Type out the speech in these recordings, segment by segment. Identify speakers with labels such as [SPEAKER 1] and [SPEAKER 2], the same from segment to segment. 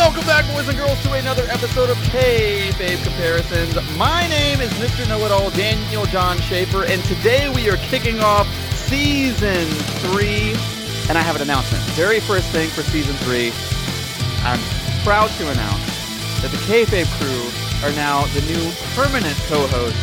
[SPEAKER 1] Welcome back, boys and girls, to another episode of K-Babe Comparisons. My name is Mr. Know-It-All Daniel John Schaefer, and today we are kicking off Season 3, and I have an announcement. Very first thing for Season 3, I'm proud to announce that the K-Babe crew are now the new permanent co-hosts,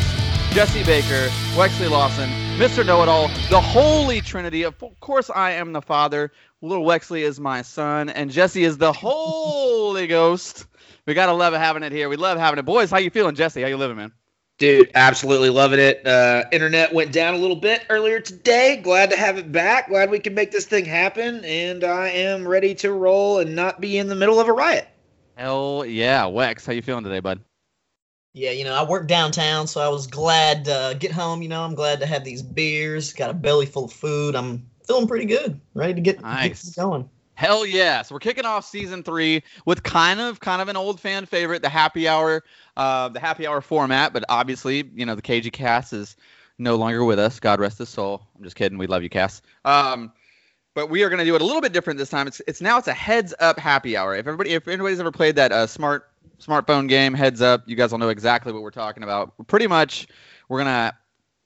[SPEAKER 1] Jesse Baker, Wexley Lawson, Mr. Know-It-All, the holy trinity. Of course, I am the father. Little Wexley is my son, and Jesse is the Holy Ghost. We gotta love having it here. We love having it, boys. How you feeling, Jesse? How you living, man?
[SPEAKER 2] Dude, absolutely loving it. Uh, internet went down a little bit earlier today. Glad to have it back. Glad we can make this thing happen. And I am ready to roll and not be in the middle of a riot.
[SPEAKER 1] Hell yeah, Wex. How you feeling today, bud?
[SPEAKER 3] Yeah, you know, I work downtown, so I was glad to get home. You know, I'm glad to have these beers. Got a belly full of food. I'm feeling pretty good. Ready to get,
[SPEAKER 1] Nice.
[SPEAKER 3] get going.
[SPEAKER 1] Hell yeah! So we're kicking off season three with kind of kind of an old fan favorite, the happy hour, uh, the happy hour format. But obviously, you know, the KG Cass is no longer with us. God rest his soul. I'm just kidding. We love you, Cass. Um, but we are going to do it a little bit different this time. It's it's now it's a heads up happy hour. If everybody if anybody's ever played that uh, smart smartphone game heads up, you guys will know exactly what we're talking about. Pretty much, we're gonna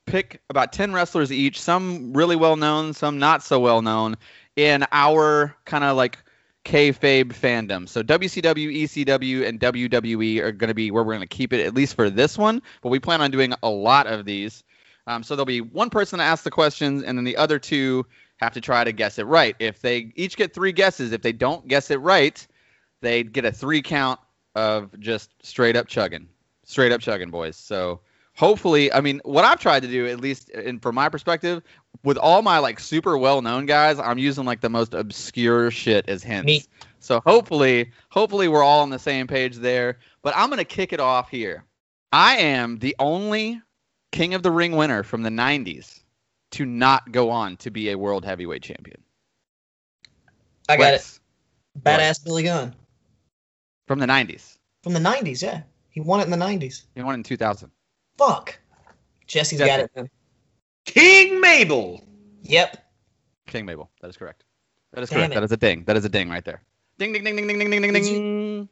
[SPEAKER 1] pick about ten wrestlers each. Some really well known, some not so well known in our kind of like kayfabe fandom. So WCW, ECW, E and WWE are going to be where we're going to keep it at least for this one. But we plan on doing a lot of these. Um, so there'll be one person to ask the questions, and then the other two have to try to guess it right. If they each get three guesses, if they don't guess it right, they get a three count of just straight up chugging, straight up chugging, boys. So hopefully, I mean, what I've tried to do, at least in from my perspective, with all my like super well known guys, I'm using like the most obscure shit as hints.
[SPEAKER 3] Me-
[SPEAKER 1] So hopefully, hopefully we're all on the same page there. But I'm gonna kick it off here. I am the only King of the Ring winner from the '90s to not go on to be a world heavyweight champion.
[SPEAKER 3] I got it.
[SPEAKER 1] Wes,
[SPEAKER 3] Badass Billy Gunn
[SPEAKER 1] from the '90s.
[SPEAKER 3] from the 90s. Yeah. He won it in the 90s.
[SPEAKER 1] He won in 2000.
[SPEAKER 3] Fuck. Jesse's got
[SPEAKER 1] Jesse.
[SPEAKER 3] it. man.
[SPEAKER 2] King Mabel.
[SPEAKER 3] Yep.
[SPEAKER 1] King Mabel. That is correct. That is
[SPEAKER 3] Damn
[SPEAKER 1] correct.
[SPEAKER 3] it.
[SPEAKER 1] That is a ding. That is a ding right there. Ding ding ding ding ding ding ding ding
[SPEAKER 3] Did
[SPEAKER 1] ding.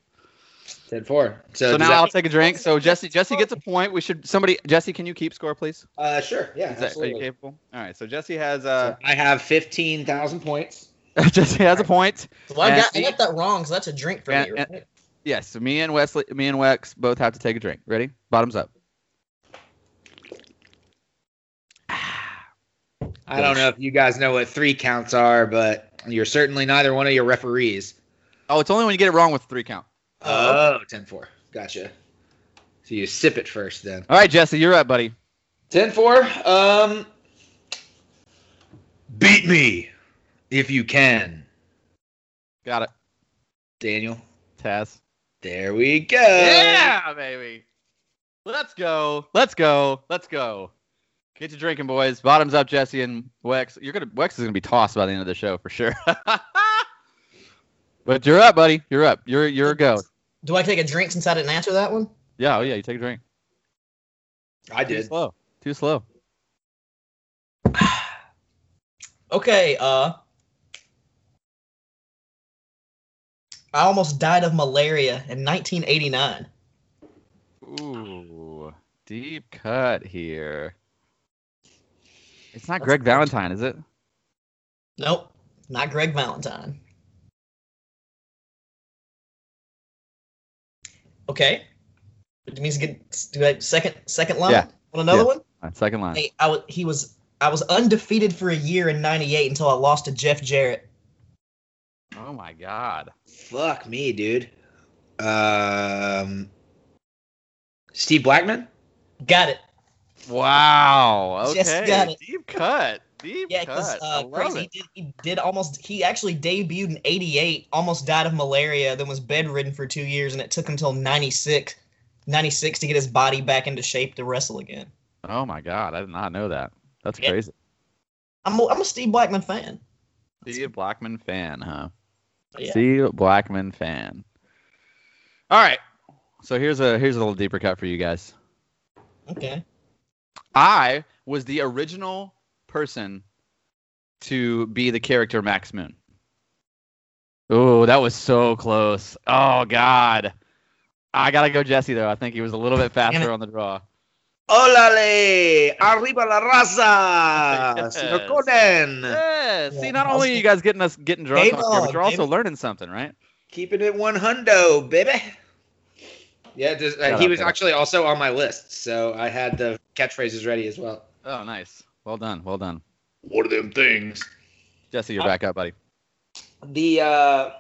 [SPEAKER 2] Said four. So,
[SPEAKER 1] So
[SPEAKER 2] does
[SPEAKER 1] now I'll
[SPEAKER 2] that-
[SPEAKER 1] take a drink. So Jesse Jesse gets a point. We should somebody Jesse, can you keep score, please?
[SPEAKER 2] uh, sure. Yeah,
[SPEAKER 1] Is that, are you
[SPEAKER 2] absolutely.
[SPEAKER 1] capable? All right. So Jesse has uh
[SPEAKER 2] I have 15,000 points.
[SPEAKER 1] Jesse has a point.
[SPEAKER 3] So I, got, I
[SPEAKER 1] Jesse.
[SPEAKER 3] got that wrong, so that's a drink for me,
[SPEAKER 1] Yeah,
[SPEAKER 3] right?
[SPEAKER 1] Yes. So me and Wesley, me and Wex both have to take a drink. Ready? Bottoms up.
[SPEAKER 2] I don't know if you guys know what three counts are, but you're certainly neither one of your referees.
[SPEAKER 1] Oh, it's only when you get it wrong with three count.
[SPEAKER 3] Uh,
[SPEAKER 2] Oh, 10 4. Gotcha. So you sip it first then.
[SPEAKER 1] All right, Jesse, you're up, buddy.
[SPEAKER 2] 10 4. Um, beat me if you can,
[SPEAKER 1] Got it,
[SPEAKER 2] Daniel.
[SPEAKER 1] Taz.
[SPEAKER 2] There we go.
[SPEAKER 1] yeah, baby. Let's go. Let's go. Let's go. Get your drinking, boys. Bottoms up, Jesse and Wex. You're gonna Wex is gonna be tossed by the end of the show for sure. but you're up, buddy. You're up. You're you're a go.
[SPEAKER 3] do I take a drink since I didn't answer that one?
[SPEAKER 1] Yeah. Oh yeah. You take a drink.
[SPEAKER 2] I
[SPEAKER 1] Too
[SPEAKER 2] did.
[SPEAKER 1] slow. Too slow.
[SPEAKER 3] Okay, uh I almost died of malaria in 1989.
[SPEAKER 1] Ooh, deep cut here. It's not
[SPEAKER 3] That's
[SPEAKER 1] Greg
[SPEAKER 3] good.
[SPEAKER 1] Valentine, is it?
[SPEAKER 3] Nope, not Greg Valentine. Okay. It means get do that second second line
[SPEAKER 1] Yeah.
[SPEAKER 3] on another
[SPEAKER 1] Yeah.
[SPEAKER 3] one.
[SPEAKER 1] Uh, second line.
[SPEAKER 3] Hey, I was he was I was undefeated for a year in '98 until I lost to Jeff Jarrett.
[SPEAKER 1] Oh my God.
[SPEAKER 2] Fuck me, dude. Um, Steve Blackman?
[SPEAKER 3] Got it.
[SPEAKER 1] Wow. Okay.
[SPEAKER 3] Just got it.
[SPEAKER 1] Deep cut. Deep
[SPEAKER 3] Yeah, because
[SPEAKER 1] cut. I
[SPEAKER 3] uh,
[SPEAKER 1] love
[SPEAKER 3] crazy. He
[SPEAKER 1] it.
[SPEAKER 3] did, he did almost. He actually debuted in '88, almost died of malaria, then was bedridden for two years, and it took him till '96, '96 to get his body back into shape to wrestle again.
[SPEAKER 1] Oh my God. I did not know that. That's
[SPEAKER 3] Yeah.
[SPEAKER 1] crazy.
[SPEAKER 3] I'm a, I'm a Steve Blackman fan.
[SPEAKER 1] Steve Blackman fan, huh?
[SPEAKER 3] Yeah.
[SPEAKER 1] Steve Blackman fan. All right. So here's a here's a little deeper cut for you guys.
[SPEAKER 3] Okay.
[SPEAKER 1] I was the original person to be the character Max Moon. Ooh, that was so close. Oh God. I gotta go Jesse though. I think he was a little bit faster on the draw.
[SPEAKER 2] Olale! Arriba la raza! Senor Conan!
[SPEAKER 1] Yeah.
[SPEAKER 3] Yeah,
[SPEAKER 1] See, not
[SPEAKER 3] I was
[SPEAKER 1] only are you guys getting us getting drunk
[SPEAKER 3] Game
[SPEAKER 1] on here, but
[SPEAKER 3] on,
[SPEAKER 1] you're also
[SPEAKER 3] game-
[SPEAKER 1] learning something, right?
[SPEAKER 2] Keeping it one hundo, baby. Yeah, just, uh,
[SPEAKER 1] Shout
[SPEAKER 2] he
[SPEAKER 1] out,
[SPEAKER 2] was
[SPEAKER 1] Phil.
[SPEAKER 2] actually also on my list, so I had the catchphrases ready as well.
[SPEAKER 1] Oh, nice. Well done. Well done.
[SPEAKER 2] What are them things?
[SPEAKER 1] Jesse, you're back up, buddy.
[SPEAKER 2] The uh,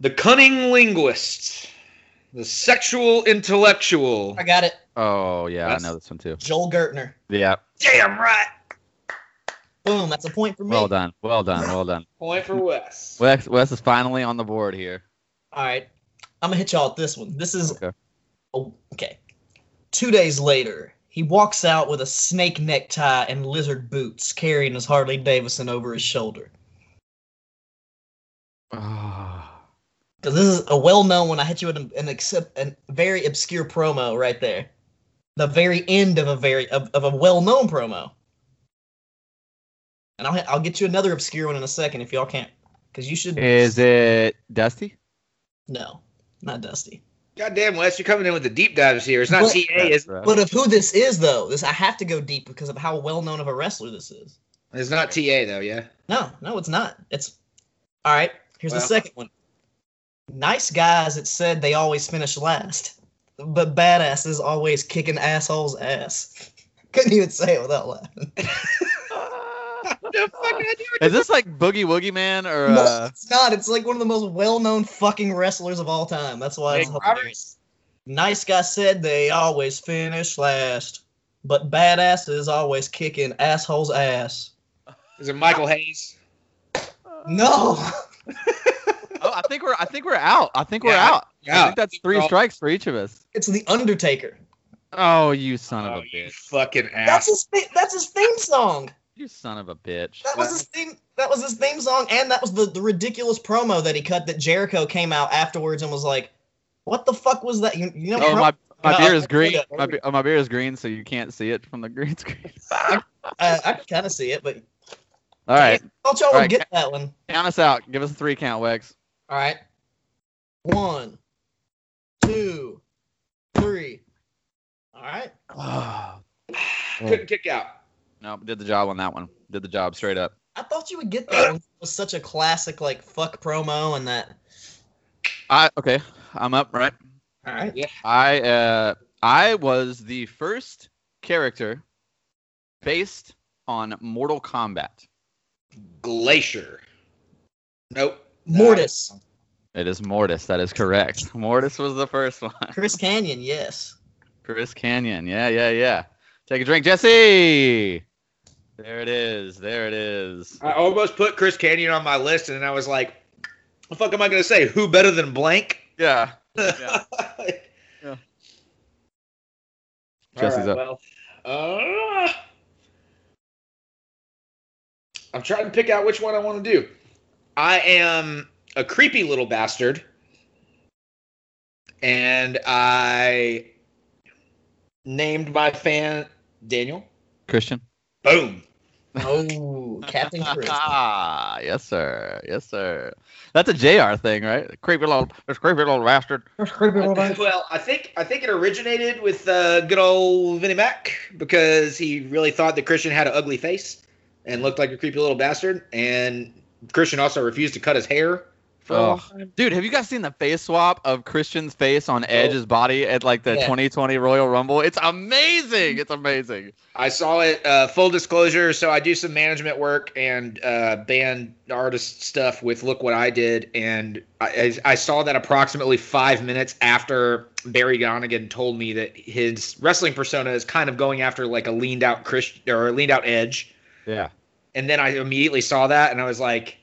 [SPEAKER 2] the cunning linguist, the sexual intellectual.
[SPEAKER 3] I got it.
[SPEAKER 1] Oh yeah,
[SPEAKER 2] Yes.
[SPEAKER 1] I know this one too.
[SPEAKER 3] Joel Gertner.
[SPEAKER 1] Yeah.
[SPEAKER 2] Damn right.
[SPEAKER 3] Boom. That's a point for me.
[SPEAKER 1] Well done. Well done. Well done.
[SPEAKER 2] Point for Wes.
[SPEAKER 1] Wes, Wes is finally on the board here.
[SPEAKER 3] All right. I'm going to hit y'all with this one. This is
[SPEAKER 1] Okay.
[SPEAKER 3] Oh, okay. Two days later, he walks out with a snake necktie and lizard boots, carrying his Harley Davidson over his shoulder.
[SPEAKER 1] Oh.
[SPEAKER 3] Because this is a well-known one. I hit you with an, an, accept, an very obscure promo right there. The very end of a very of, of a well-known promo. And I'll hit- I'll get you another obscure one in a second if y'all can't. Because you should.
[SPEAKER 1] Is it Dusty?
[SPEAKER 3] No, not Dusty.
[SPEAKER 2] Goddamn, Wes, you're coming in with the deep dives here. It's not
[SPEAKER 3] What?
[SPEAKER 2] TA, is
[SPEAKER 1] Right.
[SPEAKER 3] But of who this is though, this I have to go deep because of how well-known of a wrestler this is.
[SPEAKER 2] It's not TA though, yeah.
[SPEAKER 3] No, no, it's not. It's all right. Here's the
[SPEAKER 2] Well.
[SPEAKER 3] second one. Nice guys, it said they always finish last, but badasses always kicking assholes' ass. Couldn't even say it without laughing.
[SPEAKER 2] the fuck I do?
[SPEAKER 1] Is this like Boogie Woogie Man or
[SPEAKER 3] No,
[SPEAKER 1] uh,
[SPEAKER 3] it's not. It's like one of the most well-known fucking wrestlers of all time. That's why it's
[SPEAKER 2] Nick
[SPEAKER 3] hilarious.
[SPEAKER 2] Roberts?
[SPEAKER 3] Nice guy said they always finish last, but badasses always kicking assholes' ass.
[SPEAKER 2] Is it Michael Hayes?
[SPEAKER 3] No,
[SPEAKER 1] Oh, I think we're I think we're out. I think we're
[SPEAKER 2] Yeah,
[SPEAKER 1] out. I think that's three strikes for each of us.
[SPEAKER 3] it's the Undertaker.
[SPEAKER 1] Oh, you son
[SPEAKER 2] Oh,
[SPEAKER 1] of a
[SPEAKER 2] you
[SPEAKER 1] bitch.
[SPEAKER 2] fucking
[SPEAKER 3] That's
[SPEAKER 2] ass.
[SPEAKER 3] his. thi- That's his theme song.
[SPEAKER 1] You son of a bitch.
[SPEAKER 3] That was his theme. That was his theme song, and that was the, the ridiculous promo that he cut. That Jericho came out afterwards and was like, "What the fuck was that?" You, you know,
[SPEAKER 1] Oh my my
[SPEAKER 3] No,
[SPEAKER 1] beer is
[SPEAKER 3] I-
[SPEAKER 1] green.
[SPEAKER 3] I-
[SPEAKER 1] My, be- oh, my beer is green, so you can't see it from the green screen.
[SPEAKER 3] uh, I can kind of see it, but
[SPEAKER 1] All right,
[SPEAKER 3] thought y'all
[SPEAKER 1] All
[SPEAKER 3] would
[SPEAKER 1] right,
[SPEAKER 3] get that one.
[SPEAKER 1] count us out. Give us a three count, Wex.
[SPEAKER 3] All right, one, two, three. All right,
[SPEAKER 1] Oh,
[SPEAKER 2] Couldn't kick out.
[SPEAKER 1] no, did the job on that one. Did the job straight up.
[SPEAKER 3] I thought you would get that one. It was such a classic, like fuck promo, and that.
[SPEAKER 1] I okay. I'm up, right?
[SPEAKER 3] All right,
[SPEAKER 1] I uh I was the first character based on Mortal Kombat.
[SPEAKER 2] Glacier. Nope.
[SPEAKER 3] Mortis,
[SPEAKER 1] It is Mortis, that is correct. Mortis was the first one.
[SPEAKER 3] Chris Canyon, yes.
[SPEAKER 1] Chris Canyon. Yeah, yeah, yeah. Take a drink, Jesse. There it is. There it is.
[SPEAKER 2] I almost put Chris Canyon on my list, and then I was like, "What the fuck am I gonna say? Who better than blank?"
[SPEAKER 1] Yeah. Jesse's
[SPEAKER 2] All right, Well, uh, I'm trying to pick out which one I want to do. I am a creepy little bastard, and I named my fan Daniel.
[SPEAKER 1] Christian.
[SPEAKER 2] Boom.
[SPEAKER 3] Oh, Captain Chris.
[SPEAKER 1] Ah, yes, sir. Yes, sir. That's a JR thing, right? Creepy little, this creepy little bastard.
[SPEAKER 2] well, I think I think it originated with uh, good old Vinnie Mac because he really thought that Christian had an ugly face and looked like a creepy little bastard, and Christian also refused to cut his hair for
[SPEAKER 3] Oh,
[SPEAKER 2] a long
[SPEAKER 1] Ugh.
[SPEAKER 2] time.
[SPEAKER 1] Dude, have you guys seen the face swap of Christian's face on Edge's body at like the
[SPEAKER 3] Yeah.
[SPEAKER 1] 2020 Royal Rumble? It's amazing. It's amazing.
[SPEAKER 2] I saw it. Uh, full disclosure: so I do some management work and uh, band artist stuff with Look What I Did, and I, I I saw that approximately five minutes after Barry Gonigan told me that his wrestling persona is kind of going after like a leaned out Christian or a leaned out Edge.
[SPEAKER 1] Yeah.
[SPEAKER 2] and then I immediately saw that and I was like,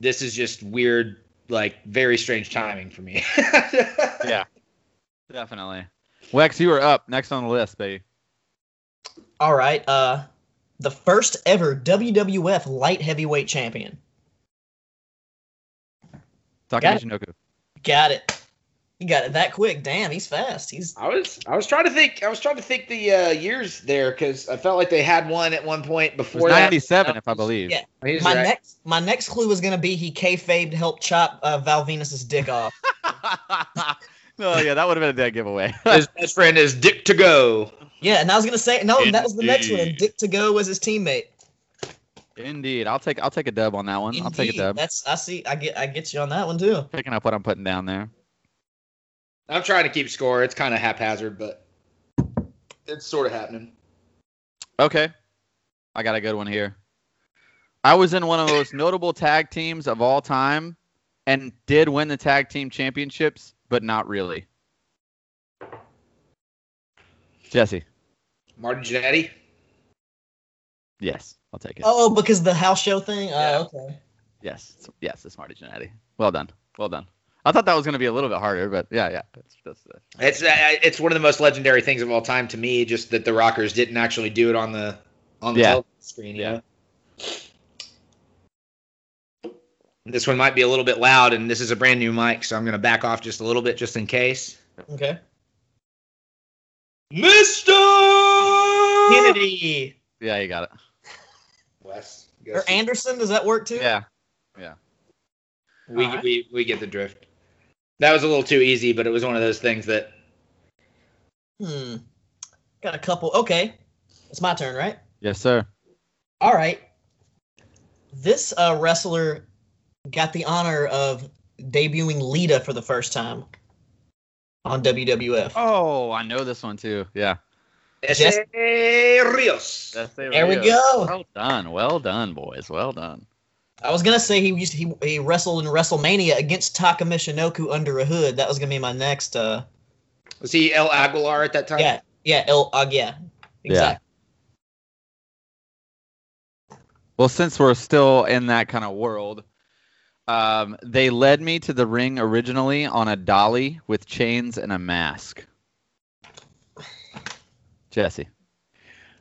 [SPEAKER 2] this is just weird, like very strange timing for me.
[SPEAKER 1] Yeah. Definitely. Wex, you are up next on the list, baby.
[SPEAKER 3] All right. Uh, the first ever WWF light heavyweight champion.
[SPEAKER 1] Takamichi Noku.
[SPEAKER 3] Got it. He got it that quick. Damn, he's fast. He's
[SPEAKER 2] I was I was trying to think I was trying to think the uh, years there because I felt like they had one at one point
[SPEAKER 1] It was
[SPEAKER 2] before that.
[SPEAKER 1] 97, if I believe.
[SPEAKER 3] yeah.
[SPEAKER 2] He's
[SPEAKER 3] my
[SPEAKER 2] right.
[SPEAKER 3] next my next clue was gonna be he kayfabed helped chop uh, Val Venus's dick off.
[SPEAKER 1] oh, yeah, that would have been a dead giveaway.
[SPEAKER 2] his best friend is Dick to go.
[SPEAKER 3] Yeah, and I was gonna say no. That was the next one.
[SPEAKER 1] Indeed.
[SPEAKER 3] Dick to go was his teammate.
[SPEAKER 1] Indeed. I'll take I'll take a dub on that one. I'll take a
[SPEAKER 3] Indeed.
[SPEAKER 1] dub.
[SPEAKER 3] That's I see. I get I get you on that one too.
[SPEAKER 1] Picking up what I'm putting down there.
[SPEAKER 2] I'm trying to keep score. It's kind of haphazard, but it's sort of happening.
[SPEAKER 1] Okay. I got a good one here. I was in one of the most notable tag teams of all time and did win the tag team championships, but not really. Jesse.
[SPEAKER 2] Martin Jannetty.
[SPEAKER 1] Yes, I'll take it.
[SPEAKER 3] Oh, because the house show thing.
[SPEAKER 2] Yeah.
[SPEAKER 3] Oh, okay.
[SPEAKER 1] Yes. it's- Yes, it's Marty Jannetty. Well done. Well done. I thought that was going to be a little bit harder, but yeah, yeah. That's, that's, uh,
[SPEAKER 2] It's uh, it's one of the most legendary things of all time to me. Just that the Rockers didn't actually do it on the on the
[SPEAKER 1] Yeah.
[SPEAKER 2] television screen. Yeah.
[SPEAKER 1] Yeah.
[SPEAKER 2] This one might be a little bit loud, and this is a brand new mic, so I'm going to back off just a little bit, just in case.
[SPEAKER 3] Okay.
[SPEAKER 2] Mister
[SPEAKER 3] Kennedy
[SPEAKER 1] yeah, you got it.
[SPEAKER 2] Wes,
[SPEAKER 3] or Anderson. Does that work too?
[SPEAKER 1] Yeah.
[SPEAKER 2] we,
[SPEAKER 3] Alright.
[SPEAKER 2] we we get the drift. That was a little too easy, but it was one of those things that
[SPEAKER 3] Hmm. Got a couple. Okay. It's my turn, right?
[SPEAKER 1] Yes, sir.
[SPEAKER 3] All right. This uh, wrestler got the honor of debuting Lita for the first time on WWF.
[SPEAKER 1] Oh, I know this one too. Yeah.
[SPEAKER 3] Jess-
[SPEAKER 2] Rios.
[SPEAKER 3] there we go.
[SPEAKER 1] Well done. Well done, boys. Well done.
[SPEAKER 3] I was gonna say he used he, he wrestled in WrestleMania against Taka Michinoku under a hood. That was gonna be my next. uh
[SPEAKER 2] Was he El Aguilar at that time?
[SPEAKER 3] Yeah, yeah, El, uh, yeah, exactly.
[SPEAKER 1] Well, since we're still in that kind of world, um, they led me to the ring originally on a dolly with chains and a mask. Jesse.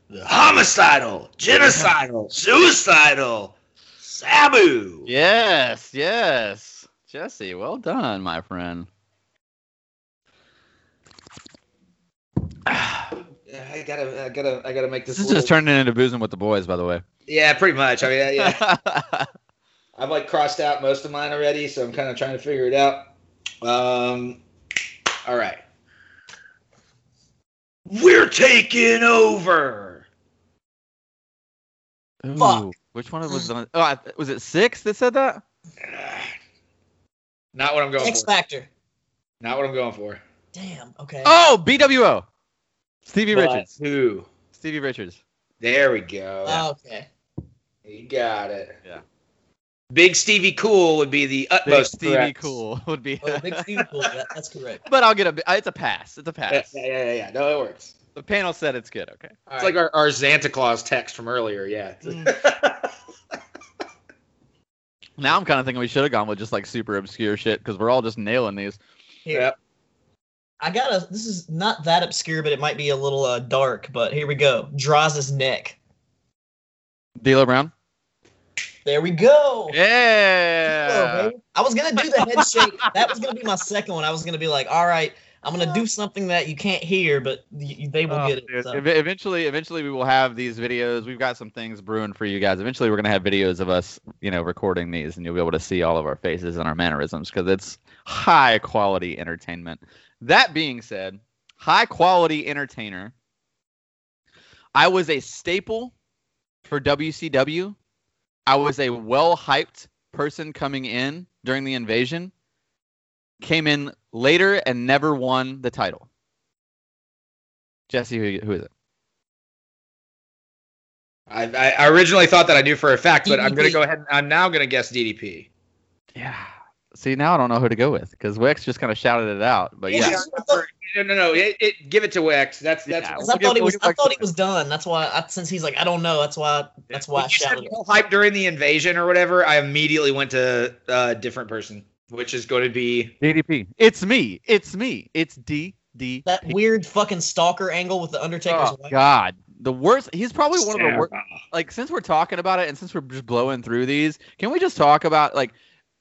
[SPEAKER 2] The homicidal, genocidal, suicidal, Sabu.
[SPEAKER 1] Yes, yes. Jesse, well done, my friend.
[SPEAKER 2] Yeah, I gotta, I gotta, I gotta make this.
[SPEAKER 1] This is
[SPEAKER 2] little-
[SPEAKER 1] just turning into boozing with the boys, by the way.
[SPEAKER 2] yeah, pretty much. I mean, I- yeah, I've like crossed out most of mine already, so I'm kind of trying to figure it out. Um, all right. We're taking over.
[SPEAKER 1] Ooh,
[SPEAKER 3] Fuck.
[SPEAKER 1] Which one was the? Oh, I- was it six that said that?
[SPEAKER 2] Not what I'm going
[SPEAKER 3] X
[SPEAKER 2] for.
[SPEAKER 3] Factor.
[SPEAKER 2] Not what I'm going for.
[SPEAKER 3] Damn. Okay.
[SPEAKER 1] Oh, BWO. Stevie
[SPEAKER 2] But
[SPEAKER 1] Richards.
[SPEAKER 2] Who?
[SPEAKER 1] Stevie Richards.
[SPEAKER 2] There we go.
[SPEAKER 3] Ah, Okay.
[SPEAKER 2] You got it.
[SPEAKER 1] Yeah.
[SPEAKER 2] Big Stevie Cool would be the
[SPEAKER 1] Big
[SPEAKER 2] utmost.
[SPEAKER 1] Stevie
[SPEAKER 2] correct.
[SPEAKER 1] Cool would be.
[SPEAKER 3] Well, big Steve Cool, that- that's correct.
[SPEAKER 1] but I'll get a. bi- It's a pass. It's a
[SPEAKER 2] Yeah,
[SPEAKER 1] pass.
[SPEAKER 2] yeah, yeah, yeah, yeah. No, it works.
[SPEAKER 1] The panel said it's good. Okay.
[SPEAKER 2] it's like our, our Santa Claus text from earlier. Yeah.
[SPEAKER 1] Mm. Now I'm kind of thinking we should have gone with just like super obscure shit because we're all just nailing these.
[SPEAKER 3] Here.
[SPEAKER 2] Yep.
[SPEAKER 3] I got to This is not that obscure, but it might be a little uh, dark. But here we go. Draws his neck.
[SPEAKER 1] D'Lo Brown.
[SPEAKER 3] There we go.
[SPEAKER 1] Yeah.
[SPEAKER 3] Hello, baby. I was gonna do the head shake. That was gonna be my second one. I was gonna be like, all right, I'm gonna do something that you can't hear, but y- y- they will
[SPEAKER 1] Oh,
[SPEAKER 3] get it.
[SPEAKER 1] dude.
[SPEAKER 3] so.
[SPEAKER 1] Ev- Eventually, eventually we will have these videos. We've got some things brewing for you guys. Eventually, we're gonna have videos of us, you know, recording these, and you'll be able to see all of our faces and our mannerisms because it's high quality entertainment. That being said, high quality entertainer. I was a staple for WCW. I was a well hyped person coming in during the invasion. Came in later and never won the title. Jesse, who, who is it?
[SPEAKER 2] I, I I originally thought that I knew for a fact, but I'm gonna
[SPEAKER 3] DDP.
[SPEAKER 2] go ahead. And, I'm now gonna guess DDP.
[SPEAKER 1] Yeah. See, now I don't know who to go with because Wex just kind of shouted it out. But yeah,
[SPEAKER 3] Yeah.
[SPEAKER 2] No, no, no. It, it, give it to Wex. That's that's.
[SPEAKER 1] Yeah,
[SPEAKER 2] what-
[SPEAKER 3] 'Cause
[SPEAKER 1] we'll
[SPEAKER 3] I thought
[SPEAKER 1] get-
[SPEAKER 3] he
[SPEAKER 1] we'll
[SPEAKER 3] was.
[SPEAKER 1] get
[SPEAKER 3] I
[SPEAKER 1] back to
[SPEAKER 3] thought he
[SPEAKER 1] that.
[SPEAKER 3] was done. That's why. I, since he's like, I don't know. That's why. That's why I
[SPEAKER 2] when you said
[SPEAKER 3] shouted. it.
[SPEAKER 2] well hype during the invasion or whatever, I immediately went to a different person, which is going to be.
[SPEAKER 1] DDP. It's me. It's me. It's DDP.
[SPEAKER 3] That weird fucking stalker angle with the Undertaker's
[SPEAKER 1] Oh,
[SPEAKER 3] wife.
[SPEAKER 1] God. The worst. He's probably one of the
[SPEAKER 2] Sarah.
[SPEAKER 1] worst. Like, since we're talking about it and since we're just blowing through these, can we just talk about, like,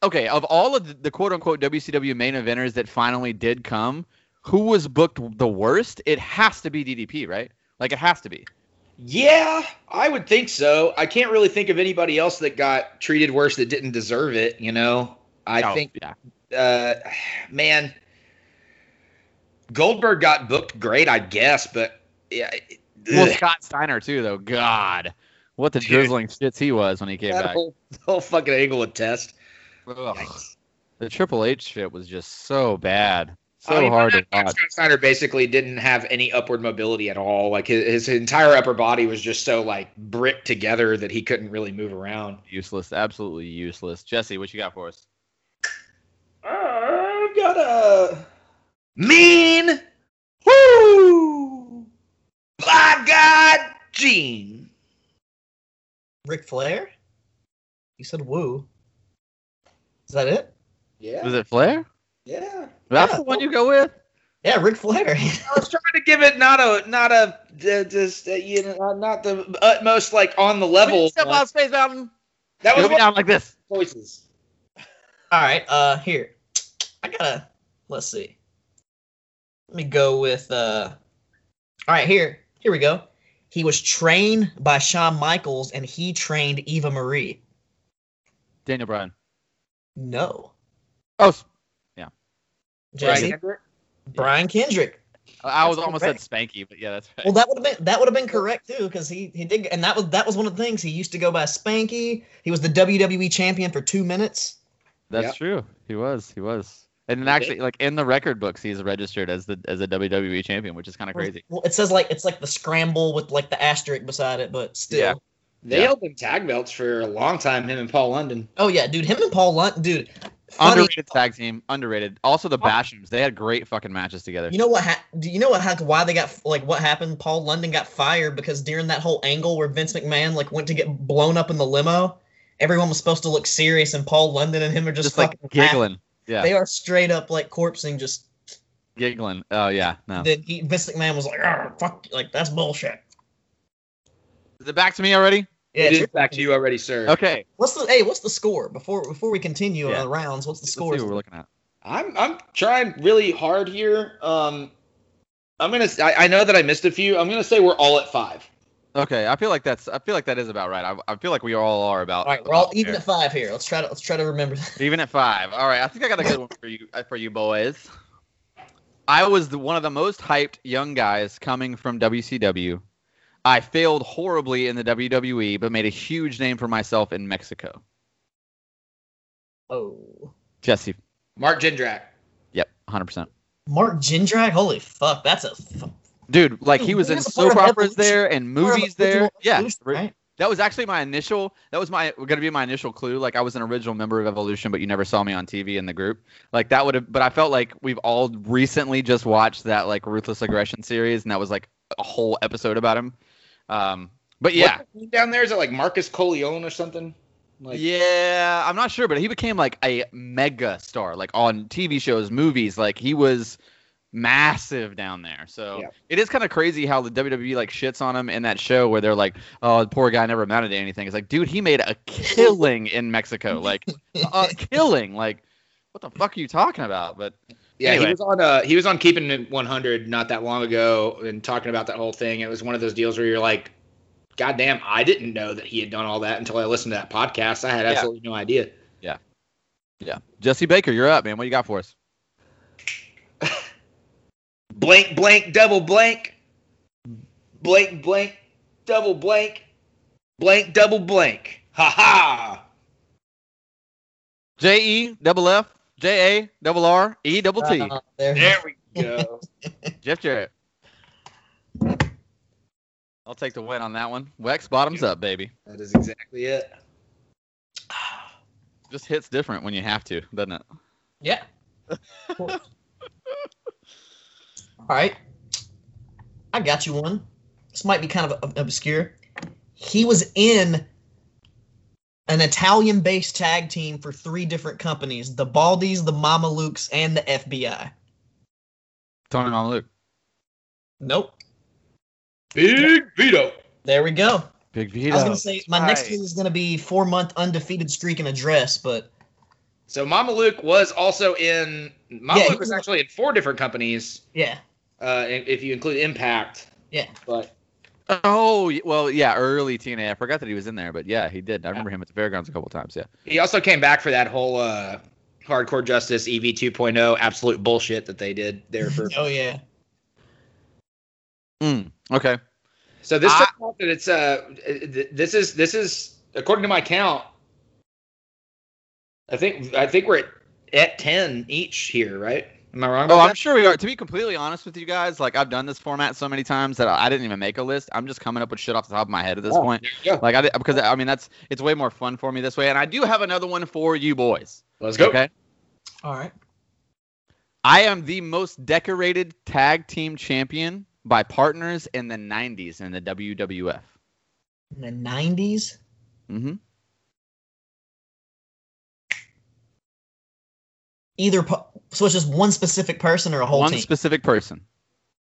[SPEAKER 1] okay, of all of the, the quote unquote WCW main eventers that finally did come, who was booked the worst? It has to be DDP, right? Like it has to be.
[SPEAKER 2] Yeah, I would think so. I can't really think of anybody else that got treated worse that didn't deserve it. You know, I
[SPEAKER 1] Oh,
[SPEAKER 2] think,
[SPEAKER 1] yeah.
[SPEAKER 2] uh, man, Goldberg got booked great, I guess, but yeah, it-
[SPEAKER 1] Well,
[SPEAKER 2] ugh,
[SPEAKER 1] Scott Steiner too, though. God, what the
[SPEAKER 2] Dude.
[SPEAKER 1] drizzling shits he was when he came
[SPEAKER 2] that
[SPEAKER 1] back.
[SPEAKER 2] whole, the whole fucking angle of test.
[SPEAKER 1] Ugh.
[SPEAKER 2] Yikes.
[SPEAKER 1] The Triple H shit was just so bad, so
[SPEAKER 3] Oh,
[SPEAKER 2] I mean,
[SPEAKER 1] hard
[SPEAKER 2] by
[SPEAKER 1] to
[SPEAKER 2] that time,
[SPEAKER 1] watch.
[SPEAKER 2] Scott Snyder basically didn't have any upward mobility at all. Like his, his entire upper body was just so like bricked together that he couldn't really move around.
[SPEAKER 1] Useless, absolutely useless. Jesse, what you got for us?
[SPEAKER 2] I've got a mean, woo, by God, Gene.
[SPEAKER 3] Ric Flair? You said woo. Is that it?
[SPEAKER 2] Yeah,
[SPEAKER 1] Was it Flair?
[SPEAKER 2] yeah.
[SPEAKER 1] That's
[SPEAKER 3] Yeah.
[SPEAKER 1] the one you go with.
[SPEAKER 3] Yeah, Ric Flair.
[SPEAKER 2] I was trying to give it not a not a uh, just uh, you know not the utmost like on the level.
[SPEAKER 1] Step out, Space Mountain.
[SPEAKER 2] That was
[SPEAKER 1] Go
[SPEAKER 2] one of
[SPEAKER 1] down like this.
[SPEAKER 2] the choices.
[SPEAKER 3] All right, uh, here. I gotta. Let's see. Let me go with. uh All right, here. Here we go. He was trained by Shawn Michaels, and he trained Eva Marie.
[SPEAKER 1] Daniel Bryan.
[SPEAKER 3] No,
[SPEAKER 1] Oh, s-
[SPEAKER 3] Jesse.
[SPEAKER 2] Right.
[SPEAKER 3] Brian Kendrick.
[SPEAKER 1] I was
[SPEAKER 3] That's
[SPEAKER 1] almost said
[SPEAKER 3] correct.
[SPEAKER 1] Spanky, but yeah, that's right.
[SPEAKER 3] Well, that would have been that would have been correct too, because he he did, and that was that was one of the things he used to go by Spanky. He was the WWE champion for two minutes.
[SPEAKER 1] That's
[SPEAKER 2] Yep.
[SPEAKER 1] true. He was. He was. And then
[SPEAKER 2] did.
[SPEAKER 1] actually, like in the record books, he's registered as the as a WWE champion, which is kind of crazy.
[SPEAKER 3] Well, it says like it's like the scramble with like the asterisk beside it, but still.
[SPEAKER 1] Yeah.
[SPEAKER 2] They
[SPEAKER 1] Yeah.
[SPEAKER 2] held them tag belts for a long time, him and Paul London.
[SPEAKER 3] Oh yeah, dude. Him and Paul Lunt, dude. Funny. Oh.
[SPEAKER 1] Underrated tag team. Underrated. Also the Bashams. They had great fucking matches together.
[SPEAKER 3] You know what? Ha- do you know what? How, why they got like what happened? Paul London got fired because during that whole angle where Vince McMahon like went to get blown up in the limo, everyone was supposed to look serious, and Paul London and him are just,
[SPEAKER 1] just like
[SPEAKER 3] fucking laughing.
[SPEAKER 1] giggling. Yeah,
[SPEAKER 3] They are straight up like corpsing. Just
[SPEAKER 1] giggling. Oh yeah. No.
[SPEAKER 3] then he, Vince McMahon was like, "Ah, "Fuck, like that's bullshit."
[SPEAKER 1] Is it back to me already?
[SPEAKER 3] Yeah.
[SPEAKER 2] it is
[SPEAKER 3] sure.
[SPEAKER 2] back to you already, sir.
[SPEAKER 1] Okay.
[SPEAKER 3] What's the hey? What's the score before before we continue
[SPEAKER 1] Yeah.
[SPEAKER 3] on the rounds? What's the
[SPEAKER 1] Let's see
[SPEAKER 3] score?
[SPEAKER 1] what we're looking at.
[SPEAKER 2] I'm I'm trying really hard here. Um, I'm gonna. I, I know that I missed a few. I'm gonna say we're all at five.
[SPEAKER 1] Okay, I feel like that's. I feel like that is about right. I, I feel like we all are about.
[SPEAKER 3] All right, we're all
[SPEAKER 1] about
[SPEAKER 3] even
[SPEAKER 1] there.
[SPEAKER 3] at five here. Let's try to let's try to remember. that.
[SPEAKER 1] Even at five. All right, I think I got a good one for you uh, for you boys. I was the, one of the most hyped young guys coming from WCW. I failed horribly in the WWE, but made a huge name for myself in Mexico.
[SPEAKER 3] Oh,
[SPEAKER 1] Jesse,
[SPEAKER 2] Mark Jindrak.
[SPEAKER 1] yep, hundred percent.
[SPEAKER 3] Mark Jindrak. Holy fuck, that's a fu-
[SPEAKER 1] Dude, like he was
[SPEAKER 3] He
[SPEAKER 1] in
[SPEAKER 3] was a
[SPEAKER 1] soap
[SPEAKER 3] part of
[SPEAKER 1] operas
[SPEAKER 3] Evolution.
[SPEAKER 1] there and
[SPEAKER 3] part of
[SPEAKER 1] movies there.
[SPEAKER 3] original
[SPEAKER 1] Yeah,
[SPEAKER 3] Evolution, right?
[SPEAKER 1] That was actually my initial. That was my going to be my initial clue. Like I was an original member of Evolution, but you never saw me on TV in the group. Like that would have. But I felt like we've all recently just watched that like ruthless aggression series, and that was like a whole episode about him. Um, but yeah,
[SPEAKER 2] What's the name down there is it like Marcus Coleone or something? Like,
[SPEAKER 1] yeah, I'm not sure, but he became like a mega star, like on TV shows, movies. Like he was massive down there. So
[SPEAKER 2] Yeah.
[SPEAKER 1] it is kind of crazy how the WWE like shits on him in that show where they're like, "Oh, the poor guy never amounted to anything." It's like, dude, he made a killing in Mexico, like a killing. Like, what the fuck are you talking about? But
[SPEAKER 2] Yeah,
[SPEAKER 1] Anyway.
[SPEAKER 2] he was on uh he was on Keeping It 100 not that long ago and talking about that whole thing. It was one of those deals where you're like, God damn, I didn't know that he had done all that until I listened to that podcast. I had
[SPEAKER 1] Yeah.
[SPEAKER 2] absolutely no idea.
[SPEAKER 1] yeah, Jesse Baker, you're up, man. What you got for us?
[SPEAKER 2] Blank, blank, double blank, blank, blank, double blank, blank, double blank. Ha ha!
[SPEAKER 1] J E double F J A double R E double T.
[SPEAKER 3] Uh, there.
[SPEAKER 2] There we go.
[SPEAKER 1] Jeff Jarrett. I'll take the win on that one. Wex bottoms up, baby.
[SPEAKER 2] that is exactly it.
[SPEAKER 1] Just hits different when you have to, doesn't it?
[SPEAKER 3] Yeah. All right. I got you one. This might be kind of ob- obscure. He was in an Italian based tag team for three different companies the Baldies, the Mama Lukes, and the FBI.
[SPEAKER 1] Tony Mamaluke.
[SPEAKER 3] Nope.
[SPEAKER 2] Big veto.
[SPEAKER 3] There we go.
[SPEAKER 1] Big
[SPEAKER 3] I was
[SPEAKER 1] Vito.
[SPEAKER 3] going to say my next
[SPEAKER 1] Right.
[SPEAKER 3] clue is going to be four month undefeated streak in a dress, but
[SPEAKER 2] So Mama Luke was also in. Mama
[SPEAKER 3] Yeah, he
[SPEAKER 2] Luke was
[SPEAKER 3] was-
[SPEAKER 2] actually in four different companies,
[SPEAKER 3] Yeah.
[SPEAKER 2] uh, if you include Impact.
[SPEAKER 3] Yeah.
[SPEAKER 2] But
[SPEAKER 1] Oh y- well, yeah, early TNA. I forgot that he was in there, but yeah, he did. I remember him at the fairgrounds a couple times. Yeah.
[SPEAKER 2] he also came back for that whole uh, Hardcore Justice E EV 2.0 absolute bullshit that they did there for.
[SPEAKER 3] Oh yeah.
[SPEAKER 1] Mm, okay.
[SPEAKER 2] So this
[SPEAKER 1] I-
[SPEAKER 2] turns out that it's uh th- this is this is according to my count. I think I think we're at, at ten each here, right? Am I wrong?
[SPEAKER 1] Oh,
[SPEAKER 2] About
[SPEAKER 1] I'm
[SPEAKER 2] that?
[SPEAKER 1] sure we are. To be completely honest with you guys, like I've done this format so many times that I I didn't even make a list. I'm just coming up with shit off the top of my head at this
[SPEAKER 2] Oh,
[SPEAKER 1] point.
[SPEAKER 2] there you go.
[SPEAKER 1] Like I did- because I mean that's it's way more fun for me this way. And I do have another one for you boys.
[SPEAKER 2] Let's go.
[SPEAKER 1] Okay.
[SPEAKER 3] All right.
[SPEAKER 1] I am the most decorated tag team champion by partners in the 90s in the WWF.
[SPEAKER 3] In the nineties.
[SPEAKER 1] Mm-hmm.
[SPEAKER 3] Either po- so it's just one specific person or a whole
[SPEAKER 1] One
[SPEAKER 3] team
[SPEAKER 1] specific person,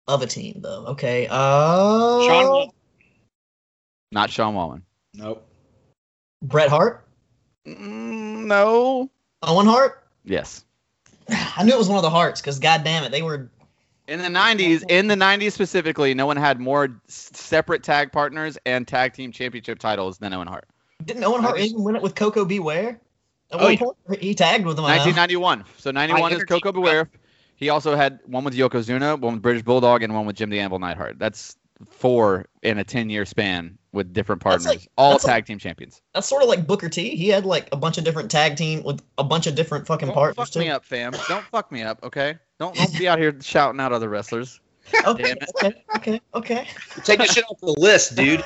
[SPEAKER 3] of a team though. Okay. Uh,
[SPEAKER 2] Sean. Wall-
[SPEAKER 1] not Sean Wallman.
[SPEAKER 2] Nope.
[SPEAKER 3] Bret Hart.
[SPEAKER 1] Mm, no.
[SPEAKER 3] Owen Hart.
[SPEAKER 1] Yes.
[SPEAKER 3] I knew it was one of the Hearts because God damn it, they were
[SPEAKER 1] In the 90s, in the 90s specifically, no one had more s- separate tag partners and tag team championship titles than Owen Hart.
[SPEAKER 3] Didn't Owen
[SPEAKER 2] I
[SPEAKER 3] Hart
[SPEAKER 2] just-
[SPEAKER 3] even win it with Coco Beware? At
[SPEAKER 2] Oh,
[SPEAKER 3] one
[SPEAKER 2] yeah.
[SPEAKER 3] point, he tagged with him. I know.
[SPEAKER 1] 1991. So 91 is
[SPEAKER 2] entertained
[SPEAKER 1] Coco Beware. He also had one with Yokozuna, one with British Bulldog, and one with Jim the Anvil Neidhart. That's four in a 10 year span with different
[SPEAKER 3] That's
[SPEAKER 1] partners,
[SPEAKER 3] like-
[SPEAKER 1] all
[SPEAKER 3] that's like-
[SPEAKER 1] tag team champions.
[SPEAKER 3] That's sort of like Booker T. He had like a bunch of different tag team with a bunch of different fucking
[SPEAKER 1] Don't
[SPEAKER 3] partners
[SPEAKER 1] Oh, fuck
[SPEAKER 3] too.
[SPEAKER 1] me up, fam. Don't fuck me up, okay? Don't, don't be out here shouting out other wrestlers.
[SPEAKER 3] Okay,
[SPEAKER 1] Damn
[SPEAKER 3] okay, okay, okay.
[SPEAKER 2] Take this shit off the list, dude.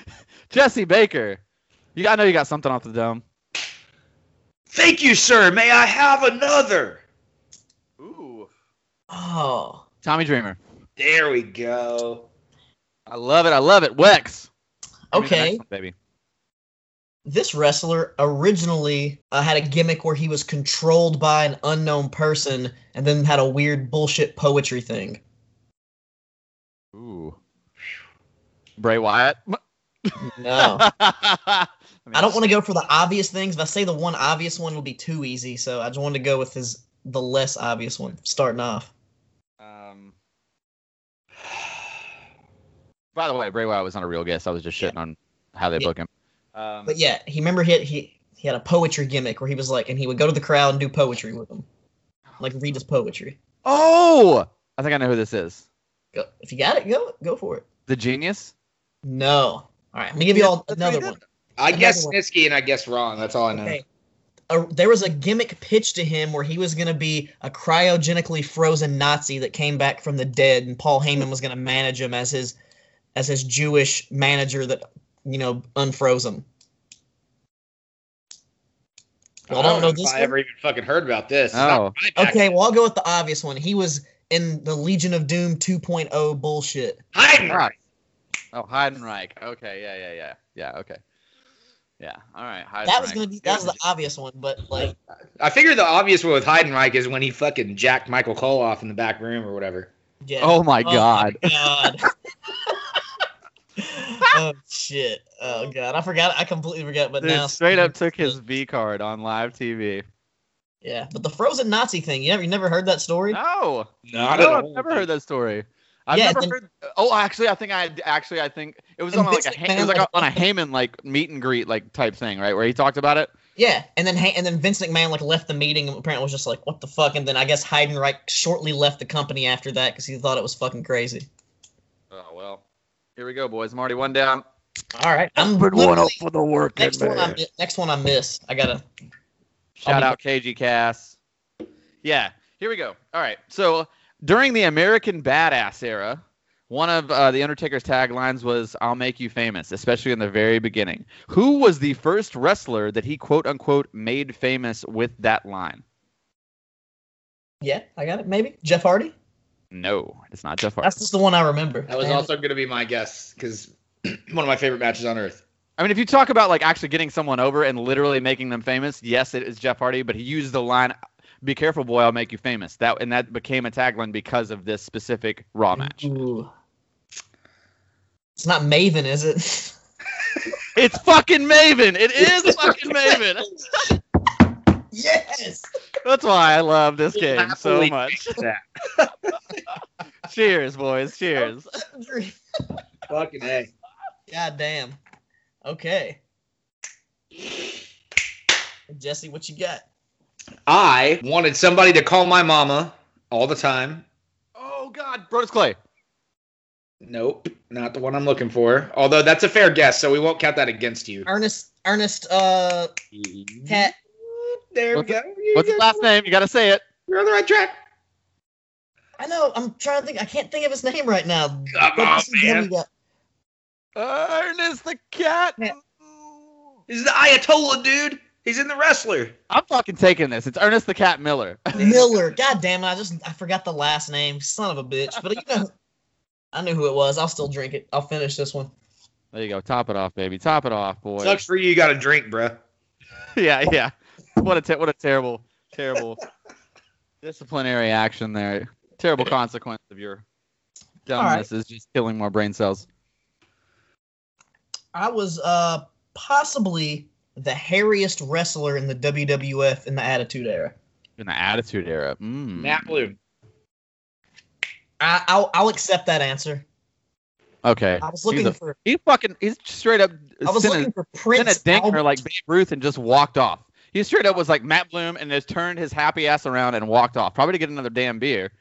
[SPEAKER 1] Jesse Baker. You, I know you got something off the dome.
[SPEAKER 2] Thank you, sir. May I have another?
[SPEAKER 1] Ooh.
[SPEAKER 3] Oh,
[SPEAKER 1] Tommy Dreamer.
[SPEAKER 2] There we go.
[SPEAKER 1] I love it. I love it. Wex. Give me the
[SPEAKER 3] okay.
[SPEAKER 1] next one, baby.
[SPEAKER 3] This wrestler originally uh, had a gimmick where he was controlled by an unknown person, and then had a weird bullshit poetry thing.
[SPEAKER 1] Ooh. Bray Wyatt.
[SPEAKER 3] No.
[SPEAKER 1] I, mean,
[SPEAKER 3] I don't want to go for the obvious things. If I say the one obvious one, it'll be too easy. So I just wanted to go with his the less obvious one, starting off.
[SPEAKER 1] Um, by the way, Bray Wyatt was not a real guest. I was just shitting on how they
[SPEAKER 3] Yeah.
[SPEAKER 1] book him. Um,
[SPEAKER 3] But yeah, he remember he had, he he had a poetry gimmick where he was like, and he would go to the crowd and do poetry with them, like read his poetry.
[SPEAKER 1] Oh, I think I know who this is.
[SPEAKER 3] Go if you got it, go go for it.
[SPEAKER 1] The Genius.
[SPEAKER 3] No, all right, let me give you all
[SPEAKER 1] That's what he
[SPEAKER 3] another
[SPEAKER 1] did.
[SPEAKER 3] one.
[SPEAKER 2] I guess
[SPEAKER 3] Another
[SPEAKER 2] Snitsky and I guess wrong. That's all I know.
[SPEAKER 3] Okay. A, there was a gimmick pitched to him where he was going to be a cryogenically frozen Nazi that came back from the dead, and Paul Heyman was going to manage him as his as his Jewish manager that you know unfroze him. Y'all don't know
[SPEAKER 2] if
[SPEAKER 3] this
[SPEAKER 2] I
[SPEAKER 3] one?
[SPEAKER 2] ever even fucking heard about this.
[SPEAKER 1] Oh.
[SPEAKER 2] It's not my
[SPEAKER 3] Okay, well I'll go with the obvious one. He was in the Legion of Doom 2.0 bullshit.
[SPEAKER 2] back. Heidenreich.
[SPEAKER 1] Oh, Heidenreich. Okay, yeah, yeah, yeah, yeah. Okay. Yeah. All right. Heidenreich.
[SPEAKER 3] That was gonna be that was
[SPEAKER 1] Yeah.
[SPEAKER 3] the obvious one, but like
[SPEAKER 2] I figure the obvious one with Heidenreich is when he fucking jacked Michael Cole off in the back room or whatever.
[SPEAKER 3] yeah.
[SPEAKER 1] Oh my
[SPEAKER 3] Oh,
[SPEAKER 1] God.
[SPEAKER 3] God. oh shit. Oh god. I forgot I completely forgot, but
[SPEAKER 1] Dude,
[SPEAKER 3] now
[SPEAKER 1] straight up took his V card on live TV.
[SPEAKER 3] Yeah, but the frozen Nazi thing, you never you never heard that story?
[SPEAKER 1] No.
[SPEAKER 2] Not
[SPEAKER 1] no, I've never heard that story. I've
[SPEAKER 3] Yeah,
[SPEAKER 1] never
[SPEAKER 3] then-
[SPEAKER 1] heard. Oh, actually, I think I actually I think it was
[SPEAKER 3] And
[SPEAKER 1] on like
[SPEAKER 3] Vince
[SPEAKER 1] a Ha- it was
[SPEAKER 3] McMahon,
[SPEAKER 1] like
[SPEAKER 3] like-
[SPEAKER 1] on a Heyman like meet and greet like type thing, right? Where he talked about it.
[SPEAKER 3] Yeah, and then Hey- and then Vince McMahon like left the meeting and apparently was just like, "What the fuck?" And then I guess Heidenreich shortly left the company after that because he thought it was fucking crazy.
[SPEAKER 1] Oh well, here we go, boys. I'm already one down.
[SPEAKER 3] All right, I'm
[SPEAKER 4] one
[SPEAKER 3] literally-
[SPEAKER 4] up for the working
[SPEAKER 3] next one. I
[SPEAKER 4] man.
[SPEAKER 3] mi- next one I miss. I gotta.
[SPEAKER 1] Shout
[SPEAKER 3] I'll
[SPEAKER 1] out KG Cass. Yeah, here we go. All right. So during the American Badass era, one of uh, the Undertaker's taglines was "I'll make you famous," especially in the very beginning. Who was the first wrestler that he quote unquote made famous with that line?
[SPEAKER 3] Yeah, I got it. Maybe Jeff Hardy.
[SPEAKER 1] No, it's not Jeff Hardy.
[SPEAKER 3] That's just the one I remember.
[SPEAKER 2] That was
[SPEAKER 3] Damn it.
[SPEAKER 2] also going to be my guess because one of my favorite matches on earth.
[SPEAKER 1] I mean, if you talk about like actually getting someone over and literally making them famous, yes, it is Jeff Hardy, but he used the line "Be careful, boy, I'll make you famous." That and that became a tagline because of this specific Raw match.
[SPEAKER 3] Ooh. It's not Maven, is it?
[SPEAKER 1] It's fucking Maven. It is fucking Maven.
[SPEAKER 3] Yes.
[SPEAKER 1] That's why I love this game so
[SPEAKER 2] Happily
[SPEAKER 1] much.
[SPEAKER 2] that.
[SPEAKER 1] Cheers, boys. Cheers.
[SPEAKER 2] Fucking A.
[SPEAKER 3] God damn. Okay. Jesse, what you got?
[SPEAKER 2] I wanted somebody to call my mama all the time.
[SPEAKER 1] Oh God, Brodus Clay.
[SPEAKER 2] Nope, not the one I'm looking for. Although that's a fair guess, so we won't count that against you.
[SPEAKER 3] Ernest Ernest uh Cat.
[SPEAKER 2] There
[SPEAKER 1] What's
[SPEAKER 2] we go. You
[SPEAKER 1] What's his
[SPEAKER 2] go.
[SPEAKER 1] last name? You gotta say it.
[SPEAKER 2] You're on the right track.
[SPEAKER 3] I know, I'm trying to think I can't think of his name right now.
[SPEAKER 2] Come
[SPEAKER 3] What
[SPEAKER 2] on,
[SPEAKER 3] is his name
[SPEAKER 2] man.
[SPEAKER 3] you got?
[SPEAKER 1] Ernest the Cat.
[SPEAKER 3] Yeah.
[SPEAKER 2] He's the Ayatollah, dude. He's in the wrestler.
[SPEAKER 1] I'm fucking taking this. It's Ernest the Cat Miller.
[SPEAKER 3] Miller. God damn it, I just I forgot the last name. Son of a bitch. But you know I knew who it was. I'll still drink it. I'll finish this one.
[SPEAKER 1] There you go. Top it off, baby. Top it off, boys.
[SPEAKER 2] Sucks for you. You got to drink, bruh.
[SPEAKER 1] yeah, yeah. What a te- what a terrible, terrible disciplinary action there. Terrible consequence of your
[SPEAKER 3] right.
[SPEAKER 1] dumbness is just killing more brain cells.
[SPEAKER 3] I was uh possibly the hairiest wrestler in the WWF in the Attitude Era.
[SPEAKER 1] In the Attitude Era. Mm.
[SPEAKER 2] Matt Bloom.
[SPEAKER 3] I, I'll I'll accept that answer.
[SPEAKER 1] Okay.
[SPEAKER 3] I was
[SPEAKER 1] He's
[SPEAKER 3] looking
[SPEAKER 1] a-
[SPEAKER 3] for
[SPEAKER 1] He fucking he's straight up
[SPEAKER 3] I was
[SPEAKER 1] sent
[SPEAKER 3] looking for
[SPEAKER 1] a, sent a
[SPEAKER 3] Prince
[SPEAKER 1] dinker
[SPEAKER 3] Albert.
[SPEAKER 1] like Babe Ruth and just walked off. He straight up was like Matt Bloom and just turned his happy ass around and walked off, probably to get another damn beer.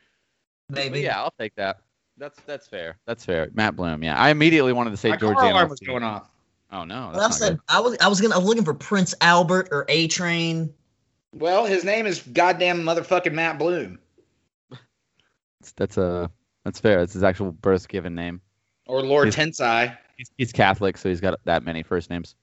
[SPEAKER 1] But
[SPEAKER 3] maybe.
[SPEAKER 1] yeah, I'll take that. That's that's fair. That's fair. Matt Bloom. Yeah, I immediately wanted to say
[SPEAKER 2] My
[SPEAKER 1] George.
[SPEAKER 2] car alarm was going off.
[SPEAKER 1] Oh no,
[SPEAKER 3] But I
[SPEAKER 1] that's not
[SPEAKER 3] said
[SPEAKER 1] good.
[SPEAKER 3] I was I was gonna I was looking for Prince Albert or A Train.
[SPEAKER 2] Well, his name is goddamn motherfucking Matt Bloom
[SPEAKER 1] That's, that's a that's fair. That's his actual birth given name.
[SPEAKER 2] or Lord
[SPEAKER 1] He's-
[SPEAKER 2] Tensai.
[SPEAKER 1] He's, he's Catholic, so he's got that many first names.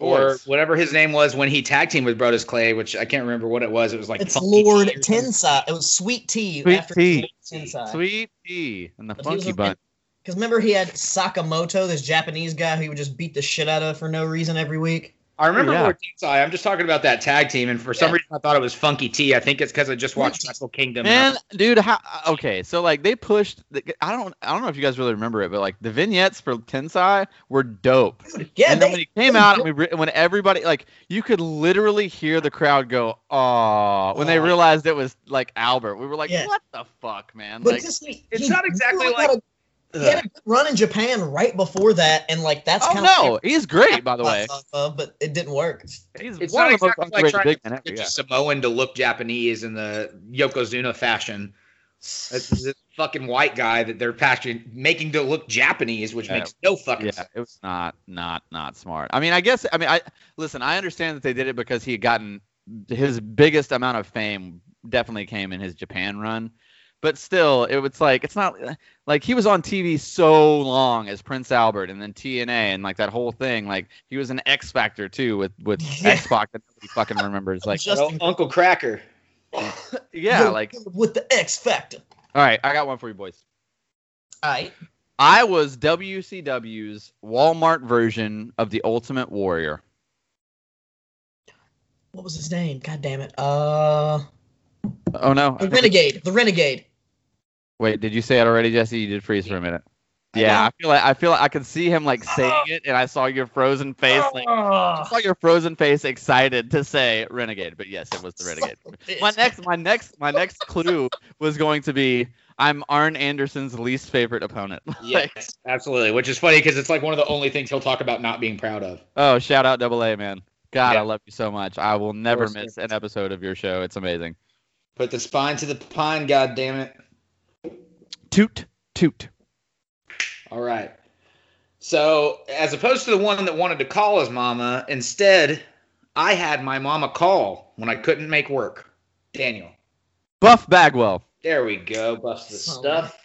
[SPEAKER 2] or
[SPEAKER 1] Boys.
[SPEAKER 2] whatever his name was when he tag team with Brodus Clay, which I can't remember what it was. It was like
[SPEAKER 3] It's
[SPEAKER 2] Funky
[SPEAKER 3] Lord
[SPEAKER 2] T or something.
[SPEAKER 3] Tensai. It was Sweet Tea
[SPEAKER 1] Sweet Tea.
[SPEAKER 3] Tensai.
[SPEAKER 1] Sweet Tea and the
[SPEAKER 3] But he was
[SPEAKER 1] Funky
[SPEAKER 3] a-
[SPEAKER 1] Bunch.
[SPEAKER 3] Because remember he had Sakamoto, this Japanese guy who he would just beat the shit out of for no reason every week.
[SPEAKER 2] I remember
[SPEAKER 1] Yeah.
[SPEAKER 2] Lord Tensai. I'm just talking about that tag team, and for some
[SPEAKER 3] Yeah.
[SPEAKER 2] reason I thought it was Funky T. I think it's because I just watched
[SPEAKER 3] Funky.
[SPEAKER 2] Wrestle Kingdom. and I-
[SPEAKER 1] Man, dude, how, uh, okay, so like they pushed. The, I don't, I don't know if you guys really remember it, but like the vignettes for Tensai were dope.
[SPEAKER 3] Yeah,
[SPEAKER 1] and
[SPEAKER 3] they,
[SPEAKER 1] then when he came out, and we re- when everybody like you could literally hear the crowd go, "Oh!" when they
[SPEAKER 2] Aw.
[SPEAKER 1] realized it was like Albert. We were like,
[SPEAKER 3] Yeah.
[SPEAKER 1] "What the fuck, man!"
[SPEAKER 3] but
[SPEAKER 1] Like,
[SPEAKER 3] this, he,
[SPEAKER 2] it's
[SPEAKER 3] he
[SPEAKER 2] not exactly
[SPEAKER 3] really had
[SPEAKER 2] like-
[SPEAKER 3] a,
[SPEAKER 2] Ugh.
[SPEAKER 3] he had a good run in Japan right before that, and like that's
[SPEAKER 1] oh
[SPEAKER 3] kind of
[SPEAKER 1] no, he's great by the way.
[SPEAKER 3] off of, but it didn't work.
[SPEAKER 1] He's
[SPEAKER 2] it's
[SPEAKER 1] one
[SPEAKER 2] not
[SPEAKER 1] of the most
[SPEAKER 2] exactly like
[SPEAKER 1] underrated
[SPEAKER 2] trying
[SPEAKER 1] big
[SPEAKER 2] to
[SPEAKER 1] men
[SPEAKER 2] get
[SPEAKER 1] ever.
[SPEAKER 2] a
[SPEAKER 1] Yeah.
[SPEAKER 2] Samoan to look Japanese in the Yokozuna fashion. It's this fucking white guy that they're passion making to look Japanese, which
[SPEAKER 1] Yeah.
[SPEAKER 2] makes no fucking
[SPEAKER 1] Yeah,
[SPEAKER 2] sense.
[SPEAKER 1] it was not, not, not smart. I mean, I guess, I mean, I listen. I understand that they did it because he had gotten his biggest amount of fame definitely came in his Japan run, but still, it was like it's not like he was on TV so long as Prince Albert, and then TNA, and like that whole thing. Like he was an X Factor too with with
[SPEAKER 3] Yeah.
[SPEAKER 1] X Pac that nobody fucking remembers. Like,
[SPEAKER 3] Just- Justin-
[SPEAKER 2] Well, Uncle Cracker.
[SPEAKER 1] yeah,
[SPEAKER 3] Yo,
[SPEAKER 1] like
[SPEAKER 3] with the X Factor.
[SPEAKER 1] all right, I got one for you boys.
[SPEAKER 3] All right.
[SPEAKER 1] I was WCW's Walmart version of the Ultimate Warrior.
[SPEAKER 3] What was his name? God damn it. Uh,
[SPEAKER 1] Oh no!
[SPEAKER 3] the Renegade. The Renegade.
[SPEAKER 1] Wait, did you say it already, Jesse? You did freeze for a minute.
[SPEAKER 3] I
[SPEAKER 1] Yeah,
[SPEAKER 3] know.
[SPEAKER 1] I feel like I feel like I could see him like saying it, and I saw your frozen face. Like, I
[SPEAKER 3] Ugh.
[SPEAKER 1] saw your frozen face, excited to say renegade. But yes, it was the renegade.
[SPEAKER 3] Son of a
[SPEAKER 1] My
[SPEAKER 3] bitch.
[SPEAKER 1] next, my next, my next clue was going to be I'm Arn Anderson's least favorite opponent.
[SPEAKER 2] Yes, absolutely. Which is funny because it's like one of the only things he'll talk about not being proud of.
[SPEAKER 1] oh, shout out Double A, man. God,
[SPEAKER 2] Yeah.
[SPEAKER 1] I love you so much. I will never
[SPEAKER 2] course,
[SPEAKER 1] miss an episode of your show. It's amazing.
[SPEAKER 2] Put the spine to the pine, god damn it.
[SPEAKER 1] Toot toot.
[SPEAKER 2] All right. So, as opposed to the one that wanted to call his mama, instead, I had my mama call when I couldn't make work. Daniel.
[SPEAKER 1] Buff Bagwell.
[SPEAKER 2] There we go. Bust the
[SPEAKER 3] Oh,
[SPEAKER 2] stuff.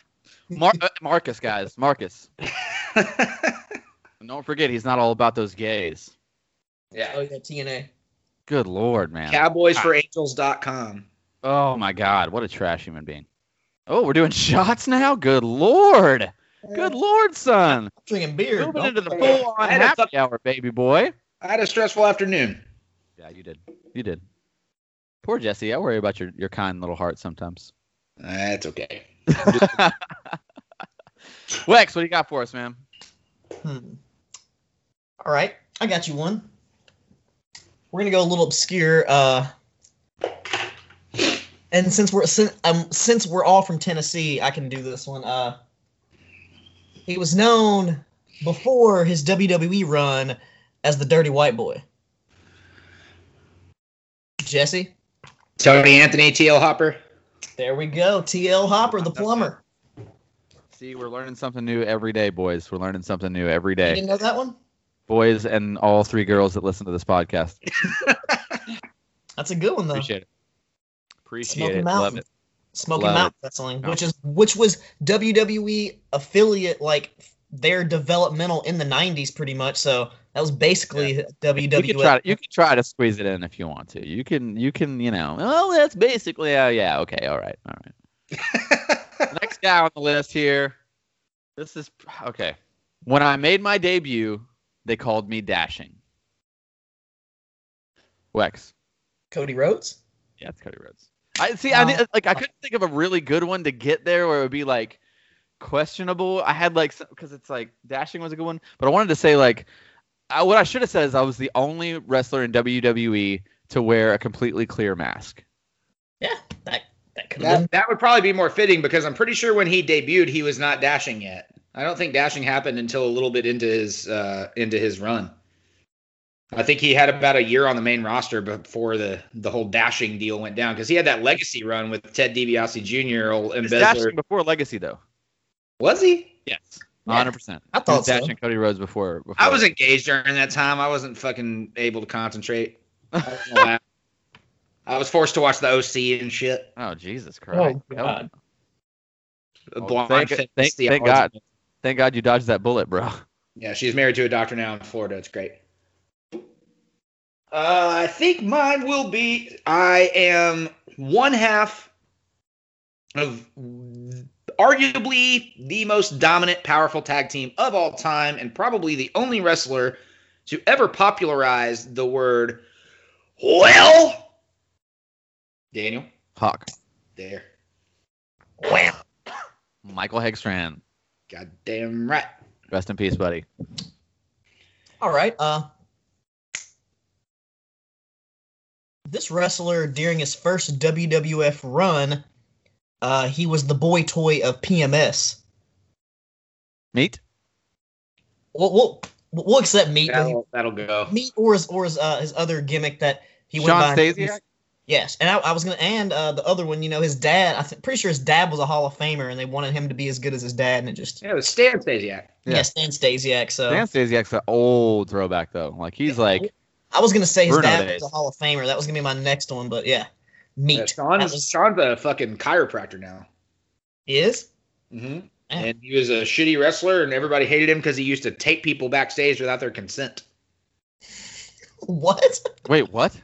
[SPEAKER 1] Mar- uh, Marcus, guys, Marcus. And Don't forget, he's not all about those gays.
[SPEAKER 3] Oh
[SPEAKER 2] yeah.
[SPEAKER 3] yeah, TNA.
[SPEAKER 1] Good lord, man.
[SPEAKER 2] Cowboysforangels.com.
[SPEAKER 1] Oh my god, what a trash human being. Oh, we're doing shots now? Good lord. Good lord, son.
[SPEAKER 3] Drinking beer.
[SPEAKER 1] Moving into the
[SPEAKER 2] say
[SPEAKER 1] full
[SPEAKER 2] that.
[SPEAKER 1] on
[SPEAKER 2] I had a
[SPEAKER 1] happy
[SPEAKER 2] fuck-
[SPEAKER 1] hour, baby boy.
[SPEAKER 2] I had a stressful afternoon.
[SPEAKER 1] Yeah, you did. You did. Poor Jesse. I worry about your, your kind little heart sometimes.
[SPEAKER 2] That's okay.
[SPEAKER 1] Wex, what do you got for us, man?
[SPEAKER 3] Hmm. All right, I got you one. We're gonna go a little obscure. Uh, and since we're since, um, since we're all from Tennessee, I can do this one. Uh, he was known before his WWE run as the Dirty White Boy. Jesse,
[SPEAKER 2] Tony Anthony, T.L. Hopper.
[SPEAKER 3] there we go. T.L. Hopper, the plumber.
[SPEAKER 1] See, we're learning something new every day, boys. We're learning something new every
[SPEAKER 3] You
[SPEAKER 1] day,
[SPEAKER 3] didn't know that one?
[SPEAKER 1] boys, and all three girls that listen to this podcast.
[SPEAKER 3] That's a good one though.
[SPEAKER 1] Appreciate it. Appreciate
[SPEAKER 3] Smoky
[SPEAKER 1] it. Love
[SPEAKER 3] Mountain.
[SPEAKER 1] it.
[SPEAKER 3] Smoky
[SPEAKER 1] Love
[SPEAKER 3] Mountain Wrestling,
[SPEAKER 1] No.
[SPEAKER 3] which is which was WWE affiliate like their developmental in the '90s, pretty much. So that was basically E
[SPEAKER 1] You
[SPEAKER 3] WWE.
[SPEAKER 1] can try. To, you can try to squeeze it in if you want to. You can. You can. You know. Well, that's basically. Uh, yeah. Okay. All right. All right. Next guy on the list here. This is okay. When I made my debut, they called me dashing. Wex.
[SPEAKER 3] Cody Rhodes.
[SPEAKER 1] Yeah, it's Cody Rhodes. I see. I
[SPEAKER 3] Wow.
[SPEAKER 1] did, like. I couldn't think of a really good one to get there where it would be like questionable. I had like because it's like dashing was a good one, but I wanted to say like I, what I should have said is I was the only wrestler in WWE to wear a completely clear mask.
[SPEAKER 3] Yeah, that that
[SPEAKER 2] That,
[SPEAKER 3] could have been.
[SPEAKER 1] Mm-hmm.
[SPEAKER 2] that would probably be more fitting because I'm pretty sure when he debuted, he was not dashing yet. I don't think dashing happened until a little bit into his uh, into his run. I think he had about a year on the main roster before the the whole dashing deal went down because he had that legacy run with Ted DiBiase Jr. old
[SPEAKER 1] It was
[SPEAKER 2] embezzler.
[SPEAKER 1] dashing before Legacy though.
[SPEAKER 2] Was he?
[SPEAKER 1] Yes,
[SPEAKER 3] Yeah,
[SPEAKER 1] hundred percent.
[SPEAKER 3] I thought so.
[SPEAKER 1] dashing Cody Rhodes before. before
[SPEAKER 2] I was engaged during that time. I wasn't fucking able to concentrate. I wasn't allowed. I was forced to watch the OC and shit.
[SPEAKER 1] Oh Jesus Christ!
[SPEAKER 3] Oh,
[SPEAKER 1] Hell
[SPEAKER 3] God.
[SPEAKER 1] no.
[SPEAKER 2] The
[SPEAKER 1] Oh,
[SPEAKER 2] blonde
[SPEAKER 1] thank-
[SPEAKER 2] fitness
[SPEAKER 1] thank-
[SPEAKER 2] theology.
[SPEAKER 1] thank God. Thank God you dodged that bullet, bro.
[SPEAKER 2] Yeah, she's married to a doctor now in Florida. It's great. Uh, I think mine will be I am one half of arguably the most dominant, powerful tag team of all time, and probably the only wrestler to ever popularize the word well. Daniel,
[SPEAKER 1] Hawk.
[SPEAKER 2] there.
[SPEAKER 3] Wham.
[SPEAKER 1] Michael Hegstrand.
[SPEAKER 2] Goddamn right.
[SPEAKER 1] Rest in peace, buddy.
[SPEAKER 3] All right. Uh, this wrestler during his first WWF run, uh, he was the boy toy of PMS.
[SPEAKER 1] Meet.
[SPEAKER 3] We'll we'll, we'll accept meat. but he-
[SPEAKER 2] That'll, that'll go.
[SPEAKER 3] meat or his or his uh, his other gimmick that he
[SPEAKER 1] Sean
[SPEAKER 3] went by.
[SPEAKER 1] Stasiak.
[SPEAKER 3] Yes, and I, I was gonna and uh, the other one, you know, his dad. I th- pretty sure his dad was a Hall of Famer, and they wanted him to be as good as his dad, and it just
[SPEAKER 2] Yeah, it was Stan Stasiak.
[SPEAKER 1] Yeah.
[SPEAKER 3] yes, Dan Stasiak. So
[SPEAKER 1] Dan Stasiak's an old throwback though. Like he's like
[SPEAKER 3] I was gonna say his
[SPEAKER 1] Bruno
[SPEAKER 3] dad
[SPEAKER 1] days.
[SPEAKER 3] was a Hall of Famer. That was gonna be my next one, but yeah,
[SPEAKER 2] Yeah,
[SPEAKER 3] meat.
[SPEAKER 2] Sean
[SPEAKER 3] That
[SPEAKER 2] is,
[SPEAKER 3] was-
[SPEAKER 2] Sean's a fucking chiropractor now.
[SPEAKER 3] he is
[SPEAKER 2] hmm
[SPEAKER 3] Yeah.
[SPEAKER 2] And he was a shitty wrestler, and everybody hated him because he used to take people backstage without their consent.
[SPEAKER 3] what?
[SPEAKER 1] wait what?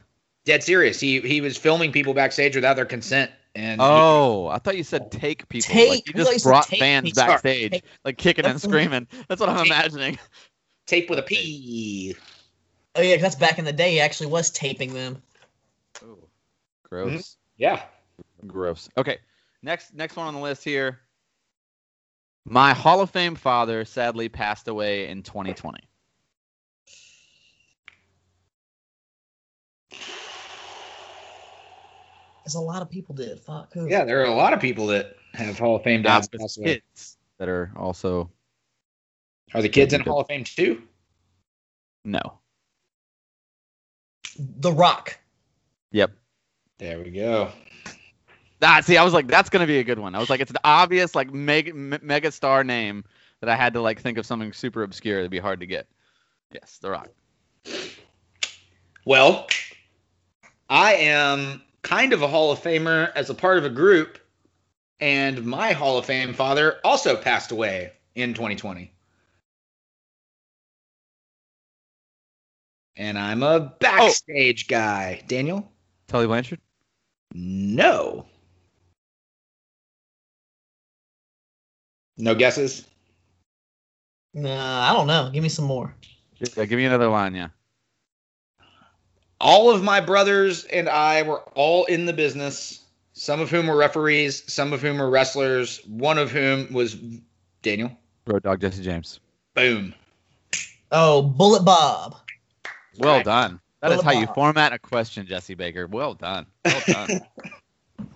[SPEAKER 2] Dead serious. He he was filming people backstage without their consent, and
[SPEAKER 1] Oh, I thought you said take people. like
[SPEAKER 3] Take-
[SPEAKER 1] you
[SPEAKER 3] I thought you
[SPEAKER 1] just
[SPEAKER 3] said
[SPEAKER 1] brought
[SPEAKER 3] take
[SPEAKER 1] fans
[SPEAKER 3] people.
[SPEAKER 1] backstage,
[SPEAKER 3] Take-
[SPEAKER 1] like kicking and screaming. That's what I'm
[SPEAKER 2] Take-
[SPEAKER 1] imagining.
[SPEAKER 2] tape with a P.
[SPEAKER 3] Oh yeah, 'cause that's back in the day. He actually was taping them.
[SPEAKER 1] Gross.
[SPEAKER 2] Yeah.
[SPEAKER 1] Gross. Okay. Next next one on the list here. My Hall of Fame father sadly passed away in 2020.
[SPEAKER 3] As a lot of people did. Fuck who?
[SPEAKER 2] Yeah, there are a lot of people that have Hall of Fame
[SPEAKER 1] Now,
[SPEAKER 2] dads.
[SPEAKER 1] there's
[SPEAKER 2] pass away.
[SPEAKER 1] kids that are also
[SPEAKER 2] Are the kids in Hall of Fame too?
[SPEAKER 1] no.
[SPEAKER 3] The Rock.
[SPEAKER 1] Yep.
[SPEAKER 2] There we go.
[SPEAKER 1] Ah, see, I was like, that's gonna be a good one. I was like, it's an obvious like mega me- mega star name that I had to like think of something super obscure that'd be hard to get. Yes, The Rock.
[SPEAKER 2] Well, I am kind of a Hall of Famer as a part of a group, and my Hall of Fame father also passed away in 2020. And I'm a backstage guy. Daniel?
[SPEAKER 1] Tully Blanchard.
[SPEAKER 2] No. No guesses?
[SPEAKER 3] Nah, I don't know. Give me some more.
[SPEAKER 1] Yeah, give me another line. Yeah.
[SPEAKER 2] all of my brothers and I were all in the business. Some of whom were referees, some of whom were wrestlers, one of whom was Daniel.
[SPEAKER 1] Road Dog Jesse James.
[SPEAKER 2] Boom.
[SPEAKER 3] Oh, Bullet Bob.
[SPEAKER 1] Well
[SPEAKER 2] Right.
[SPEAKER 1] done. That
[SPEAKER 3] Well
[SPEAKER 1] is how you
[SPEAKER 3] done.
[SPEAKER 1] format a question, Jesse Baker. Well done. Well done.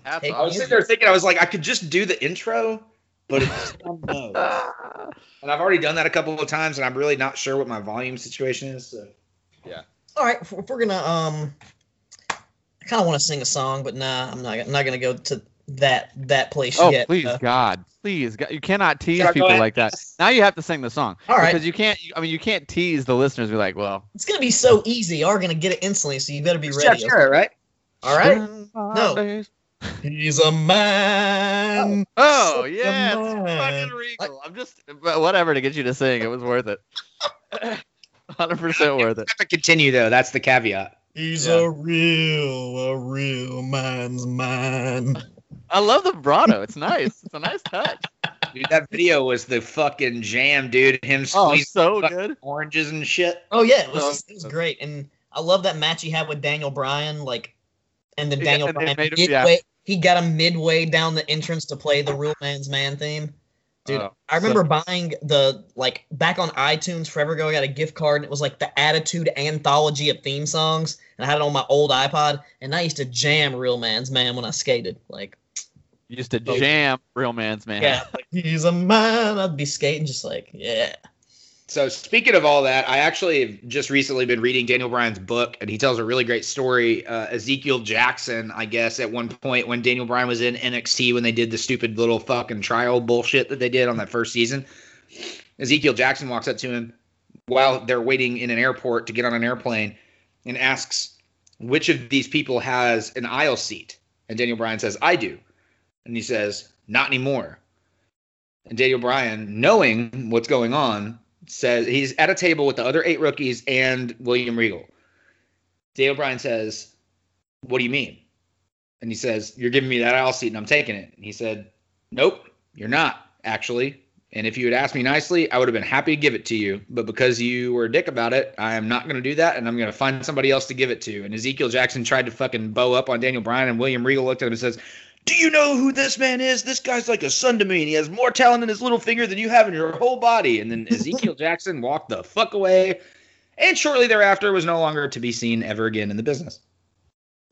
[SPEAKER 1] Hats
[SPEAKER 3] Take
[SPEAKER 2] I was
[SPEAKER 1] off.
[SPEAKER 2] sitting there thinking, I was like, I could just do the intro, but it's no.
[SPEAKER 1] Ah.
[SPEAKER 2] And I've already done that a couple of times, and I'm really not sure what my volume situation is. So.
[SPEAKER 3] All right, if if we're gonna um, I kind of want to sing a song, but nah, I'm not. I'm not gonna go to that that place
[SPEAKER 1] Oh,
[SPEAKER 3] yet.
[SPEAKER 1] please,
[SPEAKER 3] Uh,
[SPEAKER 1] God. Please, God. You cannot tease
[SPEAKER 2] Should I go
[SPEAKER 1] people
[SPEAKER 2] ahead?
[SPEAKER 1] like that. Now you have to sing the song.
[SPEAKER 3] all right,
[SPEAKER 1] Because you can't, I mean, you can't tease the listeners. Be like, well,
[SPEAKER 3] it's gonna be so easy. You're gonna get it instantly, so you better be
[SPEAKER 2] Yeah,
[SPEAKER 3] ready.
[SPEAKER 2] sure, right?
[SPEAKER 3] All right.
[SPEAKER 1] spend my
[SPEAKER 3] No.
[SPEAKER 1] days-
[SPEAKER 3] He's a man.
[SPEAKER 1] Oh,
[SPEAKER 3] Such a
[SPEAKER 1] yeah. it's
[SPEAKER 3] man.
[SPEAKER 1] Fucking regal. I'm just, but whatever to get you to sing. It was worth it. 100% worth it.
[SPEAKER 2] have to continue though. That's the caveat.
[SPEAKER 3] He's
[SPEAKER 1] Yeah.
[SPEAKER 3] a real, a real man's man.
[SPEAKER 1] I love the vibrato. It's nice. It's a nice touch.
[SPEAKER 2] Dude, that video was the fucking jam, dude. Him
[SPEAKER 1] Oh,
[SPEAKER 2] squeezing
[SPEAKER 1] so
[SPEAKER 2] fucking
[SPEAKER 1] good.
[SPEAKER 2] oranges and shit.
[SPEAKER 3] Oh yeah, it was,
[SPEAKER 1] Oh.
[SPEAKER 3] it was great, and I love that match he had with Daniel Bryan. Like, and then
[SPEAKER 1] Yeah,
[SPEAKER 3] Daniel
[SPEAKER 1] and they
[SPEAKER 3] Bryan
[SPEAKER 1] made him- yeah.
[SPEAKER 3] midway, he got him midway down the entrance to play the real man's man theme. Dude,
[SPEAKER 1] Oh,
[SPEAKER 3] I remember buying the like back on iTunes forever ago. I got a gift card and it was like the Attitude Anthology of theme songs, and I had it on my old iPod. And I used to jam Real Man's Man when I skated. Like,
[SPEAKER 1] used to jam real man's man.
[SPEAKER 3] yeah, like, he's a man. I'd be skating just like, yeah.
[SPEAKER 2] So speaking of all that, I actually have just recently been reading Daniel Bryan's book, and he tells a really great story. Uh, Ezekiel Jackson, I guess, at one point when Daniel Bryan was in NXT when they did the stupid little fucking trial bullshit that they did on that first season, Ezekiel Jackson walks up to him while they're waiting in an airport to get on an airplane and asks, "Which of these people has an aisle seat?" And Daniel Bryan says, "I do," and he says, "Not anymore." And Daniel Bryan, knowing what's going on, says he's at a table with the other eight rookies and William Regal. Daniel Bryan says, What do you mean? And he says, You're giving me that aisle seat and I'm taking it. And he said, Nope, you're not, actually. And if you had asked me nicely, I would have been happy to give it to you. But because you were a dick about it, I am not going to do that. And I'm going to find somebody else to give it to. And Ezekiel Jackson tried to fucking bow up on Daniel Bryan. And William Regal looked at him and says, do you know who this man is? This guy's like a son to me, and he has more talent in his little finger than you have in your whole body. And then Ezekiel Jackson walked the fuck away, and shortly thereafter was no longer to be seen ever again in the business.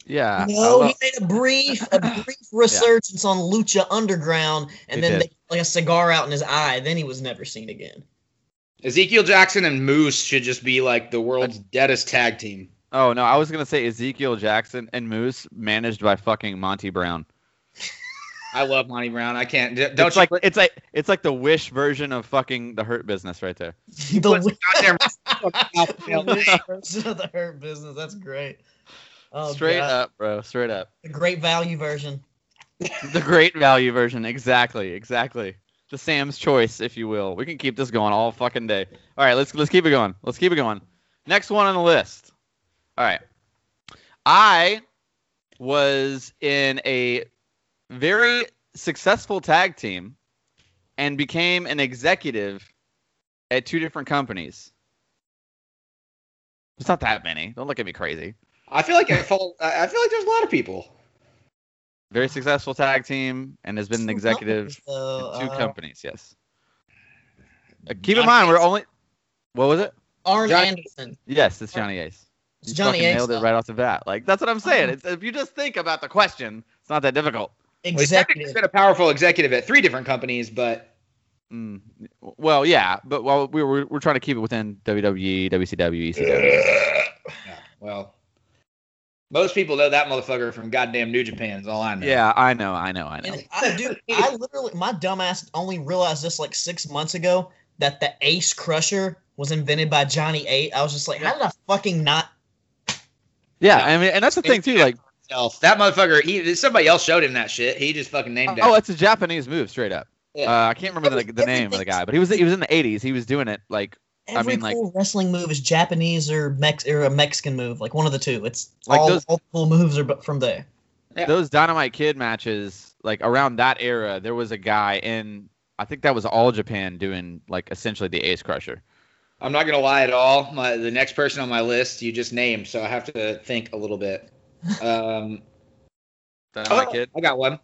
[SPEAKER 1] Yeah. I
[SPEAKER 3] No,
[SPEAKER 1] love-
[SPEAKER 3] he made a brief, a brief resurgence on Lucha Underground,
[SPEAKER 1] He
[SPEAKER 3] and then
[SPEAKER 1] did.
[SPEAKER 3] they put, like a cigar out in his eye. Then he was never seen again.
[SPEAKER 2] Ezekiel Jackson and Moose should just be like the world's deadest tag team.
[SPEAKER 1] Oh no, I was gonna say Ezekiel Jackson and Moose managed by fucking Monty Brown.
[SPEAKER 2] I love Monty Brown. I can't. Don't
[SPEAKER 1] it's
[SPEAKER 2] you
[SPEAKER 1] like
[SPEAKER 2] put
[SPEAKER 1] it's like it's like the Wish version of fucking the Hurt Business right there.
[SPEAKER 3] the
[SPEAKER 2] put goddamn
[SPEAKER 3] version of the Hurt Business. That's great. Oh,
[SPEAKER 1] straight
[SPEAKER 3] God.
[SPEAKER 1] up, bro. Straight up.
[SPEAKER 3] The great value version.
[SPEAKER 1] The Great Value version. Exactly. Exactly. The Sam's Choice, if you will. We can keep this going all fucking day. All right, let's let's keep it going. Let's keep it going. Next one on the list. All right. I was in a very successful tag team and became an executive at two different companies. It's not that many. Don't look at me crazy.
[SPEAKER 2] I feel like it fall, I I feel like there's a lot of people.
[SPEAKER 1] Very successful tag team and has been an
[SPEAKER 3] Two
[SPEAKER 1] executive
[SPEAKER 3] companies, though,
[SPEAKER 1] Two
[SPEAKER 3] uh,
[SPEAKER 1] companies, yes. Uh, keep in
[SPEAKER 2] Johnny
[SPEAKER 1] mind, we're
[SPEAKER 2] Ace.
[SPEAKER 1] only. What was it?
[SPEAKER 3] Arn
[SPEAKER 2] Johnny-
[SPEAKER 3] Anderson.
[SPEAKER 1] Yes, it's Johnny Ace.
[SPEAKER 3] It's
[SPEAKER 1] You
[SPEAKER 3] Johnny
[SPEAKER 1] fucking
[SPEAKER 3] Ace.
[SPEAKER 1] nailed it
[SPEAKER 3] though.
[SPEAKER 1] right off the bat. Like that's what I'm saying.
[SPEAKER 3] Uh-huh.
[SPEAKER 1] It's, if you just think about the question, it's not that difficult.
[SPEAKER 2] Well, he's technically
[SPEAKER 3] Executive.
[SPEAKER 2] been a powerful executive at three different companies, but
[SPEAKER 1] Mm. Well, yeah, but well, we were we're trying to keep it within E, WWE, WCW, ECW.
[SPEAKER 2] yeah, well, most people know that motherfucker from goddamn New Japan. Is all I know.
[SPEAKER 1] yeah, I know, I know, I know.
[SPEAKER 3] And I, dude, I literally, my dumbass only realized this like six months ago that the Ace Crusher was invented by Johnny Eight. I was just like, how did I fucking not?
[SPEAKER 1] Yeah, I mean, and that's the thing too. Like,
[SPEAKER 2] himself. That motherfucker, he somebody else showed him that shit. He just fucking named it.
[SPEAKER 1] oh, it's a Japanese move, straight up.
[SPEAKER 2] Yeah.
[SPEAKER 1] Uh, I can't remember the, the name of the guy, but he was he was in the 80s. He was doing it like I
[SPEAKER 3] Every
[SPEAKER 1] mean, like-
[SPEAKER 3] cool wrestling move is Japanese or Mex or a Mexican move, like one of the two. It's
[SPEAKER 1] Like
[SPEAKER 3] all,
[SPEAKER 1] those-
[SPEAKER 3] all cool moves are bu- from there.
[SPEAKER 2] Yeah.
[SPEAKER 1] those Dynamite Kid matches, like around that era, there was a guy in I think that was all Japan doing like essentially the Ace Crusher.
[SPEAKER 2] I'm not gonna lie at all. My, the next person on my list you just named, so I have to think a little bit. Um,
[SPEAKER 1] Dynamite
[SPEAKER 2] oh,
[SPEAKER 1] Kid.
[SPEAKER 2] I got one.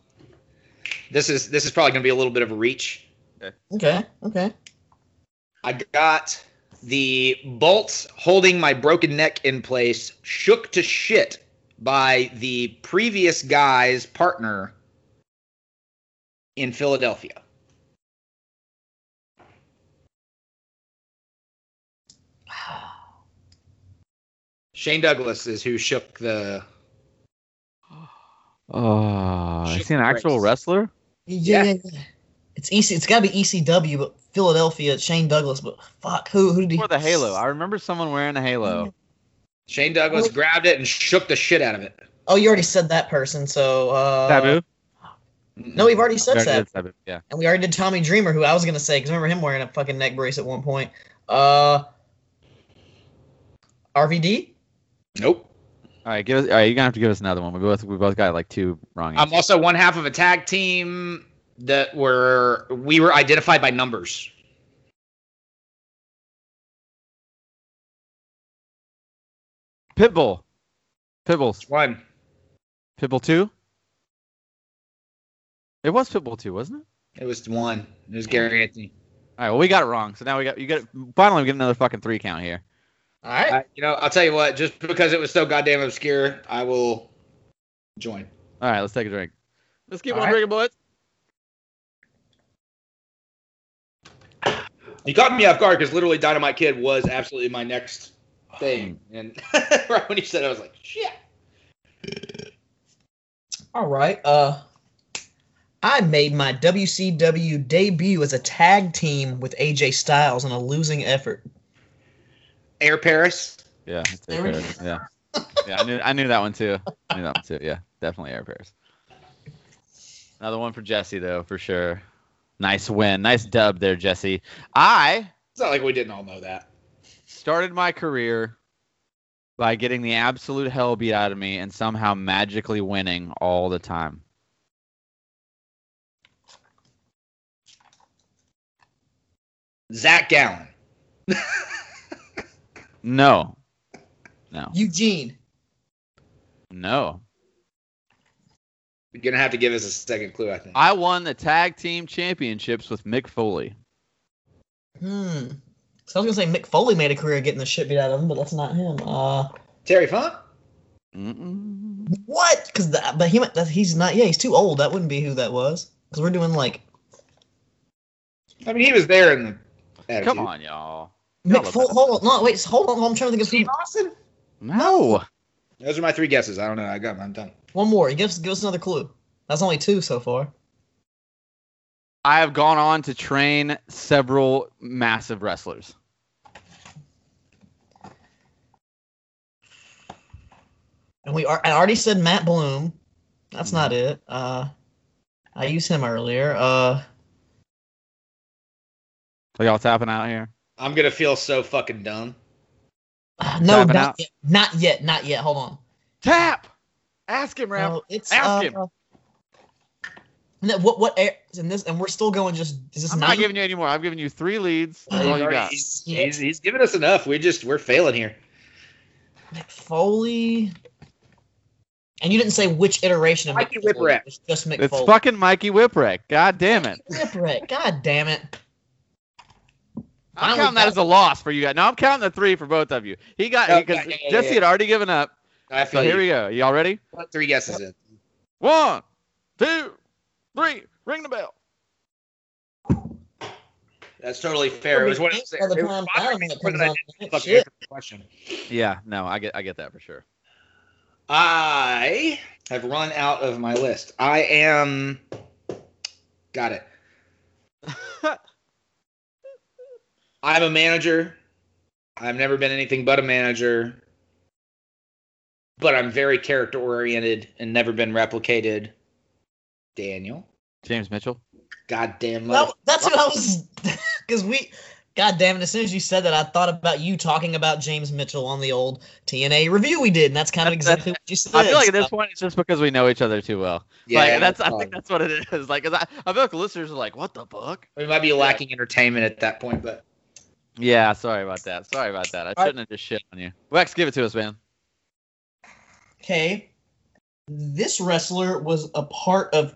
[SPEAKER 2] This is this is probably gonna be a little bit of a reach.
[SPEAKER 3] Okay, okay.
[SPEAKER 2] I got The bolts holding my broken neck in place shook to shit by the previous guy's partner in Philadelphia. Shane Douglas is who shook the.
[SPEAKER 1] Oh, is he an actual
[SPEAKER 2] Christ.
[SPEAKER 1] wrestler?
[SPEAKER 3] Yeah.
[SPEAKER 2] Yeah.
[SPEAKER 3] It's EC. It's got to be ECW, but Philadelphia, Shane Douglas. But fuck, who who did he?
[SPEAKER 1] Or the halo? I remember someone wearing a
[SPEAKER 2] Mm-hmm.
[SPEAKER 1] halo.
[SPEAKER 2] Shane Douglas grabbed it and shook the shit out of it.
[SPEAKER 3] Oh, you already said that person. So uh, No, we've already said that,
[SPEAKER 1] Sabu, Yeah.
[SPEAKER 3] and we already did Tommy Dreamer, who I was gonna say because remember him wearing a fucking neck brace at one point. Uh, RVD.
[SPEAKER 2] Nope.
[SPEAKER 1] All right, give us. All right, you're gonna have to give us another one. We both we both got like two wrong.
[SPEAKER 2] I'm also one half of a tag team that were we were identified by numbers.
[SPEAKER 1] Pitbull. Pitbulls.
[SPEAKER 2] One.
[SPEAKER 1] Pitbull two. It was Pitbull two, wasn't it?
[SPEAKER 2] It was one. It was Gary Anthony.
[SPEAKER 1] All right. Well, we got it wrong. So now we got you got finally we get another fucking three count here.
[SPEAKER 3] All right.
[SPEAKER 2] I, you know, I'll tell you what. Just because it was so goddamn obscure, I will join.
[SPEAKER 1] All right, let's take a drink. Let's keep
[SPEAKER 2] All
[SPEAKER 1] on
[SPEAKER 2] right.
[SPEAKER 1] drinking, boys.
[SPEAKER 2] You caught me off guard because literally Dynamite Kid was absolutely my next thing, and right when you said, it, I was like, shit.
[SPEAKER 3] All right. Uh, I made my WCW debut as a tag team with AJ Styles in a losing effort.
[SPEAKER 2] Air Paris.
[SPEAKER 1] Yeah. let's take
[SPEAKER 3] There we
[SPEAKER 1] care of it. Yeah. Yeah. I knew I knew that one too. I knew that one too. Yeah. Definitely air pairs. Another one for Jesse though, for sure. Nice win. Nice dub there, Jesse. I
[SPEAKER 2] It's not like we didn't all know that.
[SPEAKER 1] started my career by getting the absolute hell beat out of me and somehow magically winning all the time.
[SPEAKER 2] Zach Gallen.
[SPEAKER 1] No. No.
[SPEAKER 3] Eugene.
[SPEAKER 1] No.
[SPEAKER 2] You're gonna have to give us a second clue, I think.
[SPEAKER 1] I won the tag team championships with Mick Foley.
[SPEAKER 3] Hmm. So I was gonna say Mick Foley made a career getting the shit beat out of him, but that's not him. Uh,
[SPEAKER 2] Terry Funk.
[SPEAKER 1] Mm-mm.
[SPEAKER 3] what? Because but he might- that, he's not. Yeah, he's too old. That wouldn't be who that was. Because we're doing like
[SPEAKER 2] I mean, he was there in the. Attitude.
[SPEAKER 1] Come on, y'all.
[SPEAKER 3] Mick
[SPEAKER 1] Hell
[SPEAKER 3] Foley.
[SPEAKER 1] about-
[SPEAKER 3] Hold on. No, wait. Hold on. hold on, I'm trying to think of
[SPEAKER 2] Steve
[SPEAKER 3] some,
[SPEAKER 2] Austin.
[SPEAKER 1] No.
[SPEAKER 2] Those are my three guesses. I don't know. I got. 'em. I'm done.
[SPEAKER 3] one more. Give us give us another clue. That's only two so far.
[SPEAKER 1] I have gone on to train several massive wrestlers.
[SPEAKER 3] And we are. I already said Matt Bloom. That's not it. Uh, I used him earlier. Uh,
[SPEAKER 1] Are y'all tapping out here?
[SPEAKER 2] I'm gonna feel so fucking dumb.
[SPEAKER 3] no,
[SPEAKER 1] Tapping
[SPEAKER 3] not
[SPEAKER 1] out?
[SPEAKER 3] yet, not yet. Not yet. Hold on.
[SPEAKER 1] Tap. Ask him, Ralph.
[SPEAKER 3] No, it's
[SPEAKER 1] Ask
[SPEAKER 3] uh,
[SPEAKER 1] him.
[SPEAKER 3] No, what what air is in this? And we're still going. Just is this
[SPEAKER 1] I'm
[SPEAKER 3] not?
[SPEAKER 1] not giving you any more. I've given you three leads. That's
[SPEAKER 3] Well,
[SPEAKER 1] all you got.
[SPEAKER 2] He's, he's, he's giving us enough. We just we're failing here.
[SPEAKER 3] Mick Foley. And you didn't say which iteration of
[SPEAKER 2] Mikey
[SPEAKER 3] Mick Foley.
[SPEAKER 2] Whipwreck.
[SPEAKER 3] It's just Mick
[SPEAKER 1] It's
[SPEAKER 3] Foley.
[SPEAKER 1] fucking Mikey Whipwreck. God damn it.
[SPEAKER 3] Whipwreck. God damn it.
[SPEAKER 1] I'm
[SPEAKER 3] Finally
[SPEAKER 1] counting that
[SPEAKER 3] got
[SPEAKER 1] as a loss for you guys. No, I'm counting the three for both of you. He got
[SPEAKER 2] Oh,
[SPEAKER 1] because
[SPEAKER 2] yeah, yeah,
[SPEAKER 1] Jesse
[SPEAKER 2] yeah.
[SPEAKER 1] had already given up.
[SPEAKER 2] I
[SPEAKER 1] So
[SPEAKER 2] feel
[SPEAKER 1] here
[SPEAKER 2] you.
[SPEAKER 1] we go. Y'all ready?
[SPEAKER 2] Put three guesses in.
[SPEAKER 1] One, two, three. Ring the bell.
[SPEAKER 2] That's totally fair. It was one of those.
[SPEAKER 3] By the
[SPEAKER 2] it was
[SPEAKER 3] time
[SPEAKER 2] bothering me
[SPEAKER 3] Dynamite
[SPEAKER 2] more
[SPEAKER 3] comes
[SPEAKER 2] than I
[SPEAKER 3] on,
[SPEAKER 2] did
[SPEAKER 3] shit.
[SPEAKER 2] fucking answer the question.
[SPEAKER 1] Yeah. No, I get I get that for sure.
[SPEAKER 2] I have run out of my list. I am. Got it. I'm a manager. I've never been anything but a manager. But I'm very character oriented and never been replicated. Daniel.
[SPEAKER 1] James Mitchell.
[SPEAKER 2] Goddamn mother.
[SPEAKER 3] That- that's what I was. Because we. God damn it. As soon as you said that, I thought about you talking about James Mitchell on the old TNA review we did. And that's kind of exactly what you said.
[SPEAKER 1] I feel like at this
[SPEAKER 3] so-
[SPEAKER 1] point it's just because we know each other too well. Yeah, like that's I think that's what it is. Like 'cause I, I feel like listeners are like, what the fuck?
[SPEAKER 2] we might be lacking entertainment at that point, but
[SPEAKER 1] Yeah. Sorry about that. Sorry about that. I
[SPEAKER 3] I-
[SPEAKER 1] shouldn't have just shit on you. Wex, give it to us, man.
[SPEAKER 3] okay, this wrestler was a part of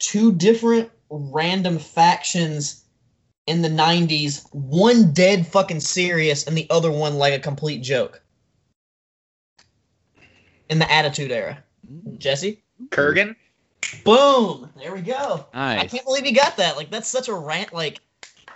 [SPEAKER 3] two different random factions in the 90s, one dead fucking serious and the other one like a complete joke. In the Attitude Era. Jesse?
[SPEAKER 2] Kurgan.
[SPEAKER 3] Boom! There we go. I
[SPEAKER 1] Nice.
[SPEAKER 3] can't believe you got that. Like that's such a rant. Like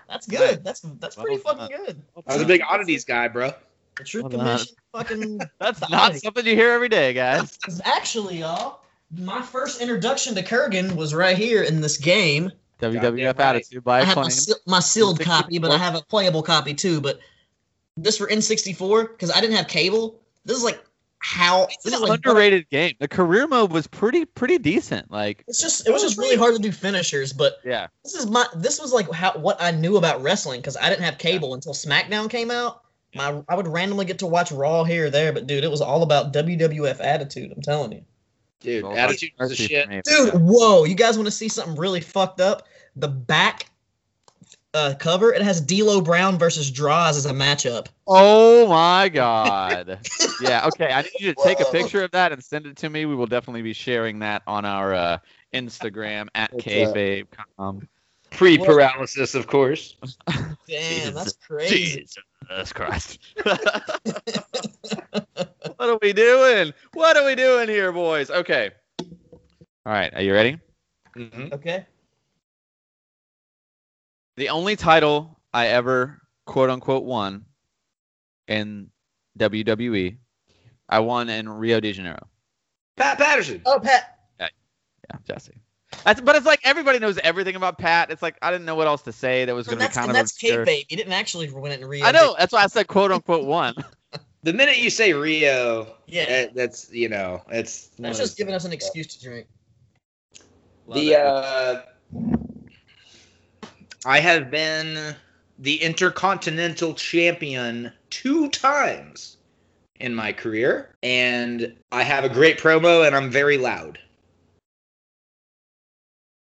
[SPEAKER 3] that's good. That's that's
[SPEAKER 1] Well
[SPEAKER 3] pretty
[SPEAKER 1] done.
[SPEAKER 3] fucking good.
[SPEAKER 2] I was a big oddities guy, bro.
[SPEAKER 3] The Truth
[SPEAKER 1] Well done.
[SPEAKER 3] Commission fucking
[SPEAKER 1] That's
[SPEAKER 3] the
[SPEAKER 1] not
[SPEAKER 3] oddities.
[SPEAKER 1] something you hear every day, guys.
[SPEAKER 3] 'Cause actually, y'all, my first introduction to Kurgan was right here in this game.
[SPEAKER 1] WWF
[SPEAKER 2] right.
[SPEAKER 1] Attitude by
[SPEAKER 3] I have my,
[SPEAKER 1] acclaim.
[SPEAKER 3] seal my sealed
[SPEAKER 1] 64.
[SPEAKER 3] copy, but I have a playable copy too. But this for N64 because I didn't have cable. This is like how
[SPEAKER 1] It's
[SPEAKER 3] this is
[SPEAKER 1] an
[SPEAKER 3] like
[SPEAKER 1] underrated game. The career mode was pretty pretty decent. Like
[SPEAKER 3] It's just it was just really hard to do finishers, but
[SPEAKER 1] yeah,
[SPEAKER 3] this is my this was like how what I knew about wrestling because I didn't have cable until SmackDown came out. My I would randomly get to watch Raw here or there, but dude, it was all about WWF attitude. I'm telling you,
[SPEAKER 2] Dude,
[SPEAKER 1] Well,
[SPEAKER 2] attitude was a
[SPEAKER 1] mercy for
[SPEAKER 2] shit.
[SPEAKER 1] me.
[SPEAKER 3] dude. Whoa, you guys want to see something really fucked up? The back uh, cover it has D'Lo Brown versus Draws as a matchup.
[SPEAKER 1] Oh my god. yeah. Okay. I need you to take a
[SPEAKER 3] Whoa.
[SPEAKER 1] picture of that and send it to me. We will definitely be sharing that on our uh, Instagram at
[SPEAKER 2] What's up?
[SPEAKER 1] kayfabe.com.
[SPEAKER 2] Pre paralysis, of course.
[SPEAKER 3] Damn,
[SPEAKER 1] Jesus.
[SPEAKER 3] that's crazy.
[SPEAKER 1] Jesus Christ. what are we doing? What are we doing here, boys? Okay. All right. Are you ready?
[SPEAKER 2] Mhm.
[SPEAKER 3] Okay,
[SPEAKER 1] The only title I ever quote unquote won in WWE, I won in Rio de Janeiro.
[SPEAKER 2] Pat Patterson.
[SPEAKER 3] oh Pat,
[SPEAKER 1] Yeah, Jesse. That's, but it's like everybody knows everything about Pat. It's like I didn't know what else to say that was going to
[SPEAKER 3] and
[SPEAKER 1] be
[SPEAKER 3] that's,
[SPEAKER 1] kind
[SPEAKER 3] and
[SPEAKER 1] of
[SPEAKER 3] that's
[SPEAKER 1] obscure.
[SPEAKER 3] kayfabe. You didn't actually win it in Rio.
[SPEAKER 1] I know. That's why I said quote unquote one.
[SPEAKER 2] The minute you say Rio,
[SPEAKER 3] Yeah.
[SPEAKER 2] that- that's you know, it's
[SPEAKER 3] That's just giving us an excuse to drink.
[SPEAKER 2] the uh, I have been the Intercontinental Champion two times in my career, and I have a great promo, and I'm very loud.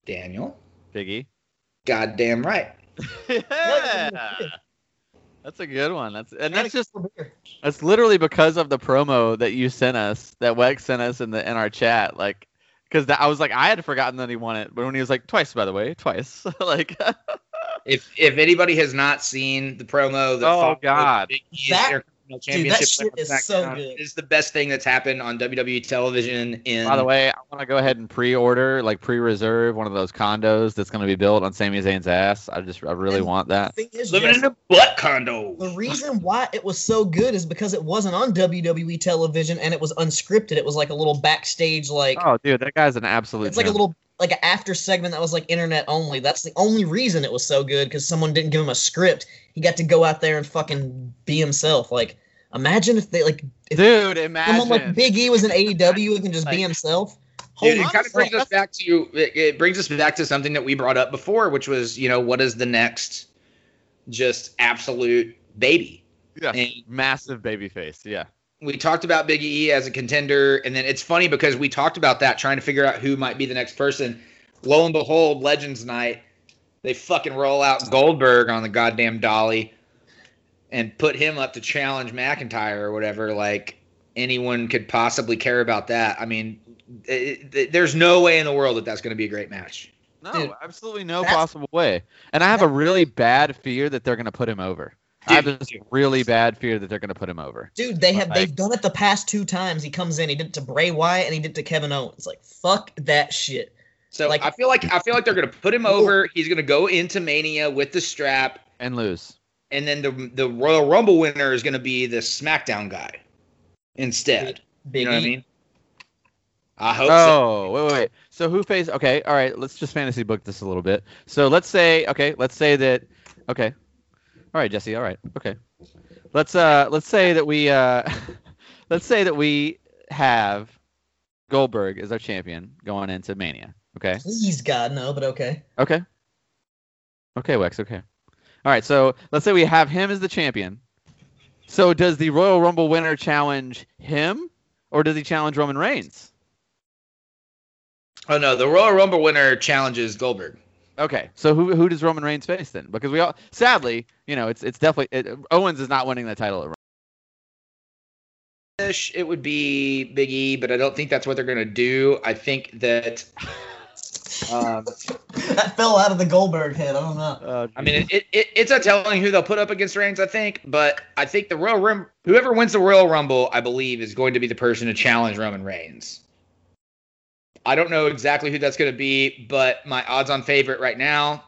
[SPEAKER 2] Daniel,
[SPEAKER 1] Biggie.
[SPEAKER 2] goddamn right.
[SPEAKER 1] yeah. That's a good one. That's and that's just
[SPEAKER 3] Beer.
[SPEAKER 1] that's literally because of the promo that you sent us that Wex sent us in the in our chat. Like because I was like I had forgotten that he won it, but when he was like twice by the way, twice like
[SPEAKER 2] If if anybody has not seen the promo, that
[SPEAKER 1] Oh,
[SPEAKER 2] followed
[SPEAKER 1] God.
[SPEAKER 2] Big E E's
[SPEAKER 3] That-
[SPEAKER 2] Intercontinental
[SPEAKER 3] dude, that shit
[SPEAKER 2] win on
[SPEAKER 3] is so
[SPEAKER 2] SmackDown,
[SPEAKER 3] good.
[SPEAKER 2] is the best thing that's happened on WWE television in
[SPEAKER 1] By the way, I want to go ahead and pre-order, like pre-reserve one of those condos that's going to be built on Sami Zayn's ass. I just, I really
[SPEAKER 3] And-
[SPEAKER 1] want that.
[SPEAKER 3] Thing is,
[SPEAKER 2] living in
[SPEAKER 3] Jesse,
[SPEAKER 2] a butt condo.
[SPEAKER 3] The reason why it was so good is because it wasn't on WWE television and it was unscripted. It was like a little backstage, like
[SPEAKER 1] Oh, dude, that guy's an absolute.
[SPEAKER 3] it's like a
[SPEAKER 1] gem.
[SPEAKER 3] little like an after segment that was like internet only. That's the only reason it was so good because someone didn't give him a script. He got to go out there and fucking be himself. Like, imagine if they like if
[SPEAKER 1] dude.
[SPEAKER 3] someone like
[SPEAKER 1] Imagine.
[SPEAKER 3] Big E was in AEW and can just
[SPEAKER 1] Like-
[SPEAKER 3] be himself.
[SPEAKER 2] Dude,
[SPEAKER 3] Holy
[SPEAKER 2] it kind of
[SPEAKER 3] fuck.
[SPEAKER 2] brings us back to it, it brings us back to something that we brought up before, which was you know what is the next just absolute baby.
[SPEAKER 1] Yeah.
[SPEAKER 2] And
[SPEAKER 1] Massive baby face. Yeah.
[SPEAKER 2] we talked about Big E as a contender, and then it's funny because we talked about that trying to figure out who might be the next person. Lo and behold, Legends Night, they fucking roll out Goldberg on the goddamn dolly and put him up to challenge McIntyre or whatever. Like anyone could possibly care about that. I mean, it, it, there's no way in the world that that's going to be a great match.
[SPEAKER 1] No,
[SPEAKER 3] Dude,
[SPEAKER 1] absolutely no
[SPEAKER 3] that's-
[SPEAKER 1] possible way. And I have a really bad fear that they're going to put him over. I have
[SPEAKER 2] Dude,
[SPEAKER 1] this really bad fear that they're going to put him over.
[SPEAKER 3] Dude, they have
[SPEAKER 1] Like-
[SPEAKER 3] they've done it the past two times. He comes in, he did it to Bray Wyatt and he did it to Kevin Owens. Like, fuck that shit.
[SPEAKER 2] So
[SPEAKER 3] Like-
[SPEAKER 2] I feel like I feel like they're going to put him over. He's going to go into Mania with the strap,
[SPEAKER 1] And lose.
[SPEAKER 2] and then the the Royal Rumble winner is going to be the SmackDown guy instead.
[SPEAKER 3] Big
[SPEAKER 2] you know what I
[SPEAKER 3] E.
[SPEAKER 2] mean? I hope so.
[SPEAKER 1] Oh, wait, wait, wait. So who face? Okay, all right. Let's just fantasy book this a little bit. So let's say, okay, let's say that, okay, all right, Jesse. All right, okay. Let's uh, let's say that we uh, let's say that we have Goldberg as our champion going into Mania. Okay,
[SPEAKER 3] Please God no, but okay.
[SPEAKER 1] okay, okay, Wex. Okay, all right. So let's say we have him as the champion. So does the Royal Rumble winner challenge him, or does he challenge Roman Reigns?
[SPEAKER 2] Oh no, the Royal Rumble winner challenges Goldberg.
[SPEAKER 1] Okay, so who who does Roman Reigns face then? Because we all sadly, you know, it's it's definitely it, Owens is not winning the title. At Rumble.
[SPEAKER 2] Ish, It would be Big E, but I don't think that's what they're going to do. I think that Um,
[SPEAKER 3] that fell out of the Goldberg head. I don't know.
[SPEAKER 1] Uh,
[SPEAKER 2] I mean, it, it, it's a telling who they'll put up against Reigns, I think. But I think the Royal Rum, whoever wins the Royal Rumble, I believe, is going to be the person to challenge Roman Reigns. I don't know exactly who that's going to be, but my odds-on favorite right now,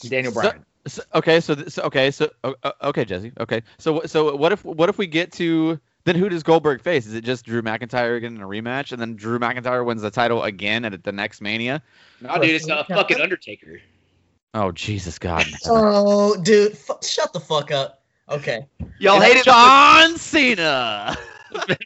[SPEAKER 2] Daniel
[SPEAKER 1] So-
[SPEAKER 2] Bryan.
[SPEAKER 1] So, okay, so, th- so okay, so o- o- okay, Jesse. Okay, so wh- so what if what if we get to then who does Goldberg face? Is it just Drew McIntyre again in a rematch, and then Drew McIntyre wins the title again at the next Mania?
[SPEAKER 2] no, dude, it's a fucking Undertaker.
[SPEAKER 1] Oh Jesus God!
[SPEAKER 3] Oh, dude, f- shut the fuck up. Okay,
[SPEAKER 2] Y'all
[SPEAKER 1] It's
[SPEAKER 2] hate it.
[SPEAKER 1] John Cena.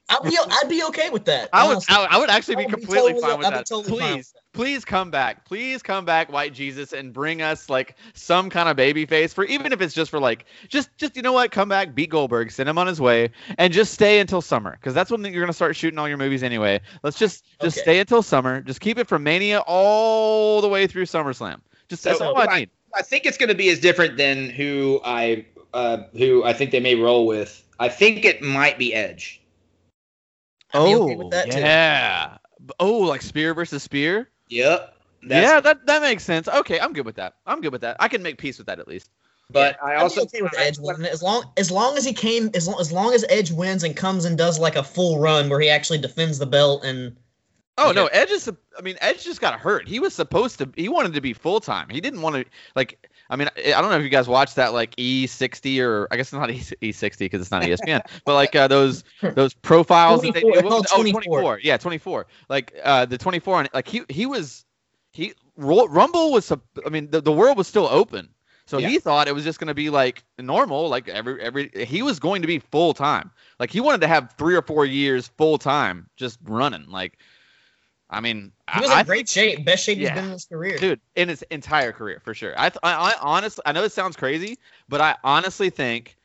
[SPEAKER 3] I'd be I'd be okay with that.
[SPEAKER 1] I would
[SPEAKER 3] honestly.
[SPEAKER 1] I, would- I would actually
[SPEAKER 3] I
[SPEAKER 1] be
[SPEAKER 3] would be
[SPEAKER 1] completely
[SPEAKER 3] totally-
[SPEAKER 1] fine with
[SPEAKER 3] I'd be
[SPEAKER 1] that.
[SPEAKER 3] totally fine with
[SPEAKER 1] please, please come back. Please come back, White Jesus, and bring us like some kind of baby face for even if it's just for like just just you know what, come back, beat Goldberg, send him on his way, and just stay until summer because that's when you're gonna start shooting all your movies anyway. Let's just just
[SPEAKER 3] Okay.
[SPEAKER 1] stay until summer. Just keep it from Mania all the way through SummerSlam. Just that's
[SPEAKER 2] So,
[SPEAKER 1] all I
[SPEAKER 2] I-
[SPEAKER 1] need.
[SPEAKER 2] I think it's going to be as different than who I uh, who I think they may roll with. I think it might be Edge.
[SPEAKER 3] I'd be okay with that too.
[SPEAKER 1] Oh, yeah. B- Oh, like spear versus spear.
[SPEAKER 2] Yep.
[SPEAKER 1] yeah, that that makes sense. Okay, I'm good with that. I'm good with that. I can make peace with that at least.
[SPEAKER 2] But I
[SPEAKER 3] I'd
[SPEAKER 2] also
[SPEAKER 3] be okay with Edge winning it, as long as long as he came as long as long as Edge wins and comes and does like a full run where he actually defends the belt and
[SPEAKER 1] Oh
[SPEAKER 2] Okay.
[SPEAKER 1] no, Edge is. I mean, Edge just got hurt. He was supposed to. He wanted to be full time. He didn't want to. Like, I mean, I I don't know if you guys watched that like E60 or I guess not E- E60 because it's not ESPN, but like uh, those those profiles that they do.
[SPEAKER 3] 24.
[SPEAKER 1] What was-
[SPEAKER 3] It's
[SPEAKER 1] oh,
[SPEAKER 3] called
[SPEAKER 1] 24.
[SPEAKER 3] 24.
[SPEAKER 1] Yeah, 24. Like uh, the 24 on like he he was he Ru- Rumble was. sup- I mean, the, the world was still open. So he thought it was just going to be like normal, like every every he was going to be full time. Like he wanted to have three or four years full time just running. Like, I mean,
[SPEAKER 3] he was
[SPEAKER 1] I,
[SPEAKER 3] in great shape, best shape
[SPEAKER 1] yeah.
[SPEAKER 3] he's been in his career.
[SPEAKER 1] dude in his entire career for sure. I, th- I I honestly I know it sounds crazy, but I honestly think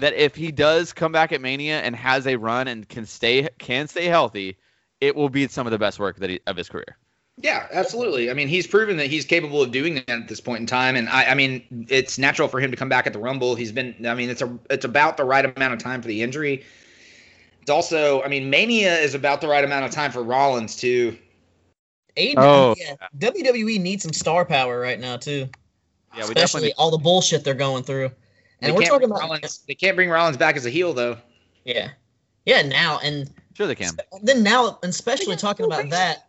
[SPEAKER 1] that if he does come back at Mania and has a run and can stay can stay healthy, it will be some of the best work that he, of his career.
[SPEAKER 2] Yeah, absolutely. I mean, he's proven that he's capable of doing that at this point in time, and I, I mean, it's natural for him to come back at the Rumble. He's been, I mean, it's a, it's about the right amount of time for the injury. It's also, I mean, Mania is about the right amount of time for Rollins too.
[SPEAKER 3] AEW,
[SPEAKER 1] Oh.
[SPEAKER 3] yeah, WWE needs some star power right now too,
[SPEAKER 1] Yeah, we
[SPEAKER 3] especially
[SPEAKER 1] definitely.
[SPEAKER 3] all the bullshit they're going through.
[SPEAKER 2] They
[SPEAKER 3] And we're
[SPEAKER 2] can't
[SPEAKER 3] talking
[SPEAKER 2] bring
[SPEAKER 3] about
[SPEAKER 2] Rollins, they can't bring Rollins back as a heel though.
[SPEAKER 3] yeah, yeah now and
[SPEAKER 1] Sure they can.
[SPEAKER 3] then now and especially talking about that,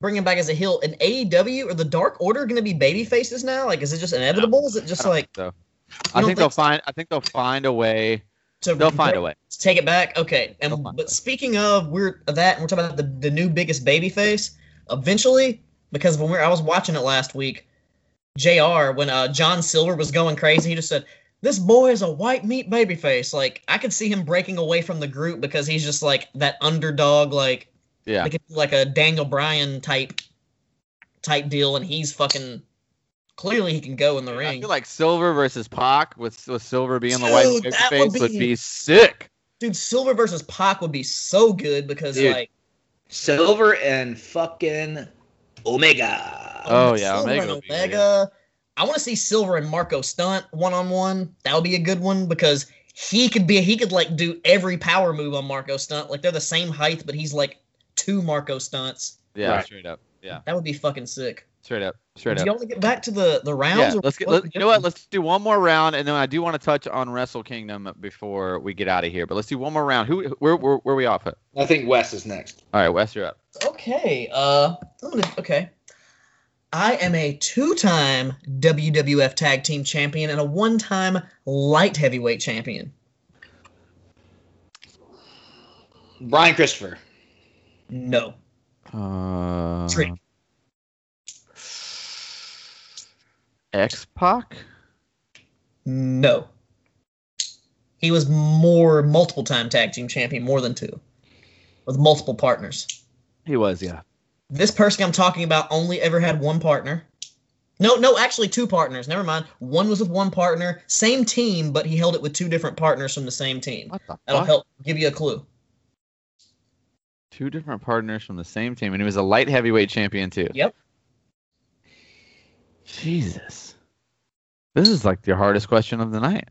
[SPEAKER 3] bringing back as a heel and AEW or the Dark Order going to be baby faces now? Like, is it just inevitable? Is it
[SPEAKER 1] I
[SPEAKER 3] just
[SPEAKER 1] don't
[SPEAKER 3] like
[SPEAKER 1] think so.
[SPEAKER 3] You
[SPEAKER 1] I
[SPEAKER 3] don't
[SPEAKER 1] think, they'll
[SPEAKER 3] think so?
[SPEAKER 1] find. I think they'll find a way.
[SPEAKER 3] to
[SPEAKER 1] They'll find a way.
[SPEAKER 3] Let's Take it back. Okay.
[SPEAKER 1] They'll
[SPEAKER 3] And
[SPEAKER 1] find a way.
[SPEAKER 3] but speaking of we're of that and we're talking about the, the new biggest baby face, eventually, because when we were, I was watching it last week, JR, when uh John Silver was going crazy, he just said, This boy is a white meat baby face. Like I could see him breaking away from the group because he's just like that underdog, like
[SPEAKER 1] Yeah.
[SPEAKER 3] like, like a Daniel Bryan type type deal, and he's fucking clearly he can go in the
[SPEAKER 1] I
[SPEAKER 3] ring.
[SPEAKER 1] feel like Silver versus Pac with with Silver being the
[SPEAKER 3] Dude,
[SPEAKER 1] white baby
[SPEAKER 3] that
[SPEAKER 1] face
[SPEAKER 3] would
[SPEAKER 1] would
[SPEAKER 3] be-
[SPEAKER 1] be sick.
[SPEAKER 3] Dude, Silver versus Pac would be so good because
[SPEAKER 1] Dude.
[SPEAKER 3] like
[SPEAKER 2] Silver and fucking Omega.
[SPEAKER 1] Oh, yeah,
[SPEAKER 3] Silver
[SPEAKER 1] Omega
[SPEAKER 3] and
[SPEAKER 1] would be good.
[SPEAKER 3] Omega. I want to see Silver and Marco Stunt one on one. That would be a good one because he could be he could like do every power move on Marco Stunt. Like they're the same height, but he's like two Marco stunts.
[SPEAKER 1] Yeah,
[SPEAKER 2] Right.
[SPEAKER 1] straight up. Yeah,
[SPEAKER 3] That would be fucking sick.
[SPEAKER 1] straight up. Straight
[SPEAKER 3] Do
[SPEAKER 1] up.
[SPEAKER 3] you want to get back to the the rounds?
[SPEAKER 1] Yeah,
[SPEAKER 3] or
[SPEAKER 1] let's get,
[SPEAKER 3] what
[SPEAKER 1] let, you know what? Let's do one more round, and then I do want to touch on Wrestle Kingdom before we get out of here. But let's do one more round. Who? Where? Where, where are we off at?
[SPEAKER 2] I think Wes is next.
[SPEAKER 1] All right, Wes, you're up.
[SPEAKER 3] Okay. Uh, I'm gonna, okay. I am a two-time WWF Tag Team Champion and a one-time Light Heavyweight Champion.
[SPEAKER 2] Brian Christopher.
[SPEAKER 3] No.
[SPEAKER 1] Uh,
[SPEAKER 3] Trick.
[SPEAKER 1] X Pac.
[SPEAKER 3] No. He was more multiple time tag team champion, more than two, with multiple partners.
[SPEAKER 1] He was, yeah.
[SPEAKER 3] This person I'm talking about only ever had one partner. No, no, actually two partners. Never mind. One was with one partner, same team, but he held it with two different partners from the same team.
[SPEAKER 1] What the
[SPEAKER 3] That'll
[SPEAKER 1] fuck?
[SPEAKER 3] help give you a clue.
[SPEAKER 1] Two different partners from the same team, and he was a light heavyweight champion too.
[SPEAKER 3] Yep.
[SPEAKER 1] Jesus. This is like the hardest question of the night.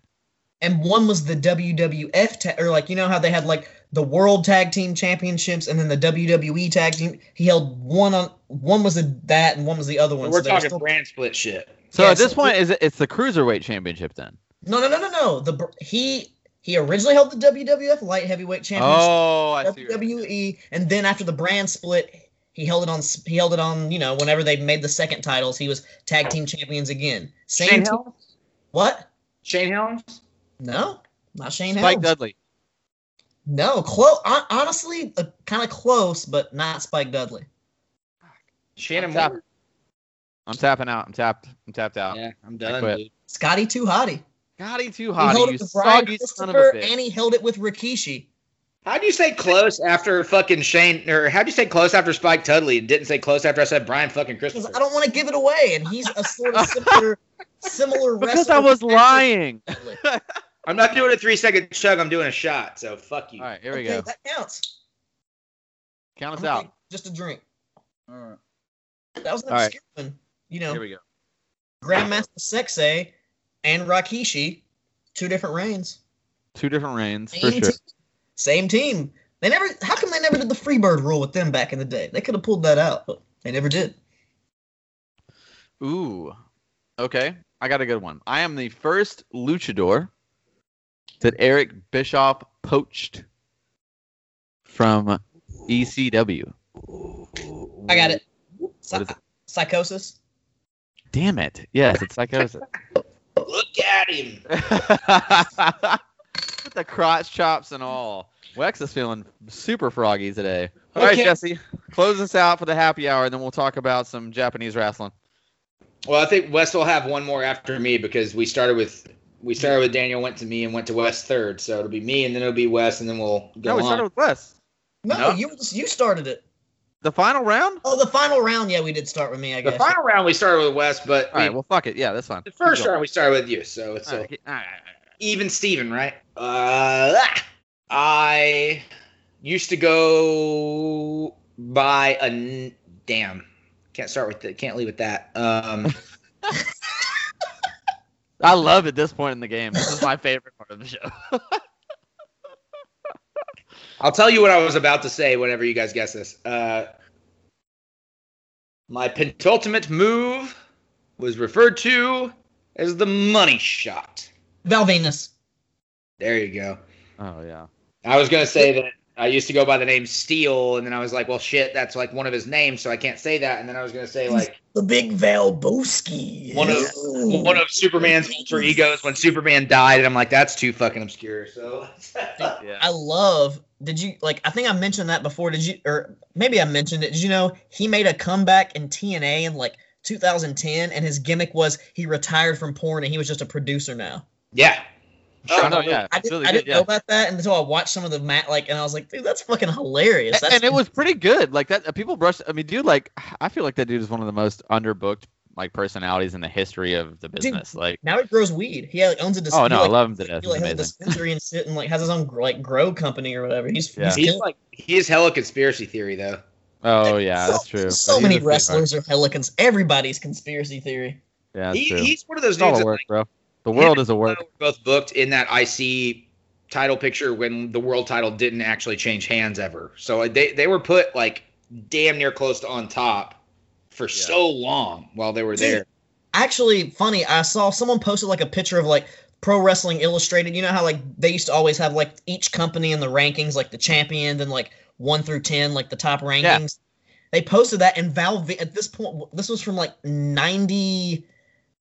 [SPEAKER 3] and one was the WWF ta- or like you know how they had like the World Tag Team Championships and then the WWE Tag Team. He held one on one was a, that and one was the other one.
[SPEAKER 2] we're
[SPEAKER 3] they were
[SPEAKER 2] talking
[SPEAKER 3] still-
[SPEAKER 2] brand split shit.
[SPEAKER 1] So
[SPEAKER 3] Yeah,
[SPEAKER 1] at this
[SPEAKER 3] so-
[SPEAKER 1] point, is it, it's the cruiserweight championship then?
[SPEAKER 3] no, no, no, no, no. The br- he he originally held the WWF Light Heavyweight Championship,
[SPEAKER 1] Oh, I see. what you're-
[SPEAKER 3] WWE, and then after the brand split, he held it on s- he held it on you know whenever they made the second titles, he was tag team champions again. Same
[SPEAKER 2] Shane
[SPEAKER 3] team-
[SPEAKER 2] Helms.
[SPEAKER 3] what?
[SPEAKER 2] Shane Helms.
[SPEAKER 3] No, not Shane
[SPEAKER 1] Spike
[SPEAKER 3] Helms.
[SPEAKER 1] Dudley.
[SPEAKER 3] No, close. Honestly, uh, kind of close, but not Spike Dudley.
[SPEAKER 2] Shannon
[SPEAKER 1] Top.
[SPEAKER 2] Moore.
[SPEAKER 1] I'm tapping out. I'm tapped. I'm tapped out.
[SPEAKER 2] Yeah, I'm
[SPEAKER 1] I
[SPEAKER 2] done.
[SPEAKER 1] quit.
[SPEAKER 2] Dude.
[SPEAKER 3] Scotty Too Hottie.
[SPEAKER 1] God, he too
[SPEAKER 3] He
[SPEAKER 1] hot.
[SPEAKER 3] held
[SPEAKER 1] You
[SPEAKER 3] it with Brian
[SPEAKER 1] soggy son of a
[SPEAKER 3] Christopher,
[SPEAKER 1] bitch.
[SPEAKER 3] and he held it with Rikishi.
[SPEAKER 2] How'd you say close after fucking Shane, or how'd you say close after Spike Tudley? and Didn't say close after I said Brian fucking
[SPEAKER 3] Because
[SPEAKER 2] Christopher.
[SPEAKER 3] I don't want to give it away, and he's a sort of similar, similar
[SPEAKER 1] because
[SPEAKER 3] wrestler
[SPEAKER 1] I was
[SPEAKER 3] to Patrick
[SPEAKER 1] lying.
[SPEAKER 3] Dudley.
[SPEAKER 2] I'm not doing a three second chug. I'm doing a shot. So fuck you.
[SPEAKER 1] All right, here we
[SPEAKER 3] okay,
[SPEAKER 1] go.
[SPEAKER 3] That counts.
[SPEAKER 1] Count us
[SPEAKER 3] Okay,
[SPEAKER 1] out.
[SPEAKER 3] Just a drink. That was an
[SPEAKER 1] All right.
[SPEAKER 3] obscure one. You know,
[SPEAKER 1] Here we go.
[SPEAKER 3] Grandmaster Sexay and Rikishi, two different reigns.
[SPEAKER 1] Two different reigns for
[SPEAKER 3] Same
[SPEAKER 1] sure.
[SPEAKER 3] team. Same team. They never. How come they never did the Freebird rule with them back in the day? They could have pulled that out, but they never did.
[SPEAKER 1] Ooh. Okay. I got a good one. I am the first luchador that Eric Bischoff poached from E ECW.
[SPEAKER 3] I got it.
[SPEAKER 1] What is it?
[SPEAKER 3] Psychosis.
[SPEAKER 1] Damn it. Yes, it's psychosis.
[SPEAKER 2] Look at him.
[SPEAKER 1] With the crotch chops and all. Wex is feeling super froggy today. All right,
[SPEAKER 2] Okay.
[SPEAKER 1] Jesse. Close us out for the happy hour, and then we'll talk about some Japanese wrestling.
[SPEAKER 2] Well, I think Wes will have one more after me because we started with we started with Daniel, went to me, and went to Wes third. So it'll be me, and then it'll be Wes, and then we'll go
[SPEAKER 1] no, we
[SPEAKER 2] on.
[SPEAKER 1] started with Wes.
[SPEAKER 3] No,
[SPEAKER 2] No.
[SPEAKER 3] you you started it.
[SPEAKER 1] The final round?
[SPEAKER 3] Oh, the final round. Yeah, we did start with me. I
[SPEAKER 2] the
[SPEAKER 3] guess.
[SPEAKER 2] final round we started with Wes, but
[SPEAKER 1] All
[SPEAKER 2] we-
[SPEAKER 1] right, well, fuck it. Yeah, that's fine.
[SPEAKER 2] the first
[SPEAKER 1] Keep going.
[SPEAKER 2] round we started with you. So it's
[SPEAKER 1] All
[SPEAKER 2] a-
[SPEAKER 1] right, all right, all right.
[SPEAKER 2] even Steven, right? Uh, ah! I used to go by a n- damn. Can't start with that. Can't leave with that. Um,
[SPEAKER 1] I love at this point in the game. This is my favorite part of the show.
[SPEAKER 2] I'll tell you what I was about to say whenever you guys guess this. Uh, my penultimate move was referred to as the money shot.
[SPEAKER 3] Val Venus.
[SPEAKER 2] There you go.
[SPEAKER 1] Oh yeah.
[SPEAKER 2] I was gonna say that I used to go by the name Steele, and then I was like, well, shit, that's like one of his names, so I can't say that. And then I was gonna say like
[SPEAKER 3] The big Val Boski.
[SPEAKER 2] One of- one of Superman's alter egos when Superman died, and I'm like, that's too fucking obscure. So
[SPEAKER 1] Yeah.
[SPEAKER 3] I love. Did you like? I think I mentioned that before. Did you, or maybe I mentioned it? Did you know he made a comeback in TNA in like 2010, and his gimmick was he retired from porn and he was just a producer now.
[SPEAKER 2] yeah.
[SPEAKER 1] Oh, no, yeah.
[SPEAKER 3] I,
[SPEAKER 1] it's
[SPEAKER 3] did,
[SPEAKER 1] really
[SPEAKER 3] I
[SPEAKER 1] good,
[SPEAKER 3] didn't know about that until I watched some of the mat like, and I was like, dude, that's fucking hilarious.
[SPEAKER 1] yeah.
[SPEAKER 3] That's
[SPEAKER 1] And it was pretty good. Like that people brush I mean, dude, like I feel like that dude is one of the most underbooked like personalities in the history of the
[SPEAKER 3] Dude,
[SPEAKER 1] business. Like
[SPEAKER 3] now he grows weed. He like, owns a
[SPEAKER 1] Oh
[SPEAKER 3] dispensary.
[SPEAKER 1] no, I
[SPEAKER 3] like,
[SPEAKER 1] love him to death.
[SPEAKER 3] he
[SPEAKER 1] He's
[SPEAKER 3] like, has a
[SPEAKER 1] amazing.
[SPEAKER 3] dispensary and shit, and like has his own like grow company or whatever. He's
[SPEAKER 1] Yeah.
[SPEAKER 3] he's
[SPEAKER 2] He's
[SPEAKER 3] killing.
[SPEAKER 2] like he is hella conspiracy theory though.
[SPEAKER 1] Oh yeah,
[SPEAKER 3] so,
[SPEAKER 1] that's true.
[SPEAKER 3] So
[SPEAKER 1] But he's
[SPEAKER 3] many
[SPEAKER 1] a sweetheart.
[SPEAKER 3] wrestlers are helicans. Everybody's conspiracy theory.
[SPEAKER 1] Yeah, that's
[SPEAKER 2] He,
[SPEAKER 1] true.
[SPEAKER 2] he's one of those
[SPEAKER 1] It's all
[SPEAKER 2] dudes
[SPEAKER 1] a
[SPEAKER 2] that
[SPEAKER 1] work,
[SPEAKER 2] like,
[SPEAKER 1] bro. The
[SPEAKER 2] him
[SPEAKER 1] world
[SPEAKER 2] and
[SPEAKER 1] is a work.
[SPEAKER 2] were both booked in that IC title picture when the world title didn't actually change hands ever. So like, they they were put like damn near close to on top for
[SPEAKER 1] Yeah.
[SPEAKER 2] so long while they were
[SPEAKER 3] Dude,
[SPEAKER 2] there.
[SPEAKER 3] Actually, funny. I saw someone posted like a picture of like Pro Wrestling Illustrated. You know how like they used to always have like each company in the rankings, like the champion, then like one through ten, like the top rankings. They posted that, and Val Ve- at this point, this was from like ninety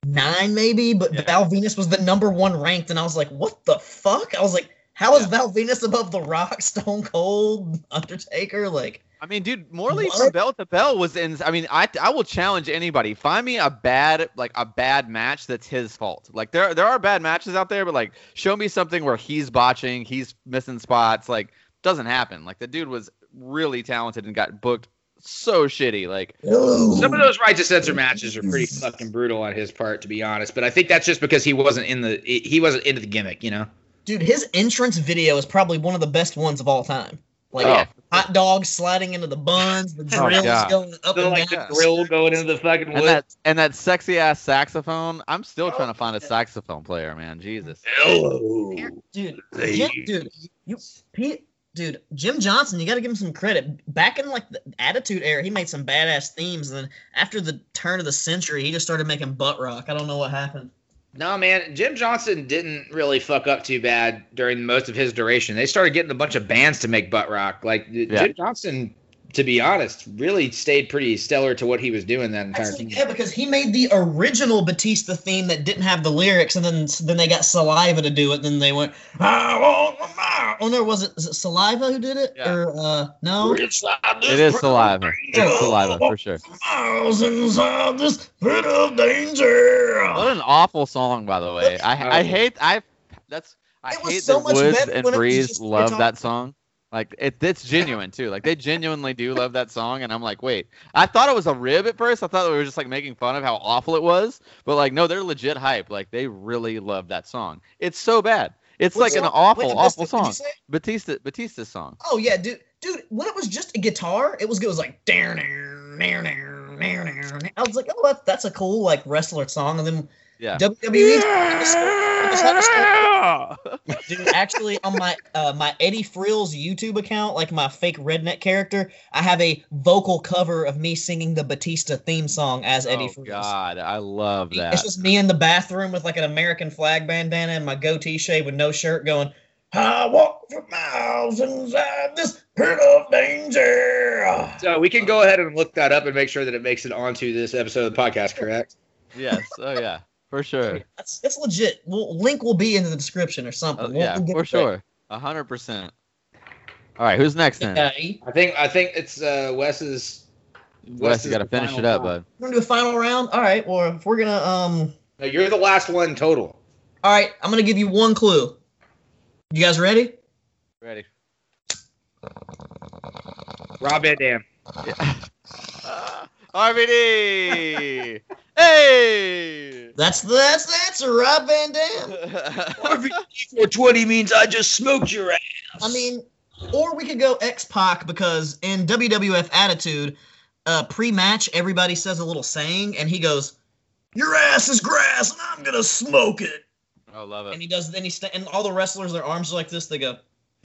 [SPEAKER 3] nine maybe, but
[SPEAKER 1] Yeah.
[SPEAKER 3] Val Venus was the number one ranked, and I was like, what the fuck? I was like, how is
[SPEAKER 1] Yeah.
[SPEAKER 3] Val Venus above The Rock, Stone Cold, Undertaker? Like,
[SPEAKER 1] I mean, dude, Morley
[SPEAKER 3] What?
[SPEAKER 1] from Bell to Bell was in. I mean, I I will challenge anybody. Find me a bad like a bad match that's his fault. Like there there are bad matches out there, but like show me something where he's botching, he's missing spots. Like doesn't happen. Like the dude was really talented and got booked so shitty. Like
[SPEAKER 2] Some of those right to censor matches are pretty fucking brutal on his part, to be honest. But I think that's just because he wasn't in the he wasn't into the gimmick, you know.
[SPEAKER 3] dude, his entrance video is probably one of the best ones of all time. Like
[SPEAKER 1] Oh.
[SPEAKER 3] hot dogs sliding into the buns, the
[SPEAKER 1] Oh,
[SPEAKER 3] grills
[SPEAKER 1] God.
[SPEAKER 3] going up
[SPEAKER 2] Still
[SPEAKER 3] and
[SPEAKER 2] like
[SPEAKER 3] down.
[SPEAKER 2] the grill going into the fucking
[SPEAKER 1] And
[SPEAKER 2] wood.
[SPEAKER 1] that and that sexy ass saxophone. I'm still trying to find a saxophone player, man. Jesus.
[SPEAKER 2] Hello.
[SPEAKER 3] Dude, Jim,
[SPEAKER 2] ladies.
[SPEAKER 3] dude, you, Pete, dude, Jim Johnson, you got to give him some credit. Back in like the Attitude era, he made some badass themes. And then after the turn of the century, he just started making butt rock. I don't know what happened.
[SPEAKER 2] No, man, Jim Johnson didn't really fuck up too bad during most of his duration. They started getting a bunch of bands to make butt rock. Like
[SPEAKER 1] Yeah.
[SPEAKER 2] Jim Johnson, to be honest, really stayed pretty stellar to what he was doing that entire
[SPEAKER 3] Actually,
[SPEAKER 2] time.
[SPEAKER 3] yeah, because he made the original Batista theme that didn't have the lyrics, and then then they got Saliva to do it. And then they went, I want my mouth." Oh no, was it, is it Saliva who did it?
[SPEAKER 1] Yeah.
[SPEAKER 3] Or uh, no?
[SPEAKER 1] It is saliva. It's saliva for sure.
[SPEAKER 3] Miles inside this pit of danger.
[SPEAKER 1] What an awful song, by the way. I I
[SPEAKER 2] Oh.
[SPEAKER 1] hate I. That's I
[SPEAKER 3] It was
[SPEAKER 1] hate
[SPEAKER 3] so
[SPEAKER 1] that
[SPEAKER 3] much
[SPEAKER 1] Woods
[SPEAKER 3] better
[SPEAKER 1] and
[SPEAKER 3] when it was
[SPEAKER 1] Breeze
[SPEAKER 3] just
[SPEAKER 1] love
[SPEAKER 3] guitar.
[SPEAKER 1] that song. Like it, it's genuine too. Like they genuinely do love that song, and I'm like, wait. I thought it was a rib at first. I thought they were just like making fun of how awful it was, but like no, they're legit hype. Like they really love that song. It's so bad. It's
[SPEAKER 3] What
[SPEAKER 1] like an
[SPEAKER 3] song?
[SPEAKER 1] awful,
[SPEAKER 3] Wait, did
[SPEAKER 1] awful
[SPEAKER 3] this- did you
[SPEAKER 1] song.
[SPEAKER 3] say-
[SPEAKER 1] Batista, Batista's song.
[SPEAKER 3] Oh yeah, dude, dude. When it was just a guitar, it was it was like darn, darn, darn, darn, darn. I was like, oh, that's, that's a cool like wrestler song. And then E
[SPEAKER 1] Yeah.
[SPEAKER 3] WWE, dude. Actually, on my uh, my Eddie Frills YouTube account, like my fake redneck character, I have a vocal cover of me singing the Batista theme song as Eddie
[SPEAKER 1] oh
[SPEAKER 3] Frills.
[SPEAKER 1] God, I love that.
[SPEAKER 3] It's just me in the bathroom with like an American flag bandana and my goatee shaved with no shirt going, I walk for miles inside this pit of danger.
[SPEAKER 2] So we can go ahead and look that up and make sure that it makes it onto this episode of the podcast, correct?
[SPEAKER 1] yes. Oh yeah, for sure.
[SPEAKER 3] That's, that's legit. Well, link will be in the description or something.
[SPEAKER 1] Oh,
[SPEAKER 3] We'll-
[SPEAKER 1] yeah,
[SPEAKER 3] we'll get
[SPEAKER 1] for
[SPEAKER 3] it.
[SPEAKER 1] sure. A hundred percent. All right, who's next then?
[SPEAKER 3] Yeah, you
[SPEAKER 2] I think I think it's uh, Wes's.
[SPEAKER 1] Wes, you
[SPEAKER 2] is
[SPEAKER 1] got to
[SPEAKER 2] the
[SPEAKER 1] finish
[SPEAKER 2] final
[SPEAKER 1] it up,
[SPEAKER 2] round.
[SPEAKER 1] bud.
[SPEAKER 3] want to do a final round? All right. Well, if we're gonna um,
[SPEAKER 2] No, you're the last one total.
[SPEAKER 3] all right, I'm gonna give you one clue. You guys ready?
[SPEAKER 1] Ready.
[SPEAKER 2] Rob Van Dam.
[SPEAKER 1] RVD. hey.
[SPEAKER 3] That's the, that's the answer, Rob Van Dam.
[SPEAKER 2] Four twenty means I just smoked your ass.
[SPEAKER 3] I mean, or we could go X Pac because in WWF Attitude, uh, pre-match everybody says a little saying, and he goes, "Your ass is grass, and I'm gonna smoke it."
[SPEAKER 1] oh, love
[SPEAKER 3] And
[SPEAKER 1] it.
[SPEAKER 3] he does. Then he sta- and all the wrestlers, their arms are like this. They go,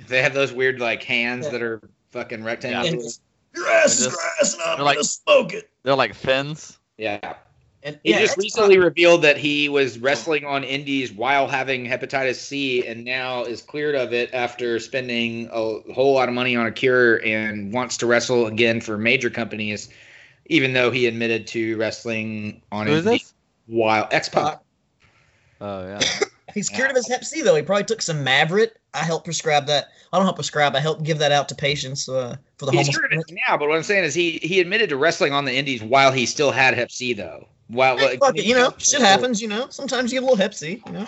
[SPEAKER 2] They have those weird like hands
[SPEAKER 3] Yeah.
[SPEAKER 2] that are fucking
[SPEAKER 3] and
[SPEAKER 2] rectangular.
[SPEAKER 3] it's, "Your ass
[SPEAKER 1] They're
[SPEAKER 3] is
[SPEAKER 1] just-
[SPEAKER 3] grass, and I'm
[SPEAKER 1] they're like-
[SPEAKER 3] gonna smoke it."
[SPEAKER 1] They're like fins.
[SPEAKER 2] Yeah.
[SPEAKER 3] And
[SPEAKER 2] He
[SPEAKER 3] yeah,
[SPEAKER 2] just
[SPEAKER 3] X-Pac-
[SPEAKER 2] recently revealed that he was wrestling on indies while having hepatitis C and now is cleared of it after spending a whole lot of money on a cure and wants to wrestle again for major companies, even though he admitted to wrestling on
[SPEAKER 1] Who is
[SPEAKER 2] indies
[SPEAKER 1] this?
[SPEAKER 2] while X
[SPEAKER 3] Uh,
[SPEAKER 2] Pac.
[SPEAKER 1] Oh yeah.
[SPEAKER 3] He's cured of his Hep C though. He probably took some Maverick. I help prescribe that. I don't help prescribe. I help give that out to patients uh, for the
[SPEAKER 2] He's
[SPEAKER 3] homeless.
[SPEAKER 2] cured of it now, but what I'm saying is he he admitted to wrestling on the indies while he still had Hep C though. While
[SPEAKER 3] Hey, fuck it, you know,
[SPEAKER 2] Cool.
[SPEAKER 3] shit happens. You know, sometimes you give a little Hep C. You know.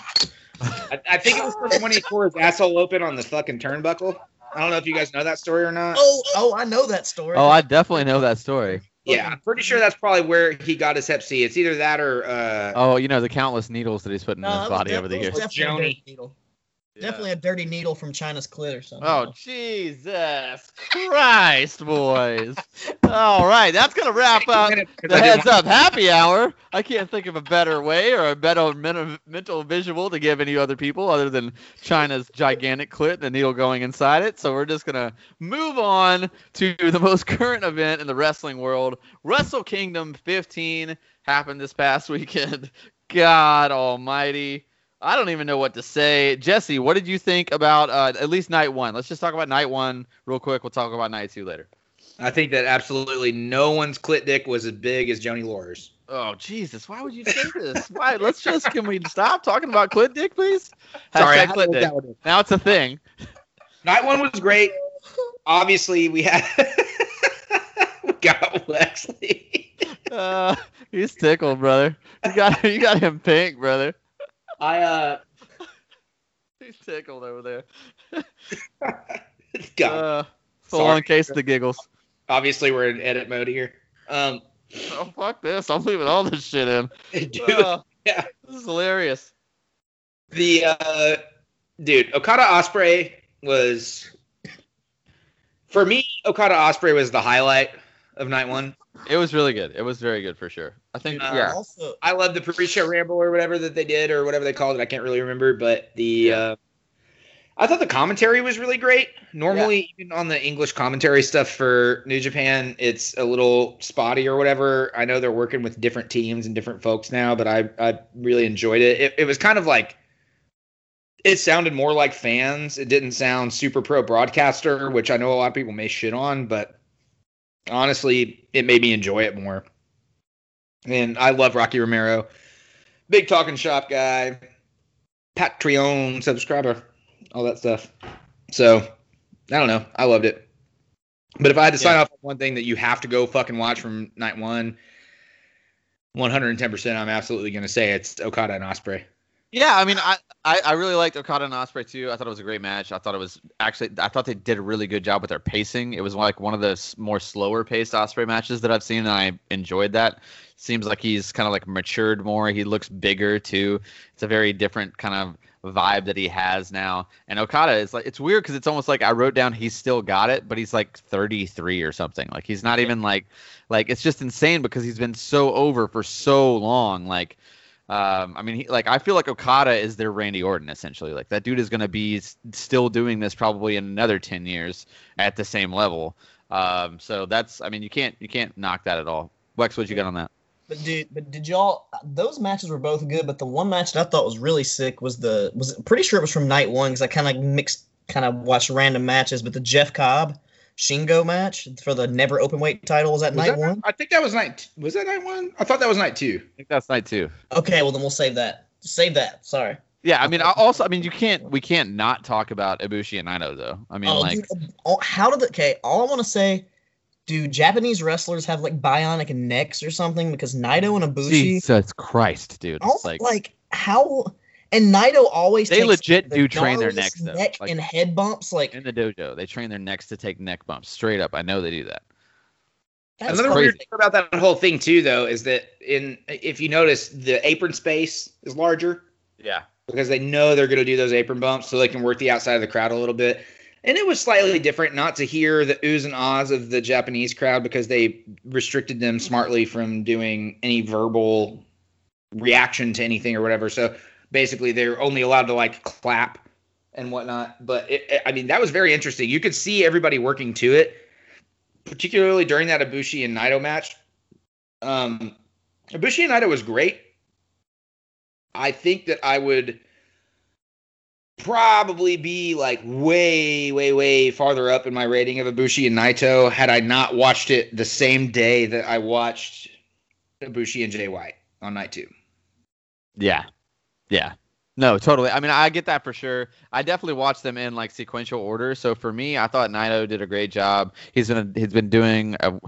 [SPEAKER 2] I, I think it was from when he tore his asshole open on the fucking turnbuckle. I don't know if you guys know that story or not.
[SPEAKER 3] Oh, oh, I know that story.
[SPEAKER 1] Oh, I definitely know that story.
[SPEAKER 2] Yeah, I'm pretty sure that's probably where he got his Hep C. It's either that or uh,
[SPEAKER 1] Oh, you know the countless needles that he's putting
[SPEAKER 3] No,
[SPEAKER 1] in
[SPEAKER 3] it
[SPEAKER 1] his
[SPEAKER 3] was
[SPEAKER 1] body
[SPEAKER 3] def-
[SPEAKER 1] over the
[SPEAKER 3] it was
[SPEAKER 1] years.
[SPEAKER 3] Definitely, a dirty needle.
[SPEAKER 1] Yeah.
[SPEAKER 3] definitely a dirty needle from China's clit or something.
[SPEAKER 1] Oh Jesus Christ, boys! All right, that's gonna
[SPEAKER 3] uh,
[SPEAKER 1] wrap up the heads up happy hour. I can't think of a better way or a better men- mental visual to give any other people other than China's gigantic clit and the needle going inside it. So we're just gonna move on to the most current event in the wrestling world. Wrestle Kingdom 15 happened this past weekend. God Almighty. I don't even know what to say. Jesse, what did you think about uh, at least night one? Let's just talk about night one real quick. We'll talk about night two later.
[SPEAKER 2] I think that absolutely no one's clit dick was as big as Joni Laura's.
[SPEAKER 1] Oh Jesus! Why would you say this? Why? Let's just can we stop talking about clit dick, please?
[SPEAKER 2] Sorry,
[SPEAKER 1] Hashtag
[SPEAKER 2] I had to
[SPEAKER 1] clit
[SPEAKER 2] look
[SPEAKER 1] dick.
[SPEAKER 2] that one up.
[SPEAKER 1] Now it's a thing.
[SPEAKER 2] Night one was great. Obviously, we had we got Wesley.
[SPEAKER 1] Uh, he's tickled, brother. You got you got him pink, brother.
[SPEAKER 2] I uh,
[SPEAKER 1] He's tickled over there.
[SPEAKER 2] God,
[SPEAKER 1] Uh, so
[SPEAKER 2] Sorry.
[SPEAKER 1] long case of the giggles.
[SPEAKER 2] obviously we're in edit mode here. Um,
[SPEAKER 1] Oh fuck this! I'm leaving all this shit in.
[SPEAKER 2] dude,
[SPEAKER 1] Uh,
[SPEAKER 2] yeah.
[SPEAKER 1] this is hilarious.
[SPEAKER 2] the uh, dude Okada Osprey was For me, Okada Osprey was the highlight of night one.
[SPEAKER 1] It was really good. It was very good for sure. I think
[SPEAKER 2] Uh,
[SPEAKER 1] yeah.
[SPEAKER 3] Also,
[SPEAKER 2] I love the pre-show ramble or whatever that they did or whatever they called it. I can't really remember, but the uh, I thought the commentary was really great. Normally, even on the English commentary stuff for New Japan, it's a little spotty or whatever. I know they're working with different teams and different folks now, but I I really enjoyed it. It, it was kind of like it sounded more like fans. It didn't sound super pro broadcaster, which I know a lot of people may shit on, but honestly, it made me enjoy it more. And I love Rocky Romero. Big talking shop guy, Patreon subscriber, all that stuff. So, I don't know. I loved it. But if I had to sign off on one thing that you have to go fucking watch from night one, 110%, I'm absolutely going to say it's Okada and Osprey.
[SPEAKER 1] Yeah, I mean, I, I, I really liked Okada and Osprey too. I thought it was a great match. I thought it was actually, I thought they did a really good job with their pacing. It was like one of the s- more slower paced Osprey matches that I've seen, and I enjoyed that. Seems like he's kind of like matured more. He looks bigger too. It's a very different kind of vibe that he has now. And Okada is like, it's weird because it's almost like I wrote down he's still got it, but he's like 33 or something. Like he's not even like, like it's just insane because he's been so over for so long. Like um, I mean, he, like I feel like Okada is their Randy Orton essentially. Like that dude is going to be s- still doing this probably in another ten years at the same level. Um, so that's, I mean, you can't you can't knock that at all. Wex, what you got on that?
[SPEAKER 3] but dude, but did y'all? Those matches were both good, but the one match that I thought was really sick was the was pretty sure it was from night one because I kind of mixed, kind of watched random matches. But the Jeff Cobb Shingo match for the never open weight title was that
[SPEAKER 2] Was
[SPEAKER 3] night
[SPEAKER 2] that-
[SPEAKER 3] one.
[SPEAKER 2] I think that was night. Was that night one? I thought that was night two.
[SPEAKER 1] I think that's night two.
[SPEAKER 3] Okay, well then we'll save that. Save that. Sorry.
[SPEAKER 1] Yeah, I mean, I also, I mean, you can't we can't not talk about Ibushi and Naito though. I mean,
[SPEAKER 3] oh,
[SPEAKER 1] like
[SPEAKER 3] dude, oh, how did the okay? All I want to say, do Japanese wrestlers have like bionic necks or something? Because Naito and Ibushi,
[SPEAKER 1] Jesus Christ, dude!
[SPEAKER 3] all,
[SPEAKER 1] It's like,
[SPEAKER 3] like, how, and Naito always
[SPEAKER 1] They
[SPEAKER 3] takes
[SPEAKER 1] legit
[SPEAKER 3] the
[SPEAKER 1] do train their
[SPEAKER 3] gnarliest
[SPEAKER 1] necks, though.
[SPEAKER 3] neck
[SPEAKER 1] Like-
[SPEAKER 3] and head bumps. Like
[SPEAKER 1] in the dojo, they train their necks to take neck bumps straight up. I know they do that.
[SPEAKER 3] that's
[SPEAKER 2] Another
[SPEAKER 3] crazy.
[SPEAKER 2] weird thing about that whole thing too, though, is that in if you notice, the apron space is larger
[SPEAKER 1] Yeah,
[SPEAKER 2] because they know they're going to do those apron bumps, so they can work the outside of the crowd a little bit. And it was slightly different not to hear the oohs and ahs of the Japanese crowd because they restricted them smartly from doing any verbal reaction to anything or whatever. So basically, they're only allowed to like clap and whatnot. But it, it- I mean, that was very interesting. You could see everybody working to it, particularly during that Ibushi and Naito match. Um, Ibushi and Naito was great. I think that I would probably be like way, way, way farther up in my rating of Ibushi and Naito had I not watched it the same day that I watched Ibushi and Jay White on night two.
[SPEAKER 1] Yeah. Yeah. No, totally. I mean, I get that for sure. I definitely watch them in like sequential order. So for me, I thought Naito did a great job. He's been he's been doing a,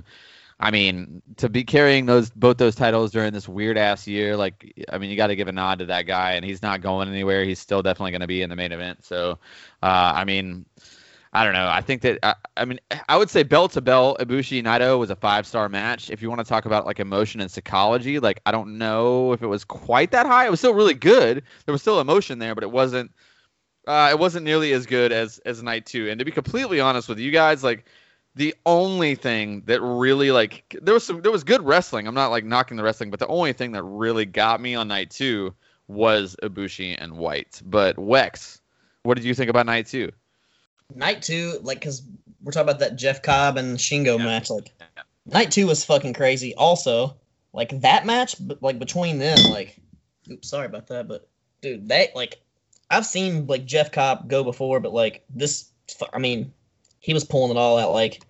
[SPEAKER 1] I mean, to be carrying those both those titles during this weird ass year, like I mean, you got to give a nod to that guy and he's not going anywhere. He's still definitely going to be in the main event. So, uh, I mean, I don't know. I think that I, I mean I would say bell to bell, Ibushi Naito was a five star match. If you want to talk about like emotion and psychology, like I don't know if it was quite that high. It was still really good. There was still emotion there, but it wasn't. Uh, it wasn't nearly as good as as night two. And to be completely honest with you guys, like the only thing that really like there was some there was good wrestling. I'm not like knocking the wrestling, but the only thing that really got me on night two was Ibushi and White. But Wex, what did you think about night two?
[SPEAKER 3] Night two, like, because we're talking about that Jeff Cobb and Shingo
[SPEAKER 1] Yeah.
[SPEAKER 3] match. Like,
[SPEAKER 1] Yeah.
[SPEAKER 3] night two was fucking crazy. Also, like that match, but like between them, like, oops, sorry about that, but dude, that like, I've seen like Jeff Cobb go before, but like this, fu- I mean, he was pulling it all out. Like,